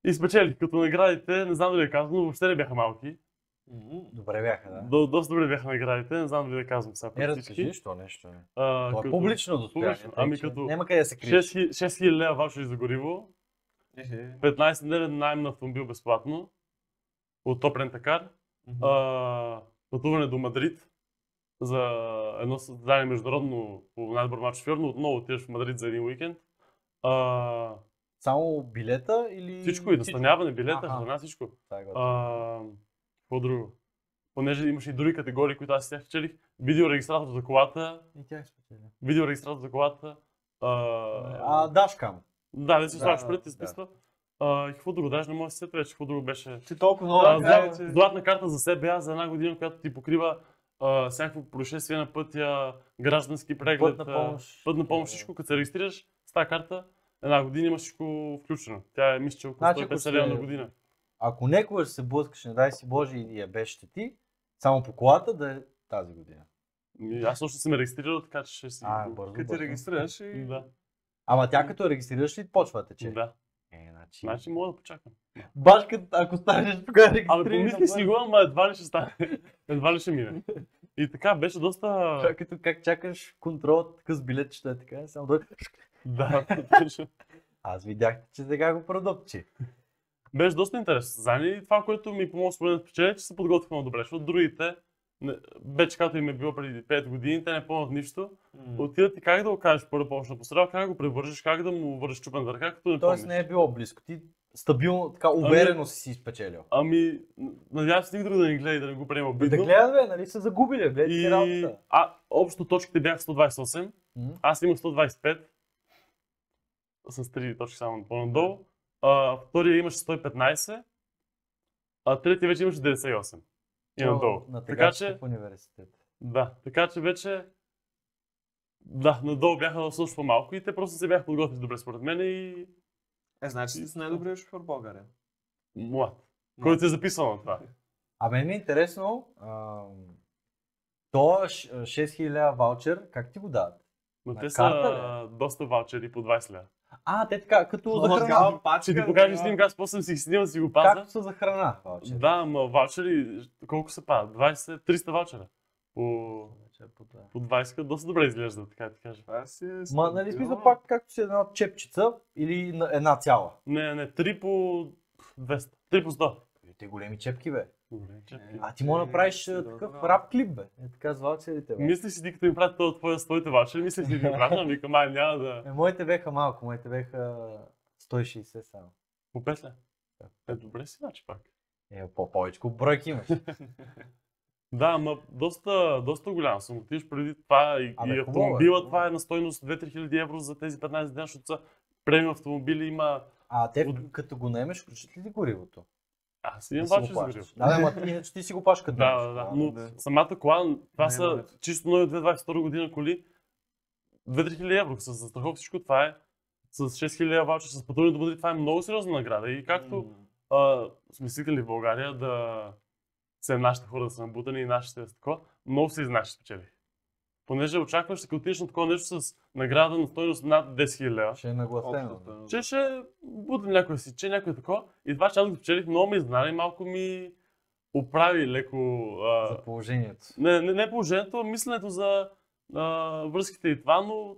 Speaker 3: И спечелих, като наградите, не знам дали да казвам, но въобще не бяха малки.
Speaker 2: Добре бяха, да.
Speaker 3: До, доста добре бяха наградите, не знам дали да казвам сега
Speaker 2: Е,
Speaker 3: пред
Speaker 2: разкажи, що нещо е.
Speaker 3: А,
Speaker 2: Това е
Speaker 3: като
Speaker 2: публично достояние.
Speaker 3: публично,
Speaker 2: тъй
Speaker 3: ами
Speaker 2: че
Speaker 3: като-
Speaker 2: Няма къде да се криеш.
Speaker 3: 6 6000 лева ваучери за гориво, 15 дневен найем на автомобил безплатно от Top Rent a Car, а, пътуване до Мадрид за едно създание международно по най-добър матч шофьор, но отново отиваш в Мадрид за един уикенд. А,
Speaker 2: Само билета или...
Speaker 3: всичко и настаняване, билета,
Speaker 2: Аха.
Speaker 3: храна, всичко.
Speaker 2: Това е готино.
Speaker 3: А, какво друго? Понеже имаше и други категории, които аз тях вчелих. Видеорегистратор за колата,
Speaker 2: И е тях спечели.
Speaker 3: видеорегистратор за колата. А,
Speaker 2: А, Дашкам.
Speaker 3: да, не си
Speaker 2: да,
Speaker 3: слагаш пред,
Speaker 2: да.
Speaker 3: ти изписва. А, и какво друго, даже не мога да се сетя вече, какво друго беше.
Speaker 2: Е.
Speaker 1: Ти толкова много
Speaker 3: А,
Speaker 1: накрая,
Speaker 3: зла-
Speaker 1: че-
Speaker 3: Златна карта за себе за една година, която ти покрива а, всякакво происшествие на пътя, граждански преглед,
Speaker 2: Пътна
Speaker 3: а,
Speaker 2: помощ. е-
Speaker 3: пътна помощ, всичко, като се регистрираш с тази карта, една година имаш всичко включено. Тя е, мисля, че около
Speaker 2: Значи, ако
Speaker 3: 150
Speaker 2: сте-
Speaker 3: лева на година.
Speaker 2: Ако някога ще се блъскаш, не дай си Боже, и я беше ти, само по колата да е тази година.
Speaker 3: Ми, Аз още съм регистрирал, така че ще си...
Speaker 2: А, бързо.
Speaker 1: Като
Speaker 2: бързо.
Speaker 1: ти регистрираш и...
Speaker 3: Да,
Speaker 2: Ама тя като я регистрираш ли почва да тече?
Speaker 3: да.
Speaker 2: Е, значи...
Speaker 3: Значи мога да почакам.
Speaker 2: Башка, ако станеш тогава
Speaker 3: Абе,
Speaker 2: регистрираш.
Speaker 3: помисли си го, ама едва ли ще стане. едва ли ще мине. И така, беше доста...
Speaker 2: Като е как чакаш контрол, така с билетчета, е така, само дойде.
Speaker 3: да, беше-
Speaker 2: Аз видях, че сега го продопчи.
Speaker 3: беше доста интересно състезание и това, което ми помогна според мен да спечеля, е, че се подготвих много добре, защото другите, не- вече като им е било преди 5 години, те не помнят нищо. Отиват и как да го кажеш първо помощ на пострадал, как да го превържеш, как да му върнеш чупен ръка, като не
Speaker 2: Тоест
Speaker 3: помниш.
Speaker 2: не е било близко. Ти стабилно, така уверено си си изпечелил.
Speaker 3: Ами, надявам се никой друг да не гледа и да не го приема
Speaker 2: Да
Speaker 3: обидно.
Speaker 2: гледа, бе, нали са загубили, гледай си
Speaker 3: Ами И...
Speaker 2: работа.
Speaker 3: А, общо точките бяха 128.
Speaker 2: М?
Speaker 3: Аз имах 125 с 3 точки само по-надолу. А, втория имаше 115, а третия вече имаше 98. И надолу.
Speaker 2: На
Speaker 3: така
Speaker 2: тегачите
Speaker 3: че,
Speaker 2: в университета.
Speaker 3: да, така че вече да, надолу бяха също по-малко и те просто се бяха подготвили добре според мен и
Speaker 1: Е, значи ти си най-добрият шофьор в България.
Speaker 3: млад. Който е записал на това.
Speaker 2: А мен ми е интересно, ам, то ш- 6000 лева ваучер, как ти го дават?
Speaker 3: Но
Speaker 2: На
Speaker 3: те са
Speaker 2: карта ли? е?
Speaker 3: а, доста ваучери по 20 лева.
Speaker 2: А, те така, като за храна.
Speaker 1: Омагал, пачка,
Speaker 3: е Ще ти покажа
Speaker 1: да.
Speaker 3: снимка, аз после си ги снимам, си го пазя.
Speaker 2: Както са за храна ваучер.
Speaker 3: Да, ма ваучери, колко се пада? 20, 300 ваучера. По... по 20 доста добре изглежда, така да ти кажа.
Speaker 1: Това си е
Speaker 2: Ма, нали смисъл
Speaker 1: стабилно.
Speaker 2: пак както си една чепчица или на- една цяла.
Speaker 3: Не, не, 3 по 200. 3 по 100.
Speaker 2: Е, Те големи чепки, бе.
Speaker 3: Добре, чакай.
Speaker 2: А ти мога да
Speaker 1: Е,
Speaker 2: направиш
Speaker 1: ще
Speaker 2: е,
Speaker 1: да
Speaker 2: такъв
Speaker 1: знам.
Speaker 2: рап клип, бе. Е, така с ваучерите, бе.
Speaker 3: Мислиш си, ти като им прати това твоя своите ваше, мислиш си, ти им прати, ами към ай, няма да...
Speaker 2: Е, моите беха малко, моите беха 160 само.
Speaker 3: По 5 ля. Е, добре си, значи пак.
Speaker 2: Е, по-повече бройки имаш.
Speaker 3: Да, ама доста, доста голям съм. Отиваш преди това и,
Speaker 2: Абе,
Speaker 3: и
Speaker 2: хубаво е,
Speaker 3: автомобила,
Speaker 2: хубаво.
Speaker 3: това е на стойност 2-3 хиляди евро за тези 15 дни, защото са премиум автомобили, има...
Speaker 2: А те,
Speaker 3: От-
Speaker 2: като го наемеш, включат ли ти горивото?
Speaker 3: Аз имам
Speaker 2: Не си го
Speaker 3: вачер за
Speaker 2: плащаш.
Speaker 3: грил.
Speaker 2: Да, да, ма, иначе ти си го плащаш като
Speaker 3: Да,
Speaker 2: наемеш
Speaker 3: да, да.
Speaker 2: колата.
Speaker 3: Но
Speaker 1: да.
Speaker 3: самата кола, това
Speaker 1: Не е
Speaker 3: са
Speaker 1: добре.
Speaker 3: чисто нови 2022 година коли. 2-3 хиляди евро с застраховка, всичко това е. С 6 хиляди ваучер, с пътуване до Мадрид, това е много сериозна награда. И както
Speaker 1: М.
Speaker 3: а, сме свикнали в България да се нашите хора да са набутани и нашите да са такова, много се изнася спечели. понеже очакваш, че като отидеш на такова нещо с награда на стойност над 10 000 лева,
Speaker 2: Ще е нагласено.
Speaker 1: Общата.
Speaker 3: че ще будем някой си, че някой е такова. И това, че аз го спечелих, много ми е знали, малко ми оправи леко а,
Speaker 2: За положението.
Speaker 3: не, не, не положението, а мисленето за а, връзките и това, но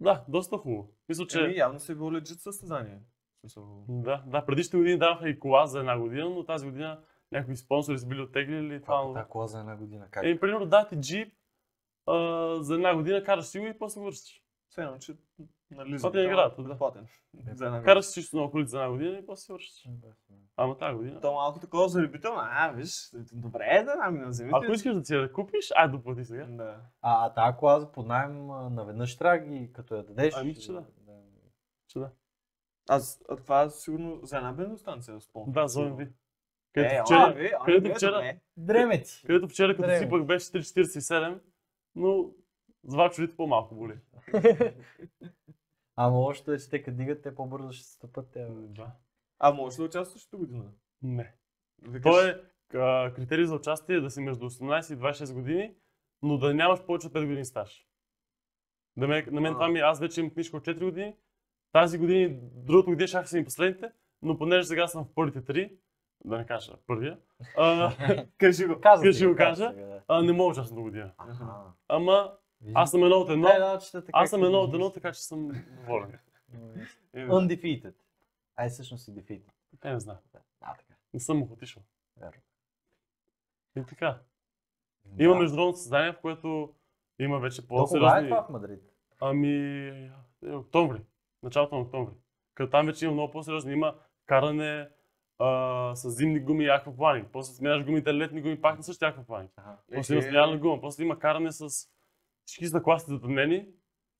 Speaker 3: да, доста хубаво. Мисля, че...
Speaker 1: Еми, явно си бил легит състезание. В смисъл,
Speaker 3: Да, да, предишните години даваха и кола за една година, но тази година някои спонсори са били оттеглили и това.
Speaker 2: Това
Speaker 3: но-
Speaker 2: да, кола за една година. Как? Е,
Speaker 3: Еми, примерно, да ти джип а, за една година, караш си го и после го връщаш.
Speaker 1: Все едно, че нали,
Speaker 3: Това ти е играта, да.
Speaker 1: Платен.
Speaker 2: Е.
Speaker 1: За една
Speaker 3: Караш си чисто много колите за една година и после си връщаш. Ама тази година.
Speaker 1: То малко такова заребително. А, виж, добре е да нам да вземете.
Speaker 3: Ако искаш да си я да купиш, ай доплати сега.
Speaker 1: Да.
Speaker 2: А, а тази кола за под найем а, наведнъж трябва ги, като я дадеш.
Speaker 3: Ами, че да. Че да.
Speaker 1: Аз, а това сигурно за една бензостанция спомням.
Speaker 3: Да, за ОМВ.
Speaker 1: Е, вчера,
Speaker 3: Където вчера,
Speaker 1: ви,
Speaker 3: където
Speaker 1: където
Speaker 3: вчера-
Speaker 1: вчера.
Speaker 2: Дреме ти.
Speaker 3: където вчера като
Speaker 2: Време.
Speaker 3: сипах беше 3,47, но за вачерите по-малко боли.
Speaker 2: Ама лошото е, че те като дигат, те по-бързо ще се стъпат. Те, бе.
Speaker 3: Да.
Speaker 1: А можеш ли да участваш до година?
Speaker 3: Не.
Speaker 1: Викаш,
Speaker 3: То е а, критерий за участие е да си между 18 и 26 години, но да нямаш повече от 5 години стаж. Да ме, на мен
Speaker 1: А.
Speaker 3: това ми, аз вече имам книжка от 4 години. Тази години, другото година шах са ми последните, но понеже сега съм в първите три, да не кажа първия, а,
Speaker 1: Кажи го.
Speaker 2: Каза
Speaker 3: Ще
Speaker 2: ти
Speaker 3: го кажа.
Speaker 2: сега, да.
Speaker 3: а, не мога да участвам до година.
Speaker 2: Аха.
Speaker 3: Ама аз съм едно от едно,
Speaker 2: Дай, Е. да, че те така е.
Speaker 3: аз съм
Speaker 2: като
Speaker 3: едно от
Speaker 2: ги-
Speaker 3: едно, така че съм доволен.
Speaker 1: Е, бе.
Speaker 2: Undefeated. Ай, всъщност си defeated.
Speaker 3: Е, не знам,
Speaker 2: А, така.
Speaker 3: не съм му отишъл.
Speaker 2: Верно.
Speaker 3: И така.
Speaker 2: Да.
Speaker 3: Има международно състезание, в което има вече
Speaker 2: То кога е
Speaker 3: по-сериозни...
Speaker 2: това в Мадрид?
Speaker 3: Ами, е, октомври. Началото на октомври. Като там вече има много по-сериозни. Има каране а, с зимни гуми и аквапланинг. После сменяш гумите, летни гуми, пак на същия аквапланинг.
Speaker 2: Аха.
Speaker 1: е,
Speaker 3: После има смяна гума. После има каране с всички закласти затъмнени.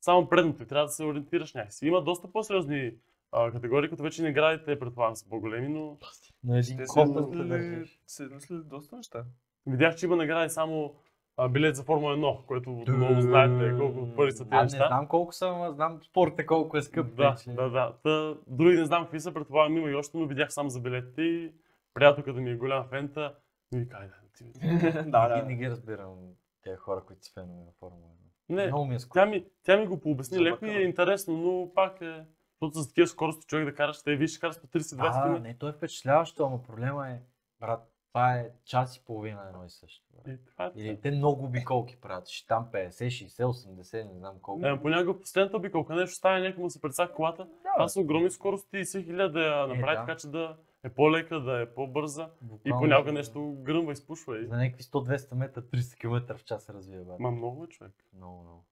Speaker 3: Само предното и трябва да се ориентираш някакси. Има доста по-сериозни а, категории, като вече не градите, предполагам, са по-големи, но
Speaker 2: На един
Speaker 1: Те се
Speaker 2: копър те
Speaker 1: измислили,
Speaker 2: държиш.
Speaker 1: се измислили доста неща.
Speaker 3: видях, че има награди само а, билет за Формула 1, което много знаете колко пари са тези
Speaker 2: А, не
Speaker 3: неща.
Speaker 2: знам колко съм, а знам спорта колко е скъп.
Speaker 3: Да,
Speaker 2: вече.
Speaker 3: да, да. Та, други не знам какви са, предполагам има и още, но видях само за билетите и приятелката ми е голям фента. И ми кай да, ти
Speaker 1: да,
Speaker 2: Не,
Speaker 1: да.
Speaker 2: ги- не ги разбирам тези хора, които са фенове на Формула 1.
Speaker 3: Не,
Speaker 2: Много ми е скучно.
Speaker 3: тя ми, тя ми го пообясни
Speaker 1: За
Speaker 3: леко и е
Speaker 1: бакара.
Speaker 3: интересно, но пак е... Защото за такива скорости човек да караш, те виж, караш по 30-20
Speaker 2: А,
Speaker 3: км.
Speaker 2: не, то е впечатляващо, ама проблема е, брат, това е час и половина едно и също. брат.
Speaker 3: Е, така е.
Speaker 2: Или те много обиколки правят, ще там 50, 60, 80, не знам колко.
Speaker 3: Е, понякога последната обиколка нещо стане, някой му се прецака колата. Това са огромни скорости и си хиляда да я направи
Speaker 2: да.
Speaker 3: така, че да е по-лека, да е по-бърза. И
Speaker 2: Буквално
Speaker 3: понякога
Speaker 2: за-
Speaker 3: нещо гръмва, изпушва. И...
Speaker 2: За някакви 100-200 метра, 300 км в час се развива, брат.
Speaker 3: Ма много е човек.
Speaker 2: Много, много.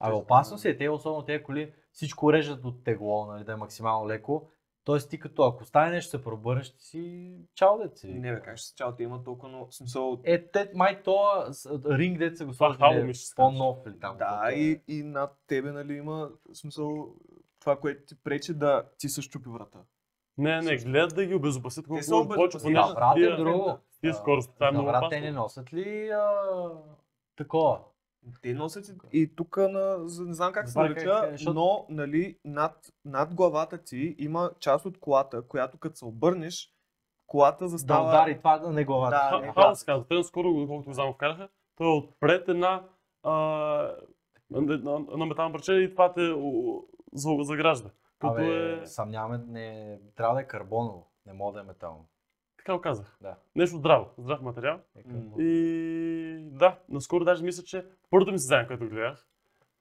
Speaker 1: Те
Speaker 2: Абе,
Speaker 1: са
Speaker 2: опасно
Speaker 1: много.
Speaker 2: си е, те особено тези коли всичко режат от тегло, нали, да е максимално леко. Тоест ти като ако стане нещо, се пробърнеш, ще си чао деца.
Speaker 1: Не бе, как ще се чалте, има толкова много смисъл.
Speaker 2: Е, те, май то ринг деца го
Speaker 3: Това
Speaker 2: сложили
Speaker 3: хало ми ще се каже.
Speaker 2: по-нов или там.
Speaker 1: Да,
Speaker 2: каквото е.
Speaker 1: и, и над тебе, нали, има смисъл това, което ти пречи да ти се щупи врата.
Speaker 3: Не, не,
Speaker 1: Всъщност.
Speaker 3: гледат да ги обезопасят колкото
Speaker 1: са
Speaker 3: може повече,
Speaker 1: обезопасени.
Speaker 3: понеже
Speaker 2: Да, брат, е
Speaker 3: тия,
Speaker 2: друго.
Speaker 3: тия
Speaker 2: А,
Speaker 3: скорости, това е
Speaker 2: за
Speaker 3: много
Speaker 2: брат, те не
Speaker 3: опасно.
Speaker 2: носят ли а, такова?
Speaker 1: Те носят и- и тук на, за- не знам как се
Speaker 2: Добре, как
Speaker 1: нарича,
Speaker 2: се- защото-
Speaker 1: но нали, над, над главата ти има част от колата, която като се обърнеш, колата
Speaker 2: Да
Speaker 1: застава...
Speaker 2: удари това да не главата.
Speaker 1: Да,
Speaker 3: Ха-
Speaker 1: не,
Speaker 2: Да,
Speaker 1: да.
Speaker 3: Хаос казва, те скоро, доколкото го знам, вкараха, той е отпред една а, на, на метална парче и това те о, за- загражда. Като
Speaker 2: Абе,
Speaker 3: е,
Speaker 2: съмняваме, не, трябва да е карбоново, не може да е метално.
Speaker 3: така го казах,
Speaker 2: Да.
Speaker 3: нещо здраво, здрав материал.
Speaker 2: Е,
Speaker 1: М.
Speaker 3: И да, наскоро даже мисля, че първото ми състезание, което гледах,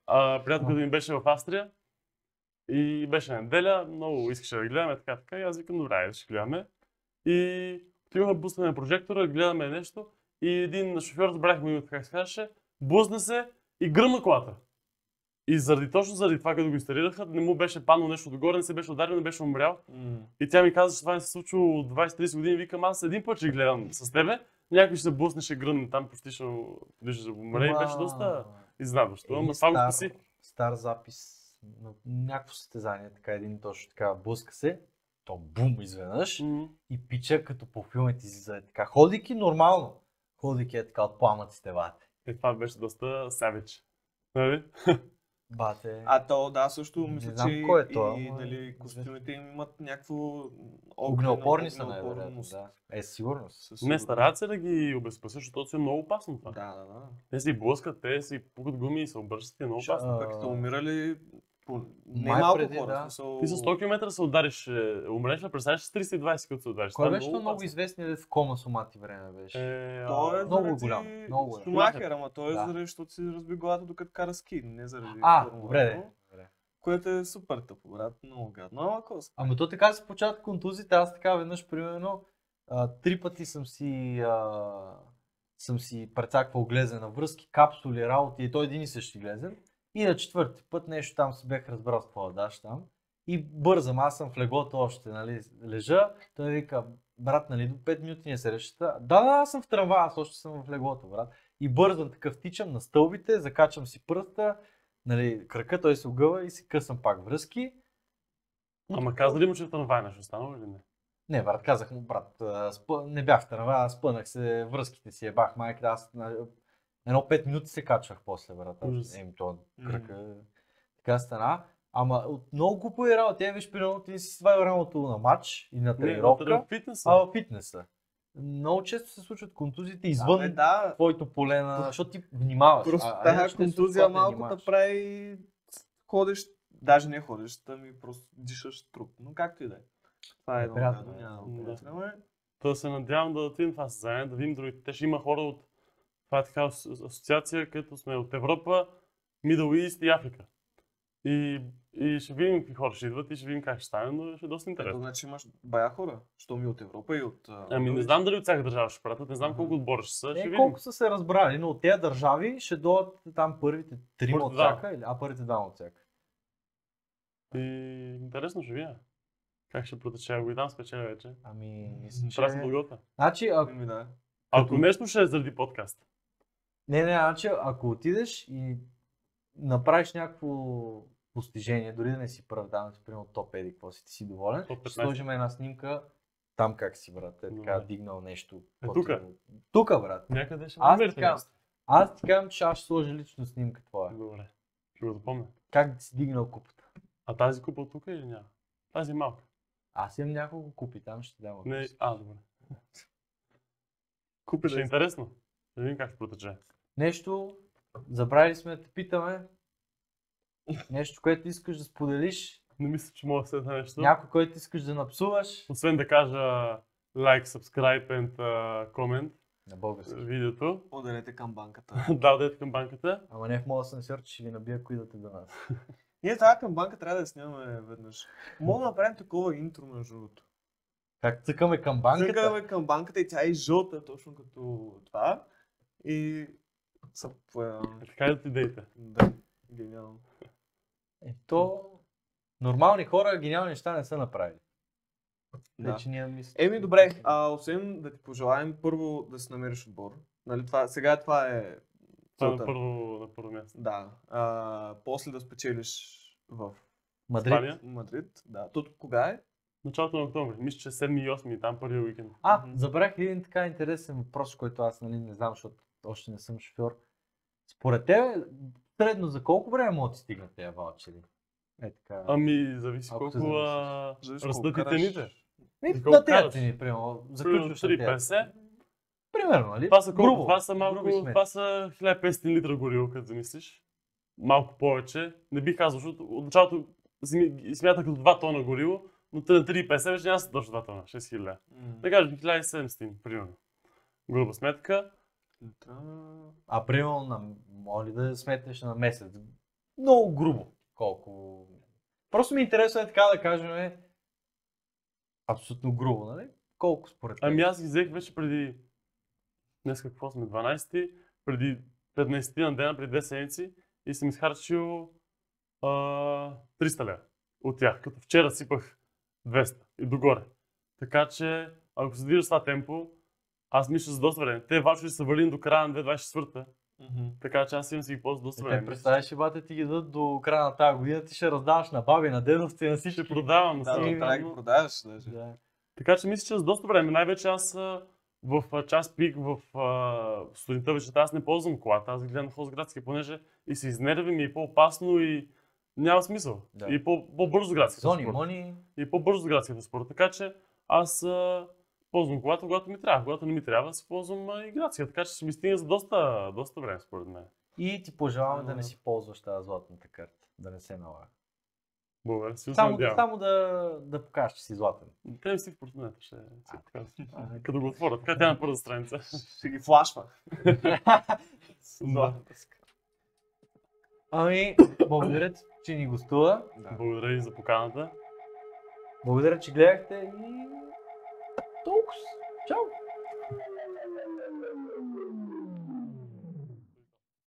Speaker 3: а, приятелката ми беше в Австрия и беше неделя, много искаше да гледаме, така, така, и аз викам, добре, айде ще гледаме. И отиваме, бусваме прожектора, гледаме нещо и един шофьор, забравихме името, как се казваше, бузна се и гръмна колата. И заради, точно заради това, като го инсталираха, не му беше паднало нещо догоре, не се беше ударил, не беше умрял.
Speaker 1: М.
Speaker 3: И тя ми каза, че това не се случва от 20-30 години. Викам, аз един път ще гледам с тебе. Някой ще се бусне, ще гръмне там, почти ще му- вижда да умре. И беше доста изненадващо.
Speaker 2: Един
Speaker 3: Ама това го
Speaker 2: Е, стар-
Speaker 3: спаси.
Speaker 2: Стар запис на някакво състезание, така един точно така блъска се, то бум изведнъж
Speaker 3: М,
Speaker 2: и пича като по филмите излиза е така, ходейки нормално, ходейки е така от пламъците вате.
Speaker 3: Е, това беше доста савич. Нали?
Speaker 2: Бате.
Speaker 1: А то, да, също
Speaker 2: Не
Speaker 1: мисля,
Speaker 2: знам
Speaker 1: че
Speaker 2: кой е
Speaker 1: и,
Speaker 2: той,
Speaker 1: и
Speaker 2: ама е
Speaker 1: нали,
Speaker 2: известен.
Speaker 1: костюмите им имат някакво огнено-
Speaker 2: Огнеопорни са най-вероятно,
Speaker 1: огнеопорност.
Speaker 2: да. Е, сигурно.
Speaker 1: Със
Speaker 3: Не,
Speaker 1: сигурност.
Speaker 3: стараят се да ги обезпасят, защото си е много опасно това.
Speaker 1: Да, да, да.
Speaker 3: Те си блъскат, те си пукат гуми и се обръщат и е много
Speaker 1: Част
Speaker 3: опасно.
Speaker 2: А,
Speaker 1: пък са умирали по... не
Speaker 2: май
Speaker 1: малко
Speaker 2: преди,
Speaker 1: хора.
Speaker 2: да.
Speaker 1: в смисъл-
Speaker 3: Ти с 100 км се удариш, е, умреш, а представяш с 320 като се удариш.
Speaker 2: Кой
Speaker 3: Това е
Speaker 2: беше много, много
Speaker 3: опасно.
Speaker 2: известният дед в кома сумати време беше?
Speaker 3: Е, а,
Speaker 1: Той е
Speaker 2: Много
Speaker 1: заради
Speaker 2: голям, много е.
Speaker 1: Стомахер, ама той е
Speaker 2: Да.
Speaker 1: заради, защото си разби главата докато кара ски, не заради...
Speaker 2: А,
Speaker 1: форма,
Speaker 2: добре, де.
Speaker 1: но- Което е супер тъпо, брат, много гадно. Ама кос.
Speaker 2: Ама Ами то така се получават контузите. Аз така веднъж, примерно, а, три пъти съм си, а, съм си прецаквал глезена връзки, капсули, работи и той един и същи глезен. И на четвърти път нещо там се бях разбрал с какво да даш там. И бързам, аз съм в леглото още, нали, лежа. Той вика, брат, нали, до 5 минути не се решата. Да, да, аз съм в трамвая, аз още съм в леглото, брат. И бързам такъв, тичам на стълбите, закачам си пръста, нали, крака, той се огъва и си късам пак връзки.
Speaker 3: Ама каза ли му, че в трамвай нещо станало или не?
Speaker 2: Не, брат, казах му, брат, а, спъ... не бях в трава, аз спънах се, връзките си ебах майка, аз на... едно 5 минути се качвах после, брат.
Speaker 3: Ужас.
Speaker 2: Аз, еми, то кръка, така стана. Ама от много глупо е работа. Е, виж, примерно, ти си свалял рамото на матч и на
Speaker 3: Не, е
Speaker 2: тренировка,
Speaker 3: в фитнеса.
Speaker 2: а в фитнеса. Много често се случват контузиите извън
Speaker 1: Абе, да,
Speaker 2: твоето поле на... Защото ти внимаваш.
Speaker 1: Просто
Speaker 2: а- а
Speaker 1: тази
Speaker 2: иначе те се
Speaker 1: контузия
Speaker 2: отслабват, не
Speaker 1: малко
Speaker 2: внимаваш.
Speaker 1: да прави ходиш, даже не ходиш, ми просто дишаш труп. Но както и да е. Това е едно
Speaker 2: Неприятно
Speaker 1: гадно,
Speaker 2: е.
Speaker 1: няма да
Speaker 3: Да.
Speaker 1: го приятеляме.
Speaker 3: Та се надявам да отидем това състезание, да видим другите. Те ще има хора от това е така ас- асоциация, където сме от Европа, Middle East и Африка. И, и ще видим какви хора ще идват и ще видим как ще стане, но ще е доста
Speaker 1: Ето,
Speaker 3: интересно.
Speaker 1: значи имаш бая хора, що ми от Европа и от... а,
Speaker 3: Ами не
Speaker 1: Белгия.
Speaker 3: знам дали от всяка държава ще пратят, не знам
Speaker 1: Мгм.
Speaker 3: колко отбора ще са, ще
Speaker 2: Е,
Speaker 3: видим.
Speaker 2: колко са се разбрали, но от тези държави ще дойдат там първите трима
Speaker 3: Първите
Speaker 2: от
Speaker 3: двама.
Speaker 2: всяка, или- а първите двама от всяка.
Speaker 3: И интересно ще видя. Как ще протече, ако и там спечеля вече.
Speaker 2: Ами, мисля, че...
Speaker 3: Страшно дългота.
Speaker 2: Значи, ако...
Speaker 1: Ами да.
Speaker 3: Ако нещо ще е заради подкаст.
Speaker 2: Не, не, значи, ако отидеш и направиш някакво постижение, дори да не си прав, да, си примерно топ еди, какво си, ти си доволен,
Speaker 3: Топ
Speaker 2: ще
Speaker 3: 15.
Speaker 2: сложим една снимка там как си, брат, е така,
Speaker 3: Добре.
Speaker 2: дигнал нещо.
Speaker 3: Е,
Speaker 2: каквото
Speaker 3: тука?
Speaker 2: си го- Тука, брат.
Speaker 3: Някъде ще
Speaker 2: Аз
Speaker 3: намерите
Speaker 2: така.
Speaker 3: място.
Speaker 2: Аз ти казвам, че аз ще сложа лично снимка твоя.
Speaker 3: Добре. Ще го запомня.
Speaker 2: Как си дигнал купата?
Speaker 3: А тази купа тук или няма? Тази е малка.
Speaker 2: Аз имам няколко купи, там ще ти дам. ако
Speaker 3: Не,
Speaker 2: си.
Speaker 3: а, добре.
Speaker 1: Купи
Speaker 3: Ще е
Speaker 1: да
Speaker 3: интересно. Да видим как ще протече.
Speaker 2: Нещо, забравили сме да те питаме. Нещо, което искаш да споделиш.
Speaker 3: Не мисля, че мога да се нещо.
Speaker 2: Някой, който искаш да напсуваш.
Speaker 3: Освен да кажа лайк, subscribe and uh, comment
Speaker 2: На български.
Speaker 3: Е. видеото.
Speaker 1: Ударете към банката.
Speaker 3: да, отидете към банката.
Speaker 2: Ама не в моя сенсор, че ще ви набия, ако идвате до нас.
Speaker 1: Ние тази към банка трябва да я снимаме веднъж. Мога да направим такова интро между другото.
Speaker 2: Как цъкаме към банката?
Speaker 1: Цъкаме към банката и тя е жълта, точно като това. И са
Speaker 3: Е, Така и да ти дейте.
Speaker 1: Да, гениално.
Speaker 2: Е, то... Нормални хора гениални неща не са направили. Да.
Speaker 1: Да.
Speaker 2: Вече ние мисля.
Speaker 1: Еми, добре, а, освен да ти пожелаем първо да си намериш отбор. Нали, това, сега това е
Speaker 3: Това е на
Speaker 1: целта.
Speaker 3: първо, на първо място.
Speaker 1: Да. А, после да спечелиш в
Speaker 2: Мадрид.
Speaker 3: Испания.
Speaker 1: Мадрид. Да. Тут кога е?
Speaker 3: Началото на октомври. Мисля, че 7 и 8 и там първия уикенд.
Speaker 2: А,
Speaker 1: Мгм.
Speaker 2: забравих един така интересен въпрос, който аз нали, не знам, защото още не съм шофьор. Според тебе, средно за колко време могат да ти стигнат тези ваучери? Е така.
Speaker 3: Ами, зависи
Speaker 2: Ако се
Speaker 3: колко а...
Speaker 1: Зависи колко
Speaker 3: растат и
Speaker 1: караш.
Speaker 3: цените.
Speaker 2: Ми,
Speaker 3: за колко
Speaker 2: на тези
Speaker 3: караш?
Speaker 2: цени, примерно.
Speaker 3: Примерно
Speaker 2: Заключваш на тези.
Speaker 3: 3,50.
Speaker 2: Примерно, нали?
Speaker 3: Това са колко?
Speaker 2: Грубо,
Speaker 3: Това са малко,
Speaker 2: груби сметки.
Speaker 3: това са 1500 литра гориво, като замислиш. Малко повече. Не бих казал, защото от началото зими- ги смятах като 2 тона гориво, но те на 3,50 вече няма да са точно 2 тона, 6000. Да кажем 1700, примерно. Груба сметка.
Speaker 1: Та-
Speaker 2: А примерно, на, моли да сметнеш на месец. Много грубо. Колко. Просто ми интересно е така да кажем. е, Абсолютно грубо, нали? Колко според теб?
Speaker 3: Ами аз ги взех вече преди... Днес какво сме? 12 преди 15 на дена, преди 2 седмици и съм изхарчил а, 300 лева от тях, като вчера сипах 200 и догоре. Така че, ако се движа с това темпо, аз мисля за доста време. Те вачери са валини до края на 2024,
Speaker 1: Мгм.
Speaker 3: така че аз имам си ги ползвам доста
Speaker 2: Е, Те
Speaker 3: време.
Speaker 2: представяш, бате, ти ги дадат до края на тази година, ти ще раздаваш на баби, на дедовци, на всички.
Speaker 3: Ще продавам
Speaker 1: Да,
Speaker 3: насам
Speaker 1: да,
Speaker 3: натам,
Speaker 1: трябва да
Speaker 3: но-
Speaker 1: ги продаваш даже.
Speaker 2: Да.
Speaker 3: Така че мисля, че за доста време. Най-вече аз а, в а, час пик, в а, сутринта вечерта, аз не ползвам колата, аз гледам хора с градски, понеже и се изнервим и е по-опасно и няма смисъл.
Speaker 2: Да.
Speaker 3: И по- по-бързо градски
Speaker 2: Зони,
Speaker 3: транспорт.
Speaker 2: мони.
Speaker 3: И по-бързо градски транспорт. Така че аз а, ползвам колата, когато ми трябва. Когато не ми трябва, си ползвам а, и градския. Така че ще ми стигне за доста, доста време, според мен.
Speaker 2: И ти пожелаваме да не
Speaker 3: М.
Speaker 2: си ползваш тази златната карта. Да не се налага.
Speaker 3: Благодаря. Си
Speaker 2: Само,
Speaker 3: се надявам.
Speaker 2: само да, да покажеш, че си златен.
Speaker 3: Те ми си в портмонета ще си го покажа. Като го отворя, така тя е на първата страница.
Speaker 1: Ще ги флашва.
Speaker 3: Да.
Speaker 2: Ами, благодаря ти, че ни гостува.
Speaker 3: Благодаря ви за поканата.
Speaker 2: Благодаря, че гледахте и... Толкова. Чао!